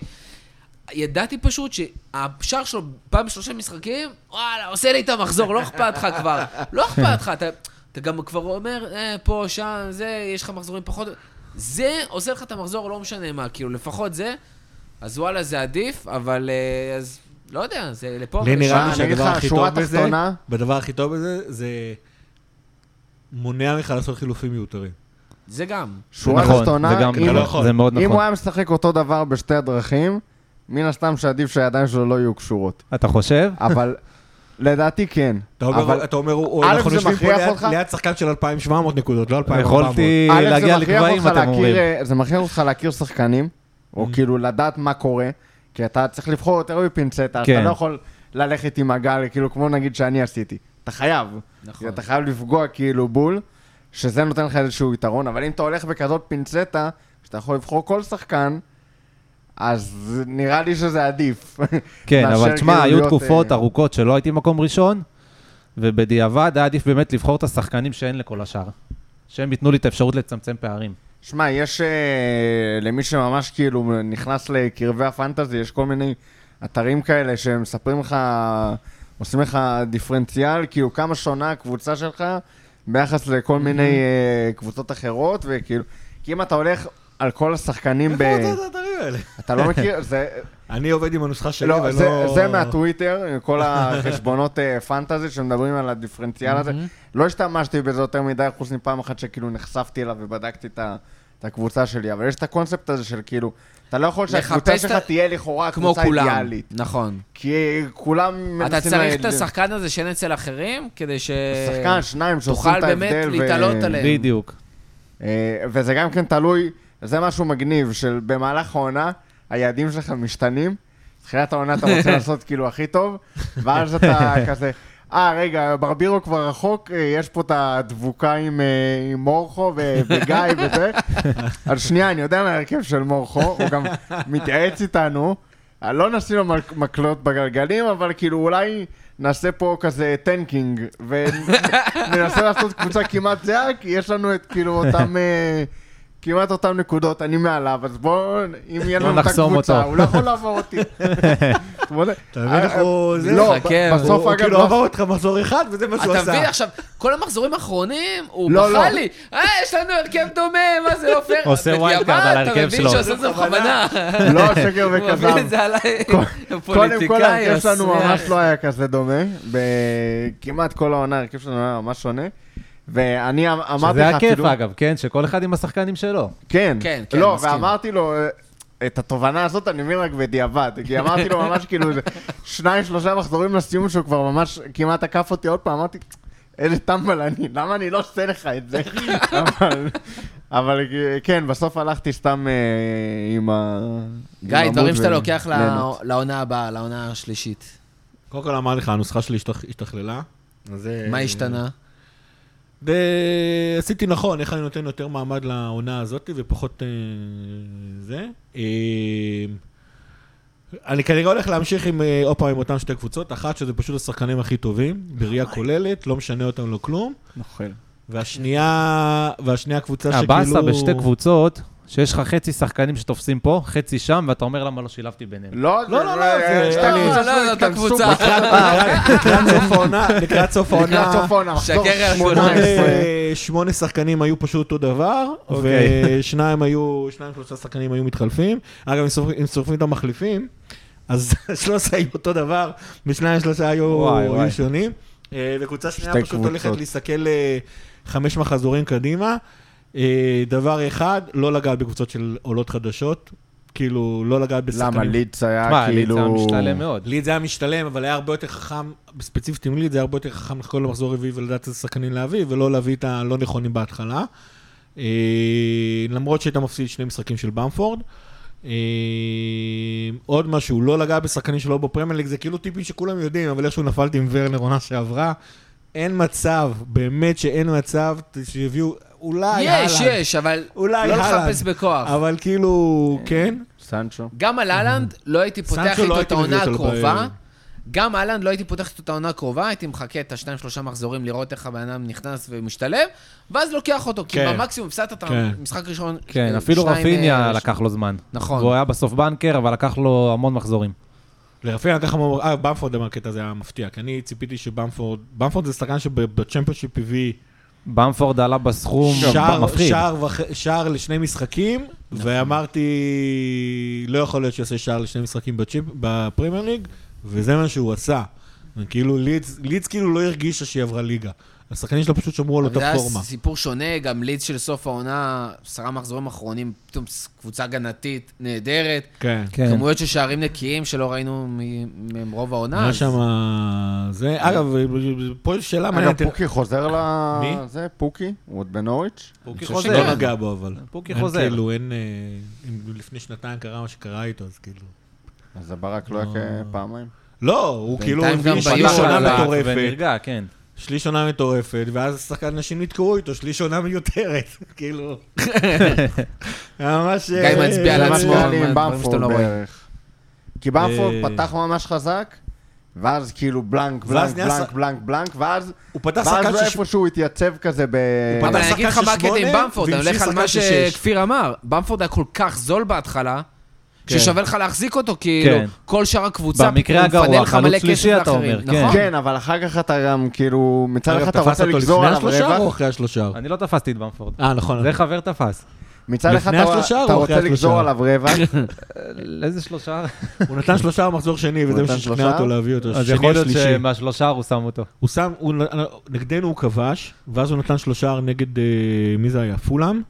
ידעתי פשוט שהשער שלו פעם בשלושה משחקים, וואלה, עושה לי את המחזור, לא אכפת לך כבר. לא אכפת לך, אתה, אתה גם כבר אומר, אה, פה, שם, זה, יש לך מחזורים פחות... זה עושה לך את המחזור, לא משנה מה, כאילו, לפחות זה. אז וואלה, זה עדיף, אבל אה, אז לא יודע, זה לפה.
לי נראה לי
אני אגיד
שהדבר
לך,
הכי
השורה
טוב בזה,
התחתונה-
בדבר הכי טוב בזה, זה מונע ממך לעשות חילופים מיותרים.
זה גם.
שורה
נכון,
תחתונה,
זה גם-
אם-
לא יכול.
זה מאוד
אם הוא
נכון.
היה משחק אותו דבר בשתי הדרכים, מן הסתם שעדיף שהידיים שלו לא יהיו קשורות.
אתה חושב?
אבל לדעתי כן.
אתה אומר,
אבל-
אבל... אתה אומר, הוא-
א',
אנחנו
זה
יושבים פה
מכריח
ליד,
אותך?
ליד שחקן של 2,700 נקודות, לא 2,400.
יכולתי
א', זה
להגיע
מכריח
לגבהים,
אותך
אתם אומרים.
להכיר, אה, זה מכריח אותך להכיר שחקנים, או
Mm.
כאילו לדעת מה קורה, כי אתה צריך לבחור יותר בפינצטה, אתה
כן.
לא יכול ללכת עם הגל, כאילו כמו נגיד שאני עשיתי. אתה חייב.
נכון.
כי אתה חייב לפגוע כאילו בול, שזה נותן לך איזשהו יתרון, אבל אם אתה הולך בכזאת פינצטה, שאתה יכול לבחור כל שחקן, אז נראה לי שזה עדיף.
כן,
מאשר
אבל תשמע,
כאילו
היו
להיות,
תקופות
אה,
ארוכות שלא הייתי מקום ראשון, ובדיעבד היה עדיף באמת לבחור את השחקנים שאין לכל השאר. שהם ייתנו לי את האפשרות לצמצם פערים.
שמע, יש אה, למי שממש כאילו נכנס לקרבי הפנטזי, יש כל מיני אתרים כאלה שמספרים לך, עושים לך דיפרנציאל, כאילו כמה שונה הקבוצה שלך ביחס לכל מיני אה, קבוצות אחרות, וכאילו, כי אם אתה הולך על כל השחקנים ב...
איפה אתה את האתרים האלה?
אתה לא מכיר? זה...
אני עובד עם הנוסחה שלי,
לא,
ולא...
זה, זה מהטוויטר, עם כל החשבונות אה, פנטזי שמדברים על הדיפרנציאל הזה. לא השתמשתי בזה יותר מדי, חוץ מפעם אחת שכאילו נחשפתי אליו ובדקתי את ה- את הקבוצה שלי, אבל יש את הקונספט הזה של כאילו, אתה לא יכול שהקבוצה
לחפש את
שלך
ה-
תהיה לכאורה
כמו
קבוצה
כולם.
אידיאלית.
נכון.
כי אה, כולם מנסים...
אתה צריך את
ל-
השחקן הזה שאין אצל אחרים, כדי ש...
שחקן, שניים שעושים
תוכל
את ההבדל.
באמת להתעלות
ו-
עליהם. כן.
בדיוק.
אה, וזה גם כן תלוי, זה משהו מגניב, של במהלך העונה, היעדים שלך משתנים, תחילת העונה אתה רוצה לעשות כאילו הכי טוב, ואז אתה כזה, אה, רגע, ברבירו כבר רחוק, אה, יש פה את הדבוקה עם, אה, עם מורכו ו- וגיא וזה. אז שנייה, אני יודע מה ההרכב של מורכו, הוא גם מתייעץ איתנו. אה, לא נשים לו מק- מקלות בגלגלים, אבל כאילו אולי נעשה פה כזה טנקינג, וננסה לעשות קבוצה כמעט זהה, כי יש לנו את כאילו אותם... אה, כמעט אותן נקודות, אני מעליו, אז בואו, אם יהיה
בוא
לנו את
נחסום
הקבוצה,
אותו.
הוא לא יכול לעבור אותי. אתה מבין
אתה מבין איך הוא... זה-
לא,
מחכה,
ב-
הוא-
בסוף
הוא
אגב,
כאילו
לא-
עבר אותך מחזור אחד, וזה מה שהוא
אתה
עשה.
מבין עכשיו, כל המחזורים האחרונים, הוא
לא,
בכה
לא.
לי, אה, יש לנו הרכב דומה, מה זה לא פייר.
עושה
בדיעבד,
wild card על
אתה
ההרכב
מבין
שלו.
שעושה את זה בכוונה.
לא, שקר
הוא
וכזב.
מביא את זה עליי,
קודם כל
פוליטיקאי,
ההרכב שלנו
מסריח.
ממש לא היה כזה דומה, בכמעט כל העונה ההרכב שלנו היה ממש שונה. ואני אמ- אמרתי
שזה
לך
היה כיף,
אפילו...
אגב, כן? שכל אחד עם השחקנים שלו.
כן,
כן, כן,
לא,
מסכים.
ואמרתי לו, אה, את התובנה הזאת אני מבין רק בדיעבד, כי אמרתי לו ממש כאילו, איזה שניים, שלושה מחזורים לסיום שהוא כבר ממש כמעט עקף אותי עוד פעם, אמרתי, איזה טמבל אני, למה אני לא עושה לך את זה? אבל- אבל כן, בסוף הלכתי סתם אה, עם ה... עם
גיא,
עמוד
דברים שאתה
ו-
לוקח ל-
ליהנות.
לעונה הבאה, לעונה השלישית.
קודם כל אמרתי לך, הנוסחה שלי השתכ- השתכללה. אז
אה,
זה-
מה השתנה?
ו- עשיתי נכון, איך אני נותן יותר מעמד לעונה הזאת ופחות אה, זה. אה, אני כנראה הולך להמשיך עם, אה, עוד פעם, עם אותן שתי קבוצות. אחת, שזה פשוט השחקנים הכי טובים, בראייה כוללת, לא משנה אותם לא כלום.
נוכל.
והשנייה, והשנייה קבוצה שכאילו...
הבאסה אה, בשתי קבוצות, שיש לך חצי שחקנים שתופסים פה, חצי שם, ואתה אומר למה לא שילבתי ביניהם.
לא,
לא, לא, לא, זה-
שתי
לא,
קבוצות
לא, לא, זאת
אה, התכנסו
הקבוצה.
פה.
לקראת- לקראת סוף העונה, לקראת סוף
לקראת
העונה,
סוף העונה, מחזור
שקר על
שמונה
שמונה-
עשרה.
שמונה שחקנים היו פשוט אותו דבר,
אוקיי.
ושניים היו, שניים שלושה שחקנים היו מתחלפים. אגב, אם סופרים- אם סופרים את המחליפים, אז שלושה היו אותו דבר, ושניים שלושה היו
וואי, וואי.
היו שונים. אה, וקבוצה שנייה
שתי
פשוט
קבוצות.
הולכת להסתכל אה, חמש מחזורים קדימה. אה, דבר אחד, לא לגעת בקבוצות של עולות חדשות. כאילו, לא לגעת בשחקנים.
למה, לידס היה
מה,
כאילו...
ליצה משתלם מאוד.
ליד זה היה משתלם, אבל היה הרבה יותר חכם, ספציפית עם ליד, זה היה הרבה יותר חכם לחכות למחזור רביעי ולדעת איזה שחקנים להביא, ולא להביא את הלא נכונים בהתחלה. אה, למרות שהיית מפסיד שני משחקים של במפורד. אה, עוד משהו, לא לגע בשחקנים שלא בפרמייליג, זה כאילו טיפים שכולם יודעים, אבל איכשהו נפלתי עם ורנר עונה שעברה. אין מצב, באמת שאין מצב, שיביאו, אולי
יש,
הלאה.
יש, אבל
אולי
לא
הלאה.
לחפש בכוח.
אבל
אה.
כאילו, כן.
סנצ'ו.
גם על אהלנד לא הייתי פותח
סנצ'ו לא
איתו את
הייתי מביא
העונה
אותו
הקרובה.
לבעיה.
גם אהלנד לא הייתי פותח איתו את העונה הקרובה, הייתי מחכה את השניים שלושה מחזורים לראות איך הבן אדם נכנס ומשתלם, ואז לוקח אותו, כי
כן.
במקסימום הפסדת את
כן.
המשחק הראשון.
כן,
אה,
אפילו
שניים,
רפיניה
אה,
לקח לו זמן.
נכון.
והוא היה בסוף בנקר, אבל לקח לו המון מחזורים.
לרפיניה לקח המון, אה, במפורד אמר קטע זה היה מפתיע, כי אני ציפיתי שבמפורד, במפורד זה שחקן שבצ'מפיונשיפ הביא
במפורד עלה בסכום
שער,
מפחיד.
שער, וח- שער לשני משחקים, ואמרתי, לא יכול להיות שיעשה שער לשני משחקים בצ'יפ- בפרימייר ליג, וזה מה שהוא עשה. כאילו, לידס, לידס כאילו לא הרגישה שהיא עברה ליגה. השחקנים שלה פשוט שמרו על
אבל זה
אותה
היה
פורמה.
סיפור שונה, גם לידס של סוף העונה, עשרה מחזורים אחרונים, פתאום ס- קבוצה הגנתית נהדרת.
כן.
כן.
כמויות של שערים נקיים שלא ראינו מ- מהם רוב העונה.
היה
אז-
שם... לא זה, אגב, פה יש שאלה
אגב,
מעניינת.
לא פוקי חוזר ל...
אה, מי?
זה, פוקי? הוא עוד בנוריץ'?
פוקי
חושב
לא
כן.
חוזר.
נגע בו, אבל.
פוקי
אין
חוזר.
כאילו, אין... אה, אם לפני שנתיים קרה מה שקרה איתו, אז כאילו...
אז הברק
אה.
לא היה פעמיים.
לא, הוא כאילו
בינתיים
הביא
גם
שליש
ביורו
עונה
עלה
מטורפת,
ונרגע, כן.
שליש עונה מטורפת, ואז שחקן נשים נתקעו איתו, שליש עונה מיותרת, כאילו. היה ממש...
גיא
אה,
מצביע
זה
על
ממש-
זה מה
עצמו,
שהיה לי עם
מה- דברים שאתם
במפורד
לא רואים.
בערך. כי במפורד
אה.
פתח ממש חזק, ואז כאילו בלנק,
ואז
בלנק,
נהיה
בלנק,
ש-
בלנק, בלנק, ואז...
הוא פתח שחקן
ואז
של... שמ-
איפשהו התייצב כזה ב...
הוא פתח
אה,
אבל אני
שחקן
אגיד לך מה
של
הקטע עם
שמונה,
במפורד, אני
והמשיך
הולך על מה
שחקן של שש.
שכפיר אמר. במפורד היה כל כך זול בהתחלה,
כן.
ששווה לך להחזיק אותו, כאילו,
כן.
כל שאר הקבוצה,
במקרה
פתאום
הגרוע,
מפנה לך
חלוץ
מלא
שלישי,
כסף
אתה אומר,
לאחרים,
כן.
נכון?
כן, אבל אחר כך אתה גם כאילו, מצד
אגב,
אחד אתה
תפס
רוצה
אותו
לגזור
לפני
עליו
השלושה או
רווח,
אחרי השלושה?
אני לא תפסתי את במפורד.
אה, נכון.
זה חבר תפס.
מצד אחד
לפני
אתה-
השלושה או
אתה
אחרי
רוצה
השלושה?
לגזור עליו רווח,
איזה שלושה?
הוא נתן שלושה במחזור שני, וזה מה
נתן
ששכנע
שלושה?
אותו להביא אותו.
אז
שני
יכול להיות
שלישי.
שמהשלושה הוא שם אותו.
הוא שם, הוא נ- נגדנו הוא כבש, ואז הוא נתן שלושה נגד, אה, מי זה היה? פולאם?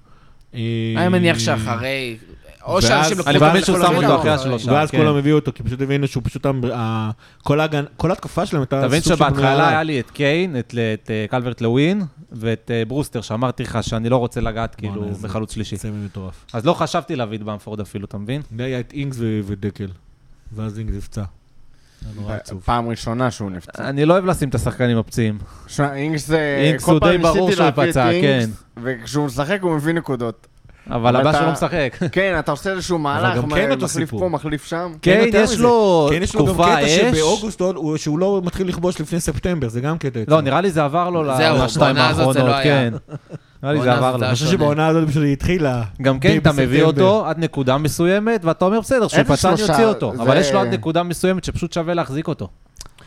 אה,
אני מניח שאחרי... או
ואז-
שאנשים
אני
לקחו
מאמין שהוא
לכל
שם
הווילה,
אותו
או
אחרי
השלושה. שם,
ואז
כן.
כולם הביאו אותו, כי פשוט הבינו שהוא פשוט... אמר- ה- כל ההגנ- כל התקפה שלהם הייתה...
תבין
סוג של בנויה
שבהתחלה
עליו.
היה לי את קיין, את ל- את, אה, קלברט לווין ואת אה, ברוסטר, שאמרתי לך שאני לא רוצה לגעת כאילו
איזה-
בחלוץ שלישי.
סמל מטורף.
אז לא חשבתי להביא את במפורד אפילו, אתה מבין?
זה היה את אינגס ו- ודקל, ואז אינגס נפצע. היה
אה,
נורא עצוב.
פעם ראשונה שהוא נפצע.
אני לא אוהב לשים את השחקנים הפצועים.
שמע, אינגס זה...
אינגס
כל
הוא
פעם
די ברור
ניסיתי
שהוא
להביא את
פצע, כן.
אינגס, וכשהוא משחק הוא מביא נקודות.
אבל הבעיה
אתה-
שלא משחק.
כן, אתה עושה איזשהו מהלך,
גם
מה-
כן אותו
מחליף
סיפור.
פה, מחליף שם.
קיין,
יותר
כן, יש
מזה.
לו
כן, יש לו גם
תקופה
קטע
אש.
שבאוגוסט, עוד- הוא- שהוא לא מתחיל לכבוש לפני ספטמבר, זה גם קטע.
לא, נראה לי זה עבר לו
זהו,
לשתיים
בעונה הזאת זה
האחרונות,
לא היה.
כן. נראה לי
בעונה
זה עבר
הזאת
לו.
זה
אני חושב שבעונה הזאת פשוט היא התחילה.
גם כן,
די
אתה מביא
בספטמבר.
אותו עד נקודה מסוימת, ואתה אומר, בסדר, שהוא
איזה
פצע, אני
שלושה?
אוציא אותו.
זה-
אבל יש לו עד נקודה מסוימת שפשוט שווה להחזיק אותו.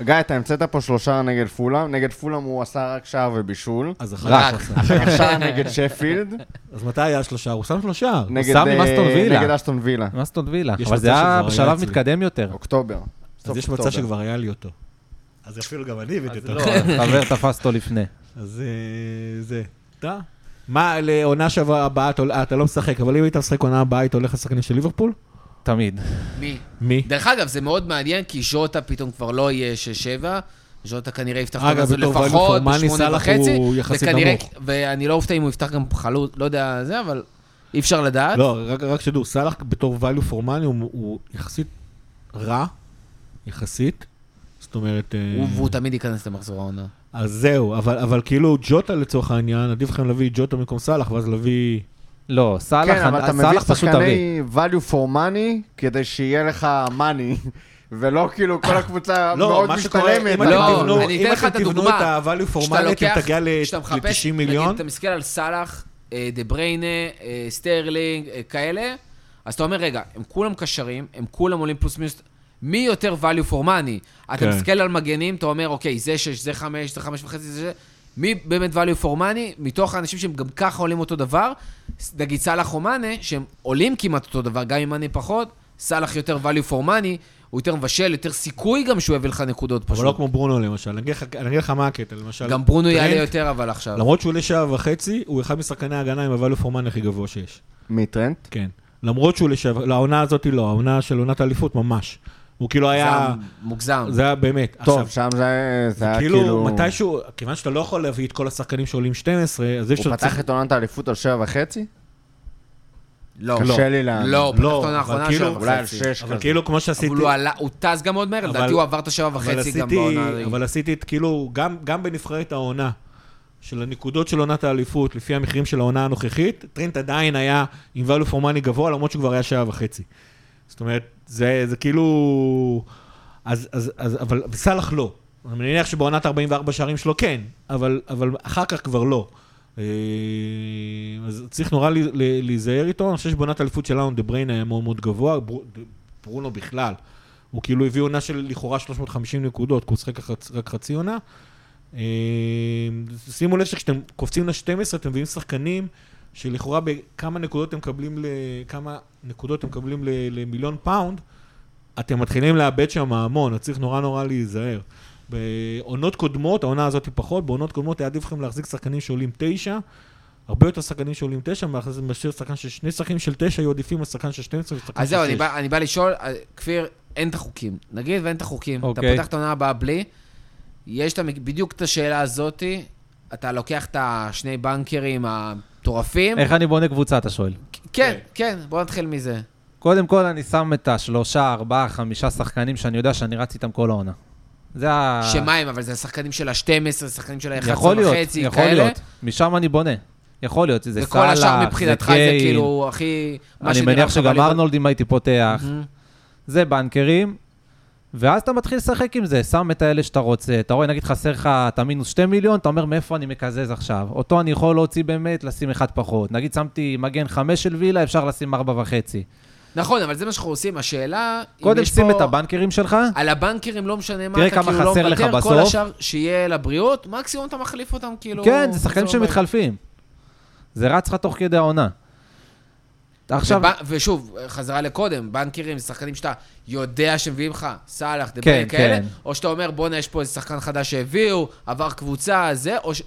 גיא, אתה המצאת פה שלושה נגד פולאם, נגד פולאם הוא עשה רק שער ובישול.
אז אחר
רק.
כך.
שער נגד שפילד.
אז מתי היה שלושה? הוא שם שלושה.
נגד,
שם עם
אה,
אסטון וילה.
נגד אסטון וילה,
מה זאת וילה?
יש
אבל
מצב שזה
זה
לא
היה
כבר היה
בשלב
אצלי.
מתקדם יותר.
אוקטובר. סוף
אז יש
אוקטובר.
מצב שכבר היה לי אותו. אז אפילו גם אני הבאתי
אז
אותו.
לא, חבר תפס אותו לפני.
אז אה, זה. אתה? מה, לעונה שעברה הבאה, אתה אה, אתה לא משחק, אבל אם היית משחק עונה הבאה, היית הולך לשחקנים של ליברפול?
תמיד.
מי?
מי?
דרך אגב, זה מאוד מעניין, כי ז'וטה פתאום כבר לא יהיה שש-שבע, ז'וטה כנראה יפתח את
אגב,
הזו
בתור ואליד
לפחות
פורמלי,
בשמונה
סאלח
וחצי.
הוא יחסית
וכנראה-
נמוך.
ואני לא אופתע אם הוא יפתח גם חלוץ, לא יודע זה, אבל אי אפשר לדעת.
לא, רק, רק שתדעו, סאלח בתור value פורמלי הוא, הוא יחסית רע, יחסית. זאת אומרת... אה,
הוא- והוא תמיד ייכנס למחזור העונה.
אז זהו, אבל, אבל כאילו ג'וטה לצורך העניין, עדיף לכם להביא ג'וטה במקום סאלח, ואז להביא...
לא, סאלח
כן, אבל אתה מביא
סאלח פשוט תביא.
שחקני value for money כדי שיהיה לך money, ולא כאילו
אה,
כל הקבוצה מאוד משתלמת.
לא, אם
אבל-
אתם
לא,
תבנו-
אני אתן
אם
לך
אתם
את
תבנו
הדוגמה.
את ה-value
כשאתה
פורמלי, אתם
לוקח-
תגיע
כשאתה מחפש,
ל-90 מיליון.
נגיד, אתה מסתכל על סאלח, אה, דה בריינה, אה, סטרלינג, אה, כאלה, אז אתה אומר, רגע, הם כולם קשרים, הם כולם עולים פלוס מינוס, מי יותר value for money? אתה
כן.
מסתכל על מגנים, אתה אומר, אוקיי, זה שש, זה חמש, זה חמש וחצי, זה זה. מי באמת value for money? מתוך האנשים שהם גם ככה עולים אותו דבר, ס- נגיד סאלח או מאנה, שהם עולים כמעט אותו דבר, גם אם מאנה פחות, סאלח יותר value for money, הוא יותר מבשל, יותר סיכוי גם שהוא יביא לך נקודות
אבל לא
פשוט.
כמו ברונו למשל, אני אגיד לך- אני אגיד לך מה הקטע, למשל.
גם ברונו יעלה
טרנט,
יותר, אבל עכשיו.
למרות שהוא עולה שעה וחצי, הוא אחד משחקני ההגנה עם הvalue פורמלי הכי גבוה שיש.
מי טרנט?
כן. למרות שהוא לשעבר, לא, העונה הזאת היא לא, העונה של עונת האליפות ממש. הוא כאילו היה,
זה מוגזם.
זה היה באמת.
טוב,
עכשיו,
שם זה זה היה
כאילו,
כאילו...
מתישהו, כיוון שאתה לא יכול להביא את כל השחקנים שעולים 12, אז אי
הוא
אפשר...
פתח את עונת האליפות על שבע וחצי?
לא.
קשה לי להאמין.
לא, הוא פתח
לא,
את העונה
אבל
האחרונה
כאילו,
שבע
אולי על
וחצי.
שש
אבל
כזה.
כאילו, כמו
אבל
שעשיתי...
הוא לא עלה, הוא טס גם עוד מהר,
אבל-
לדעתי הוא עבר את השבע
אבל
וחצי גם
עשיתי-
בעונה. ההיא.
אבל עשיתי, את- כאילו, גם- גם בנבחרת העונה, של הנקודות של עונת האליפות, לפי המחירים של העונה הנוכחית, טרנט עדיין היה עם value for money גבוה, למרות שהוא כבר היה שעה וחצי. זאת אומרת, זה, זה כאילו... אז, אז, אז, אבל סאלח לא. אני מניח שבעונת 44 שערים שלו כן, אבל, אבל אחר כך כבר לא. אה, אז צריך נורא לי- ל- להיזהר איתו. אני חושב שבעונת האליפות שלנו דה בריין היה מאוד מאוד גבוה, ברו- ד- ברונו בכלל. הוא כאילו הביא עונה של לכאורה 350 נקודות, כי הוא שחק רק- רק חצי עונה. אה, שימו לב שכשאתם קופצים ל-12, אתם מביאים שחקנים שלכאורה בכמה נקודות אתם מקבלים, ל... כמה נקודות אתם מקבלים ל... למיליון פאונד, אתם מתחילים לאבד שם המון, אז צריך נורא נורא להיזהר. בעונות קודמות, העונה הזאת היא פחות, בעונות קודמות היה עדיף לכם להחזיק שחקנים שעולים תשע, הרבה יותר שחקנים שעולים תשע, מאשר שחקן של שני שחקנים של תשע, היו עדיפים על שחקן של 12 ושחקן של שש.
אז זהו, אני בא- אני בא לשאול, אה, כפיר, אין את החוקים. נגיד ואין את החוקים. אתה
אוקיי.
פותח את העונה הבאה בלי, יש את המק- בדיוק את השאלה הזאתי, אתה לוקח את השני בנקרים המטורפים.
איך אני בונה קבוצה, אתה שואל?
כן, כן, בוא נתחיל מזה.
קודם כל, אני שם את השלושה, ארבעה, חמישה שחקנים שאני יודע שאני רץ איתם כל העונה. זה ה...
שמה הם, אבל זה השחקנים של ה-12, שחקנים של ה-11
אה. יכול להיות,
וחצי,
יכול
כאלה.
להיות. משם אני בונה. יכול להיות, זה
וכל
סאלח, זה
השאר
קיין.
מבחינתך זה כאילו הכי... מה
אני
שנראה
מניח
לך
שגם
בליגה.
ארנולד, אם הייתי פותח,
מהמם.
זה בנקרים, ואז אתה מתחיל לשחק עם זה, שם את האלה שאתה רוצה. אתה רואה, נגיד חסר לך, אתה מינוס 2 מיליון, אתה אומר, מאיפה אני מקזז עכשיו? אותו אני יכול להוציא באמת, לשים אחד פחות. נגיד שמתי מגן 5 של וילה, אפשר לשים 4.5.
נכון, אבל זה מה שאנחנו עושים. השאלה, אם
קודם
יש
שים
פה-
את הבנקרים שלך,
על הבנקרים לא משנה מה,
תראה
אתה
כמה
כאילו לא
חסר לך
מוותר, כל
בסוף.
השאר שיהיה לבריאות, מקסימום אתה מחליף אותם, כאילו...
כן, זה שחקנים
אומר.
שמתחלפים. זה רץ לך תוך כדי העונה. עכשיו,
ובנ- ושוב, חזרה לקודם, בנקרים, זה שחקנים שאתה יודע שמביאים לך, סאלח, דה
כן,
כן, כאלה,
כן.
או שאתה אומר, בואנה, יש פה איזה שחקן חדש שהביאו, עבר קבוצה, זה, או ש...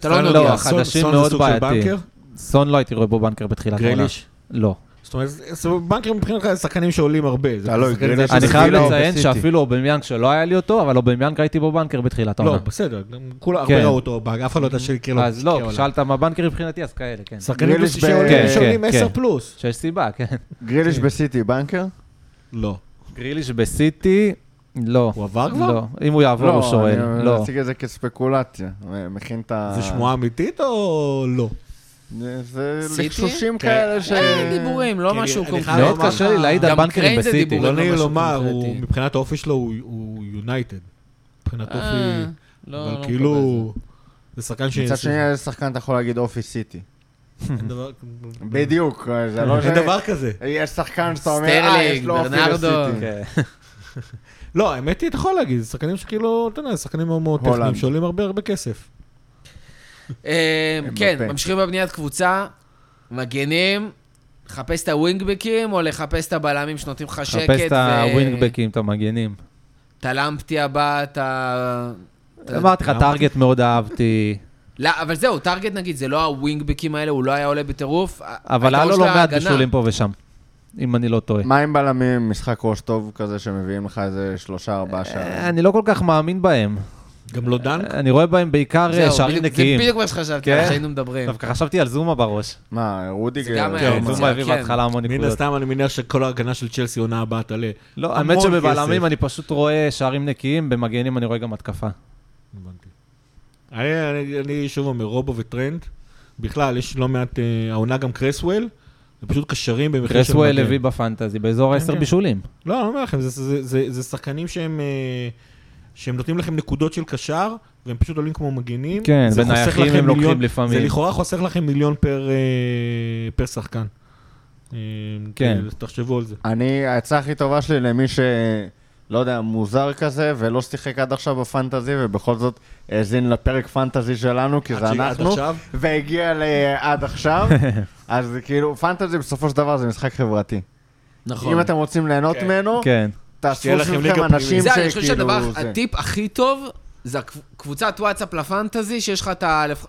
אתה לא
סון-
נוגע.
לא,
סון-
החדשים
סון זה
מאוד
סוג של
בעייתי.
בנקר?
סון לא הייתי רואה בו בנקר בתחילת העונה.
גריליש?
לא.
זאת אומרת, אז בנקרים מבחינתך זה שחקנים שעולים הרבה. זה
תלוי,
שחקנים
גריליש
שזה-
אני
שזה
חייב
וילה או
לציין
בסיטי.
שאפילו אובמיאנג שלא היה לי אותו, אבל אובמיאנג ראיתי בו בנקר בתחילת העונה.
לא, בסדר, גם כולם
כן.
הרבה ראו אותו, בג, אף אחד לא יודע שיקרה לו.
אז לא,
שיקרה לו.
שאלת מה בנקר מבחינתי, אז כאלה, כן.
שחקנים
גריליש ב-
שעולים-
כן,
שעולים
כן,
10
כן.
פלוס.
שיש סיבה, כן.
גריליש בסיטי בנקר?
לא.
גריליש בסיטי, לא.
הוא עבר כבר?
לא, אם הוא יעבור הוא שואל,
אני אה,
לא.
מציג את זה כספקולציה. אה, מכין את ה...
זה שמועה אמיתית או לא?
זה
סיטי?
לחשושים
כן.
כאלה ש...
אה, דיבורים, לא
כן,
משהו
אני- אני
קונקרטי.
חייב
מאוד
לומר-
קשה לי להעיד על
גם
בנקרים
קרן זה
בסיטי.
דיבורים.
לא
לא
נעים
משהו
לומר,
קונקרטי.
הוא- מבחינת האופי שלו הוא- הוא יונייטד. מבחינת
אה,
אופי,
לא, לא
אבל
מקבל את
כאילו, זה שחקן ש...
מצד שני, איזה שחקן אתה יכול להגיד אופי סיטי.
אין דבר-
בדיוק, זה לא ש...
אין דבר כזה.
יש שחקן שאתה אומר, אה, יש לו אופי
סטרלינג, ברנרדו.
לסיטי.
כן.
לא, האמת היא, אתה יכול להגיד, זה שחקנים שכאילו, אתה יודע, זה שחקנים מאוד מאוד
הולנד.
טכניים, שעולים הרבה הרבה כסף.
אה,
הם
כן,
בפה.
ממשיכים בבניית קבוצה, מגנים, לחפש את הווינגבקים או לחפש את הבלמים שנותנים לך שקט.
חפש את
ו-
הווינגבקים, את המגנים.
את הלמפטי הבא, את ה... את ה-
אמרתי לך, טארגט
אה.
מאוד אהבתי,
לא, אבל זהו, טארגט נגיד, זה לא הווינגבקים האלה, הוא לא היה עולה בטירוף.
אבל היה
היתרון
לו
שלו
לא מעט
ההגנה.
בישולים פה ושם, אם אני לא טועה.
מה עם בלמים, משחק ראש טוב כזה שמביאים לך איזה שלושה, ארבעה שערים?
אה, אני לא כל כך מאמין בהם.
גם לא דנק?
אני רואה בהם בעיקר אה,
זהו,
שערים
בדיוק-
נקיים.
זה בדיוק מה שחשבתי,
כן?
שהיינו מדברים.
דווקא חשבתי על זומה בראש.
מה,
זה
רודיגר?
גם
כן,
היה
כן,
מה?
מצוין.
זומה הביא
כן.
בהתחלה המון
מן
נקודות.
הסתם, אני מניח שכל ההגנה של צ'לסי עונה הבאה תעלה.
לא,
המון
האמת שבבלמים
כסף.
אני פשוט רואה שערים נקיים, במגנים אני רואה גם התקפה.
הבנתי. אני, אני, אני שוב אומר, רובו וטרנד. בכלל, יש לא מעט, אה, העונה גם קרסוול. זה פשוט קשרים במחיר של
קרסוול
מגן.
הביא בפנטזי, באזור
כן,
ה-10
כן.
בישולים.
לא, אני אומר לכם, זה, זה, זה, זה שחקנים שהם, אה, שהם נותנים לכם נקודות של קשר, והם פשוט עולים כמו מגנים.
כן,
זה
ונייחים
חוסך לכם
הם לוקחים
מיליון-
לפעמים.
זה לכאורה חוסך לכם מיליון פר, אה, פר שחקן. אה,
כן.
אז תחשבו על זה.
אני, העצה הכי טובה שלי למי ש... לא יודע, מוזר כזה, ולא שיחק עד עכשיו בפנטזי, ובכל זאת האזין לפרק פנטזי שלנו, כי זה
עד ש- עד
אנחנו,
עכשיו?
והגיע לעד עכשיו, אז כאילו, פנטזי בסופו של דבר זה משחק חברתי.
נכון.
אם אתם רוצים ליהנות
כן.
לא.
ממנו,
כן.
תעשו
שתהיה לכם
לכם
ליגה
אנשים
זהו, אני חושב
שכאילו...
שהדבר,
זה.
הטיפ הכי טוב, זה הקב- קבוצת וואטסאפ לפנטזי, שיש לך את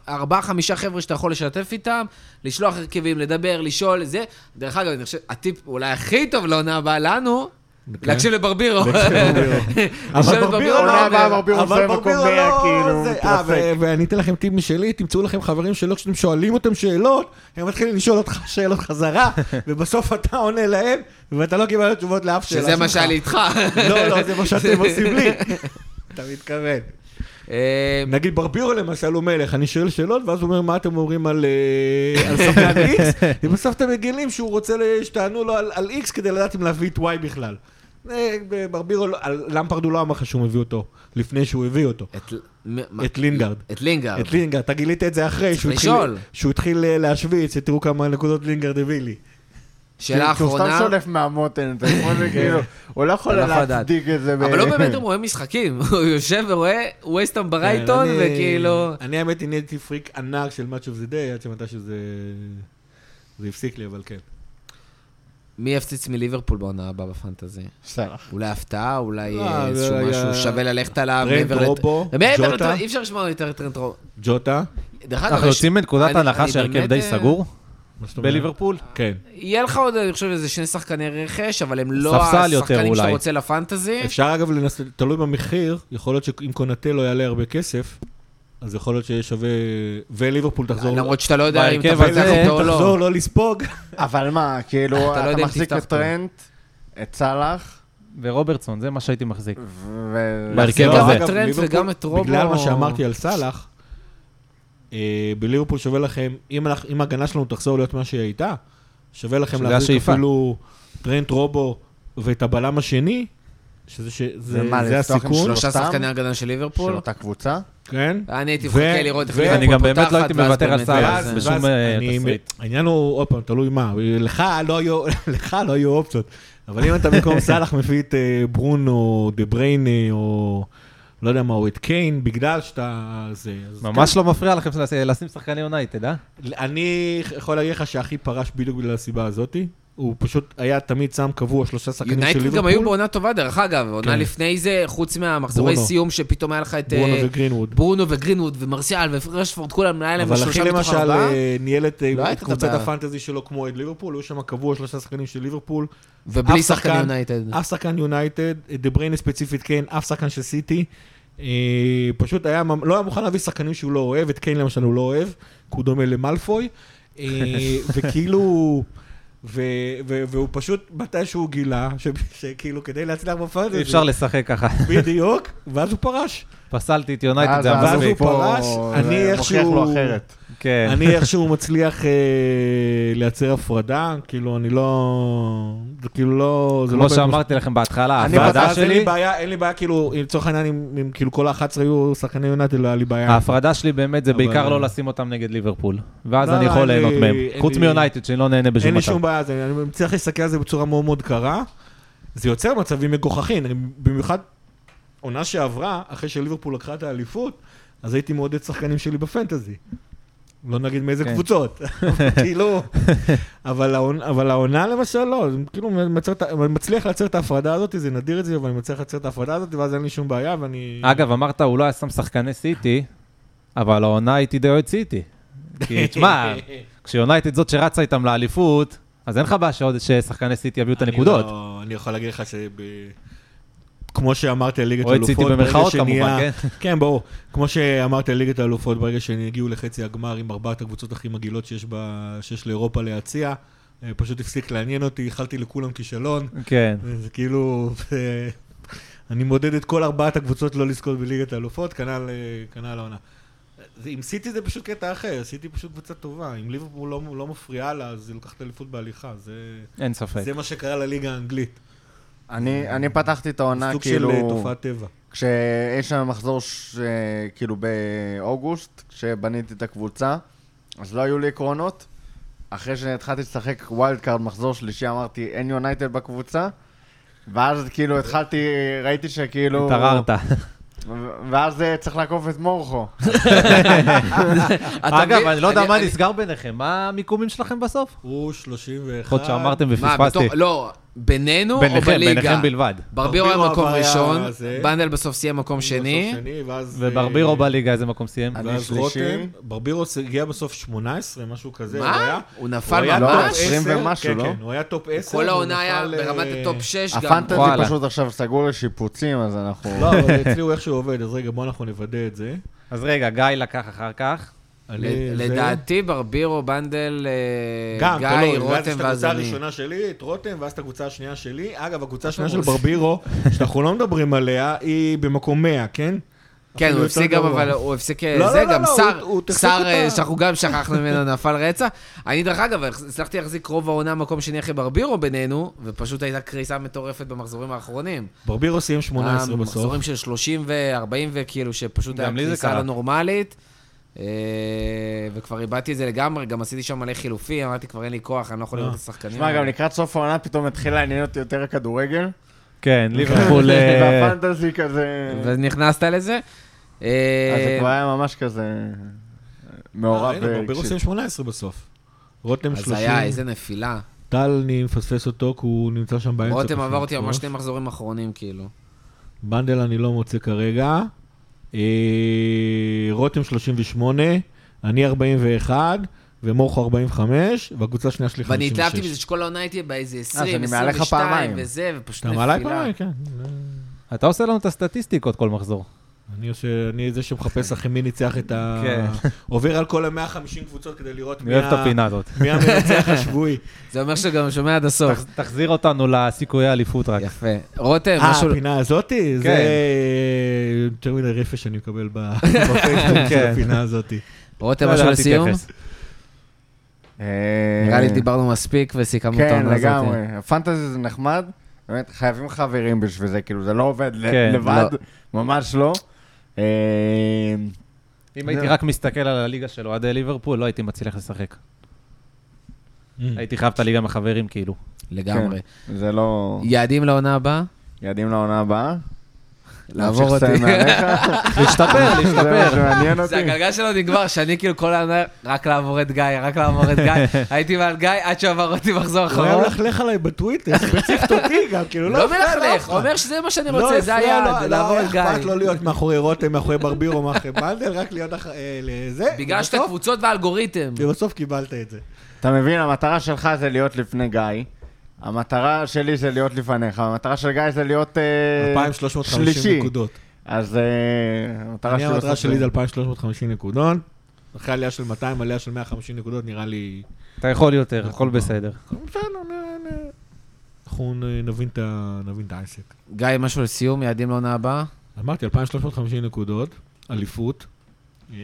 הארבעה-חמישה חבר'ה שאתה יכול לשתף איתם, לשלוח הרכבים, לדבר, לשאול, זה. דרך אגב, אני חושב, הטיפ אולי הכי טוב לעונה הבאה לנו,
אוקיי.
להקשיב לברבירו.
כן.
לשאול את ברבירו
לא עונה
מה
הבאה
אומר.
ברבירו
אבל
זה
ברבירו
מקום מאה,
לא
כאילו,
זה.
מתרסק.
אה, ו- ואני אתן לכם טיפ משלי, תמצאו לכם חברים שלא כשאתם שואלים אותם שאלות, הם מתחילים לשאול אותך שאלות חזרה, ובסוף אתה עונה להם, ואתה לא קיבלת תשובות לאף שאלה
שזה מה שהיה לי איתך.
לא, לא, זה מה שאתם עושים לי. אתה מתכוון.
אה,
נגיד ברבירו למשל הוא מלך, אני שואל שאלות, ואז הוא אומר, מה אתם אומרים על אה, על שחקן איקס? ובסוף אתם מגלים שהוא רוצה ל- שתענו לו על- על איקס כדי לדעת אם להביא את וואי בכלל. אה, ברבירו, לא- על- למפרד הוא לא אמר לך שהוא מביא אותו, לפני שהוא הביא אותו.
את- מ- מה-
את לינגארד.
את לינגארד.
את לינגארד, אתה גילית את זה אחרי שהוא התחיל-
אה. לשאול.
שהוא התחיל אה, להשוויץ, שתראו כמה נקודות לינגארד הביא לי.
שאלה
כן, כי הוא כאילו, סתם
אחרונה.
שולף מהמותן, אתה יכול כאילו, הוא לא יכול
כן. אתה לא יכול לדעת.
להצדיק את זה. ב-
אבל לא באמת הוא רואה משחקים, הוא יושב ורואה
כן,
ווסטהאם ברייטון,
כן, אני-
וכאילו...
אני האמת, נהייתי פריק ענק של Match of the Day, עד שמתישהו זה... זה הפסיק לי, אבל כן.
מי יפציץ מליברפול בעונה הבאה בפנטזי?
סלח.
אולי הפתעה, אולי
לא,
אה, איזשהו
זה היה-
משהו שווה ללכת עליו.
טרנט
מעבר לט-
רובו,
מעבר לט-
ג'וטה.
אי אפשר לשמוע יותר טרנט רובו.
ג'וטה,
דרך אגב,
אנחנו
יש-
יוצאים מנקודת
אני-
הנחה
אני
שהרכב
באמת,
די
אה,
סגור
מה זאת אומרת?
בליברפול.
כן.
יהיה לך עוד, אני חושב, איזה שני שחקני רכש, אבל הם לא
ספסל יותר
השחקנים שאתה
אולי.
רוצה לפנטזי.
אפשר אגב לנסות, תלוי במחיר, יכול להיות שאם קונטה לא יעלה הרבה כסף, אז יכול להיות שיהיה שווה... וליברפול תחזור...
למרות שאתה לא יודע אם אתה
בהרכב
פתח
הזה,
אותו או לא.
תחזור לא לספוג.
אבל מה,
אתה
כאילו,
לא יודע
אתה
אם
מחזיק
תפתח
את טרנט, את סלאח,
ורוברטסון, זה מה שהייתי מחזיק.
ו...
בהרכב
לא,
הזה.
אגב,
טרנט
ליברפול,
וגם את רובו-
בגלל מה שאמרתי על סאלח, אה, בליברפול שווה לכם, אם אנחנו- אם ההגנה שלנו תחזור להיות מה שהיא הייתה, שווה לכם
שזה
להחזיק
השאיפה.
אפילו טרנט רובו ואת הבלם השני, שזה ש- זה-
ומה,
זה
לפתוח עם
הסיכון,
שלושה
סתם?
שחקני הגנה של ליברפול.
של אותה קבוצה.
כן?
אני הייתי
ו-
מחכה לראות איך
ו-
ליברפול
אני גם באמת לא
פותחת,
הייתי
ואז
מוותר על
באמת
סאלח,
זה-
ואז-
זה-
ואז- בשום, אה,
אני-
תסריט.
העניין הוא, עוד פעם, תלוי מה, לך לא היו- לך לא היו אופציות, אבל אם אתה במקום סאלח מביא את אה, ברונו, דה בריינה, או לא יודע מה, או את קיין, בגלל שאתה... זה, אז כן.
ממש לא מפריע לכם לשים- לשים שחקני יונייטד, אה?
אני יכול להגיד לך שהכי פרש בדיוק בגלל הסיבה הזאתי. הוא פשוט היה תמיד שם קבוע שלושה שחקנים של
יונייטד
ליברפול.
גם היו בעונה טובה, דרך אגב, עונה
כן.
לפני זה, חוץ מהמחזורי
ברונו.
סיום, שפתאום היה לך את
ברונו
אה,
וגרינווד.
ברונו וגרינווד ומרסיאל ורשפורד, כולם, היה להם
אבל אחי
שלושה מתוך
למשל
ארבעה,
אה, ניהל את אה,
לא הייתה
את
את
קבוצת
הבעיה.
הפנטזי שלו כמו את ליברפול, היו שם קבוע שלושה שחקנים של ליברפול.
ובלי
אף
שחקן
שחקן- אה,
יונייטד.
אף שחקן יונייטד, דה בריינה ספציפית כן, אף שחקן של סיטי. אה, פשוט היה, ממ- לא היה מוכן להביא שחקנים שהוא לא אוהב, את קיין למשל הוא לא אוהב, כי הוא דומה למלפוי. אה, וכאילו, ו- ו- והוא פשוט, מתי שהוא גילה, ש- שכאילו כדי להצליח בפנטזי,
אי אפשר לשחק ככה.
בדיוק, ואז הוא פרש.
פסלתי את
אה,
יונייטד, זה
אז-
ואז הוא
המספיק.
פה
פרש,
אה, זה
אני איכשהו-
מוכיח לו אחרת.
כן.
אני איכשהו מצליח אה, לייצר הפרדה, כאילו אני לא, זה כאילו לא, זה לא...
כמו
באמת
שאמרתי לכם בהתחלה,
אני
ההפרדה
ואז אין לי
שלי,
בעיה, אין לי בעיה, כאילו, אם לצורך העניין, אם אם כאילו כל ה-11 היו שחקני יונייטד, לא היה לי בעיה.
ההפרדה שלי באמת זה
אבל-
בעיקר לא לשים אותם נגד ליברפול. ואז
לא,
אני יכול
אין לי-
ליהנות מהם.
אין
חוץ
לי-
מיונייטד, שאני לא נהנה
אין
בשום
לי
מצב.
שום בעיה, זה- אני מצליח להסתכל על זה בצורה מאוד מאוד קרה. זה יוצר מצבים מגוחכים, אני במיוחד עונה שעברה, אחרי שליברפול לקחה את האליפות, אז הייתי מעודד שחקנים שלי בפנטזי. לא נגיד מאיזה
כן.
קבוצות, כאילו, אבל העונ- אבל העונה למשל לא, זה כאילו מצליח את ה- מצליח לייצר את ההפרדה הזאת, זה נדיר את זה, אבל אני מצליח לייצר את ההפרדה הזאת, ואז אין לי שום בעיה, ואני...
אגב, אמרת, הוא לא היה שם שחקני סיטי, אבל העונה הייתי די אוהד סיטי. כי תשמע, כשיונייטד זאת שרצה איתם לאליפות, אז אין לך בעיה שעוד- ששחקני סיטי יביאו את
אני
הנקודות.
לא- אני יכול להגיד לך שב... כמו שאמרתי על ליגת
אוהד סיטי
האלופות, ברגע
במרכאות
שנהיה-
כמובן,
כן, ברור. כמו שאמרתי על ליגת האלופות, ברגע שהם הגיעו לחצי הגמר עם ארבעת הקבוצות הכי מגעילות שיש, ב... שיש לאירופה להציע, אה, פשוט הפסיק לעניין אותי, איחלתי לכולם כישלון.
כן.
זה כאילו... אה, אני מודד את כל ארבעת הקבוצות לא לזכות בליגת האלופות, כנ"ל אה, כנ"ל העונה. זה- עם סיטי זה פשוט קטע אחר, סיטי פשוט קבוצה טובה. אם ליברפול לא, לא מפריעה לה, אז היא לוקחת אליפות בהליכה. זה,
אין ספק.
זה מה שקרה לליגה האנגלית.
אני אני פתחתי את העונה
סוג
כאילו...
של אה, תופעת טבע.
כשיש שם מחזור ש... כאילו באוגוסט, כשבניתי את הקבוצה, אז לא היו לי עקרונות. אחרי שהתחלתי לשחק ווילד קארד מחזור שלישי, אמרתי, אין יונייטד בקבוצה. ואז כאילו התחלתי, ראיתי
כאילו-
שכאילו...
התערערת.
ו- ואז אה, צריך לעקוף את מורכו.
אתה
אגב,
מבין?
אני לא יודע מה
אני-
נסגר ביניכם, מה המיקומים שלכם בסוף?
הוא 31.
לפחות שאמרתם
מה,
ופספסתי.
בתור- לא, בינינו או
ביניכם,
בליגה?
ביניכם בלבד.
ברבירו היה
ברבירו
מקום
עבר היה
ראשון,
זה.
בנדל בסוף סיים מקום שני.
בסוף שני, ואז...
וברבירו
אה,
בליגה איזה מקום סיים?
אני
ואז
שלישי.
רותם, ברבירו הגיע בסוף 18, משהו כזה. הוא
מה?
היה-
הוא
הוא
נפל
היה
לא,
ממש?
טופ 10,
20 ומשהו,
כן,
לא?
כן, הוא היה טופ 10.
כל
והוא
העונה היה
נפל,
ברמת
אה,
הטופ 6 גם.
הפנטזי
וואלה.
פשוט עכשיו סגור לשיפוצים, אז אנחנו...
לא, אבל אצלי הוא איכשהו עובד, אז רגע, בואו אנחנו נוודא את זה.
אז רגע, גיא לקח אחר כך.
אני-
ל-
זה-
לדעתי ברבירו, בנדל, אה,
גם,
גיא,
לא- תלוי, ואז יש את
רותם ואז
הקבוצה
אני.
הראשונה שלי, את רותם, ואז את הקבוצה השנייה שלי. אגב, הקבוצה השנייה של ברבירו, שאנחנו לא מדברים עליה, היא במקום 100, כן?
כן,
אפילו
הוא
יותר
הפסיק גם,
גרוע.
אבל הוא הפסיק... אה,
לא, לא,
זה
לא,
גם
לא,
שר,
הוא- הוא תחזיק
שר
אותה.
אה, שאנחנו גם שכחנו ממנו נפל רצח. אני, דרך אגב, הצלחתי להחזיק רוב העונה מקום שני אחרי ברבירו בינינו, ופשוט הייתה קריסה מטורפת במחזורים האחרונים.
ברבירו סיים 18
אה,
בסוף.
המחזורים של 30 ו-40 וכאילו, שפשוט
גם
היה
לי זה
קריסה
קרה.
לא נורמלית. אה, וכבר איבדתי את זה לגמרי, גם עשיתי שם מלא חילופים, אמרתי, כבר אין לי כוח, אני לא
אה.
יכול לראות את השחקנים.
תשמע, גם לקראת סוף העונה פתאום התחיל לעניין אותי יותר הכדורגל.
כן, ליברפול... אה,
והפנטזי כזה...
ונכנסת לזה. אה,
אז זה כבר היה ממש כזה...
אה,
מעורב. אה,
הנה, ברבירו
רגשית.
סיים 18 בסוף. רותם
אז היה
30,
איזה נפילה.
טל, אני מפספס אותו, כי הוא נמצא שם באמצע.
רותם
פשוט,
עבר אותי ממש
ממש.
שני מחזורים אחרונים, כאילו.
בנדל אני לא מוצא כרגע. אה, רותם 38, אני 41, ומורכו 45, והקבוצה השנייה שלי
ואני התלהבתי
56.
מזה שכל העונה הייתי באיזה
אה,
אז אני
20,
מעליך
22
פעמיים.
וזה, ופשוט
אתה מעלה
נפילה.
פעמיים, כן.
אתה עושה לנו את הסטטיסטיקות כל מחזור.
אני עושה, אני זה שמחפש אחרי מי ניצח את ה...
כן.
עובר על כל ה-150 קבוצות כדי לראות
אני
מי
אוהב את
ה-
הפינה הזאת.
מי המנצח השבועי.
זה אומר שגם שומע עד הסוף.
תח- תחזיר אותנו לסיכויי האליפות רק.
יפה. רותם,
אה,
כן, משהו...
הפינה הזאתי? זה יותר מדי רפש שאני מקבל ב- בפייסבוק של
כן.
הפינה הזאתי.
רותם,
לא יודע,
משהו
אל
לסיום?
תתייחס.
אה,
נראה לי דיברנו מספיק וסיכמנו את
כן,
העונה הזאת.
לגמרי. הפנטזי זה נחמד, באמת, חייבים חברים בשביל זה, כאילו, זה לא עובד ל-
כן,
לבד, ממש לא. אה,
אם הייתי
זהו.
רק מסתכל על הליגה של אוהדי ליברפול, לא הייתי מצליח לשחק. הייתי חייב את הליגה עם החברים, כאילו.
לגמרי.
כן.
זה לא...
יעדים לעונה הבאה?
יעדים לעונה הבאה.
לעבור
להמשיך
אותי.
לסיים מעליך,
להשתפר,
זה מה
להשתפר.
שמעניין אותי.
זה
אוקיי.
הגלגל שלו נגמר, שאני כאילו כל העונה, רק לעבור את גיא, רק לעבור את גיא. הייתי מעל גיא עד שעבר אותי מחזור
הוא היה
אחרון.
מלכלך עליי בטוויטר, ספציפית אותי גם, כאילו,
לא
הפריע
מלכלך,
לאף אחד.
אומר שזה מה שאני
לא
רוצה, זה
הפריע, לא-
היעד, לעבור את
לא היה אכפת
גיא.
לו להיות מאחורי רותם, מאחורי ברבירו, מאחורי בנדל, רק להיות אחרי... זה.
בגלל שאתה
ובסוף-
קבוצות ואלגוריתם.
ובסוף קיבלת את זה.
אתה מבין, המטרה שלך זה להיות לפני גיא. המטרה שלי זה להיות לפניך, המטרה של גיא זה להיות אה,
2,350
שלישי.
נקודות.
אז אה, המטרה
אני
שלו
המטרה
לעשות
שלי זה 2,350 נקודות. אחרי עלייה של 200, עלייה של 150 נקודות, נראה לי...
אתה יכול יותר, הכל בסדר.
בסדר, נ- נ- אנחנו נ- נבין את ה- נבין את העסק.
גיא, משהו לסיום, יעדים לעונה הבאה?
אמרתי, 2,350 נקודות, אליפות. אה,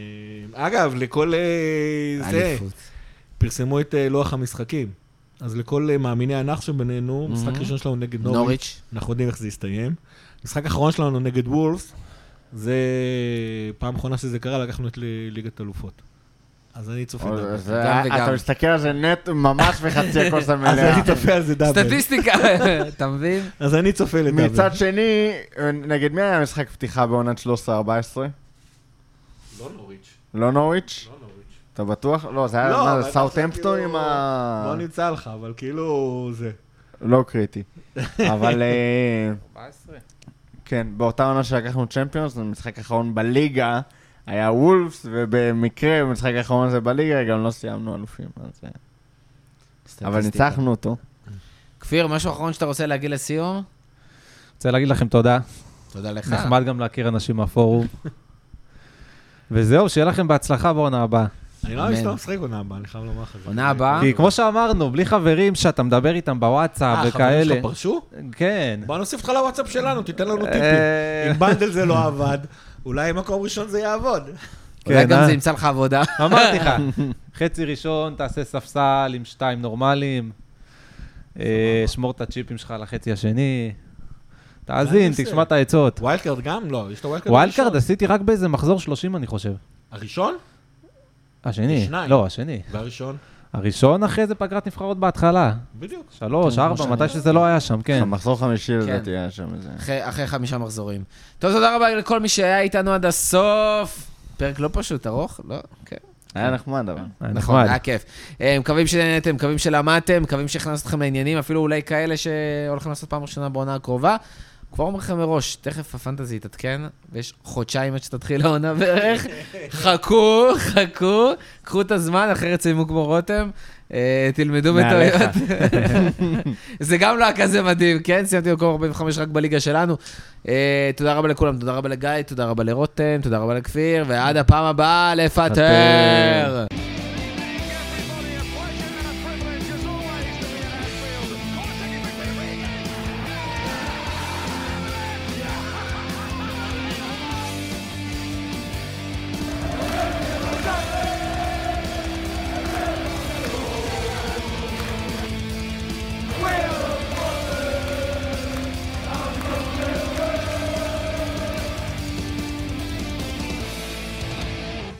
אגב, לכל אה, זה,
אליפות.
פרסמו את אה, לוח המשחקים. אז לכל אה, מאמיני הנח שבינינו, משחק ראשון שלנו נגד נוריץ',
נוריץ'.
אנחנו יודעים איך זה יסתיים. משחק אחרון שלנו נגד וולפס, זה פעם אחרונה שזה קרה, לקחנו את ל- ליגת אלופות. אז אני צופה
או,
דאבל.
זה- אה,
גם וגם.
אתה מסתכל על זה נט ממש בחצי הכוס
אז
המלאה.
אני צופה על זה דאבל.
סטטיסטיקה, אתה מבין?
אז אני צופה לדאבל.
מצד שני, נגד מי היה משחק פתיחה בעונת 13-14?
לא נוריץ'.
לא נוריץ'?
לא נוריץ'.
אתה בטוח? לא, זה היה
לא,
מה,
אבל
זה
אתה
סאוטהמפטון
כאילו-
עם ה...
לא נמצא לך, אבל כאילו זה.
לא קריטי. אבל אה, כן, באותה עונה שלקחנו צ'מפיונס, המשחק האחרון בליגה היה וולפס, ובמקרה במשחק האחרון הזה בליגה גם לא סיימנו אלופים. אז, אה, אבל
סטטיסטיקה.
ניצחנו אותו.
כפיר, משהו אחרון שאתה רוצה להגיד לסיום?
רוצה להגיד לכם תודה.
תודה לך.
נחמד גם להכיר אנשים מהפורום. וזהו, שיהיה לכם בהצלחה בעונה הבאה.
אני לא
אמן.
מסתובב משחק עונה הבאה, אני חייב לומר לך. זה.
עונה הבאה.
כי כמו שאמרנו, בלי חברים שאתה מדבר איתם
אה,
בוואטסאפ
חברים
וכאלה.
שלך פרשו?
כן.
בוא נוסיף אותך לוואטסאפ שלנו, תיתן לנו טיפים.
אה,
אם בנדל זה לא עבד, אולי מקום ראשון זה יעבוד.
אולי
כן,
גם
אה?
זה ימצא לך עבודה.
אמרתי לך, חצי ראשון, תעשה ספסל עם שתיים נורמליים, אה, שמור את הצ'יפים שלך לחצי השני,
אני
תאזין,
עושה?
תשמע את העצות.
ווילד קארד גם? לא, יש לו ווילד קארד
ווילד
ראשון.
קארד עשיתי רק באיזה מחזור 30, אני חושב.
הראשון?
השני,
שניים.
לא, השני.
והראשון?
הראשון אחרי זה פגרת נבחרות בהתחלה.
בדיוק.
שלוש,
כן,
ארבע,
כמו
מתי
שאני-
שזה לא היה שם, כן.
המחזור חמישי
כן.
לדעתי היה שם איזה...
אחרי אחרי חמישה מחזורים. טוב, תודה רבה לכל מי שהיה איתנו עד הסוף. פרק לא פשוט, ארוך? לא? כן.
היה נחמד אבל.
היה
נכון,
נחמד.
היה כיף. אה, מקווים שנהנתם, מקווים שלמדתם, מקווים שהכנסנו אתכם לעניינים, אפילו אולי כאלה שהולכים לעשות פעם ראשונה בעונה הקרובה. כבר אומר לכם מראש, תכף הפנטזי תתעדכן, ויש חודשיים עד שתתחיל העונה בערך. חכו, חכו, קחו את הזמן, אחרת סיימו כמו רותם. אה, תלמדו
מעליך.
בטעויות. זה גם לא היה כזה מדהים, כן? סיימתי במקום 45 רק בליגה שלנו. אה, תודה רבה לכולם, תודה רבה לגיא, תודה רבה לרותם, תודה רבה לכפיר, ועד הפעם הבאה, לפטר.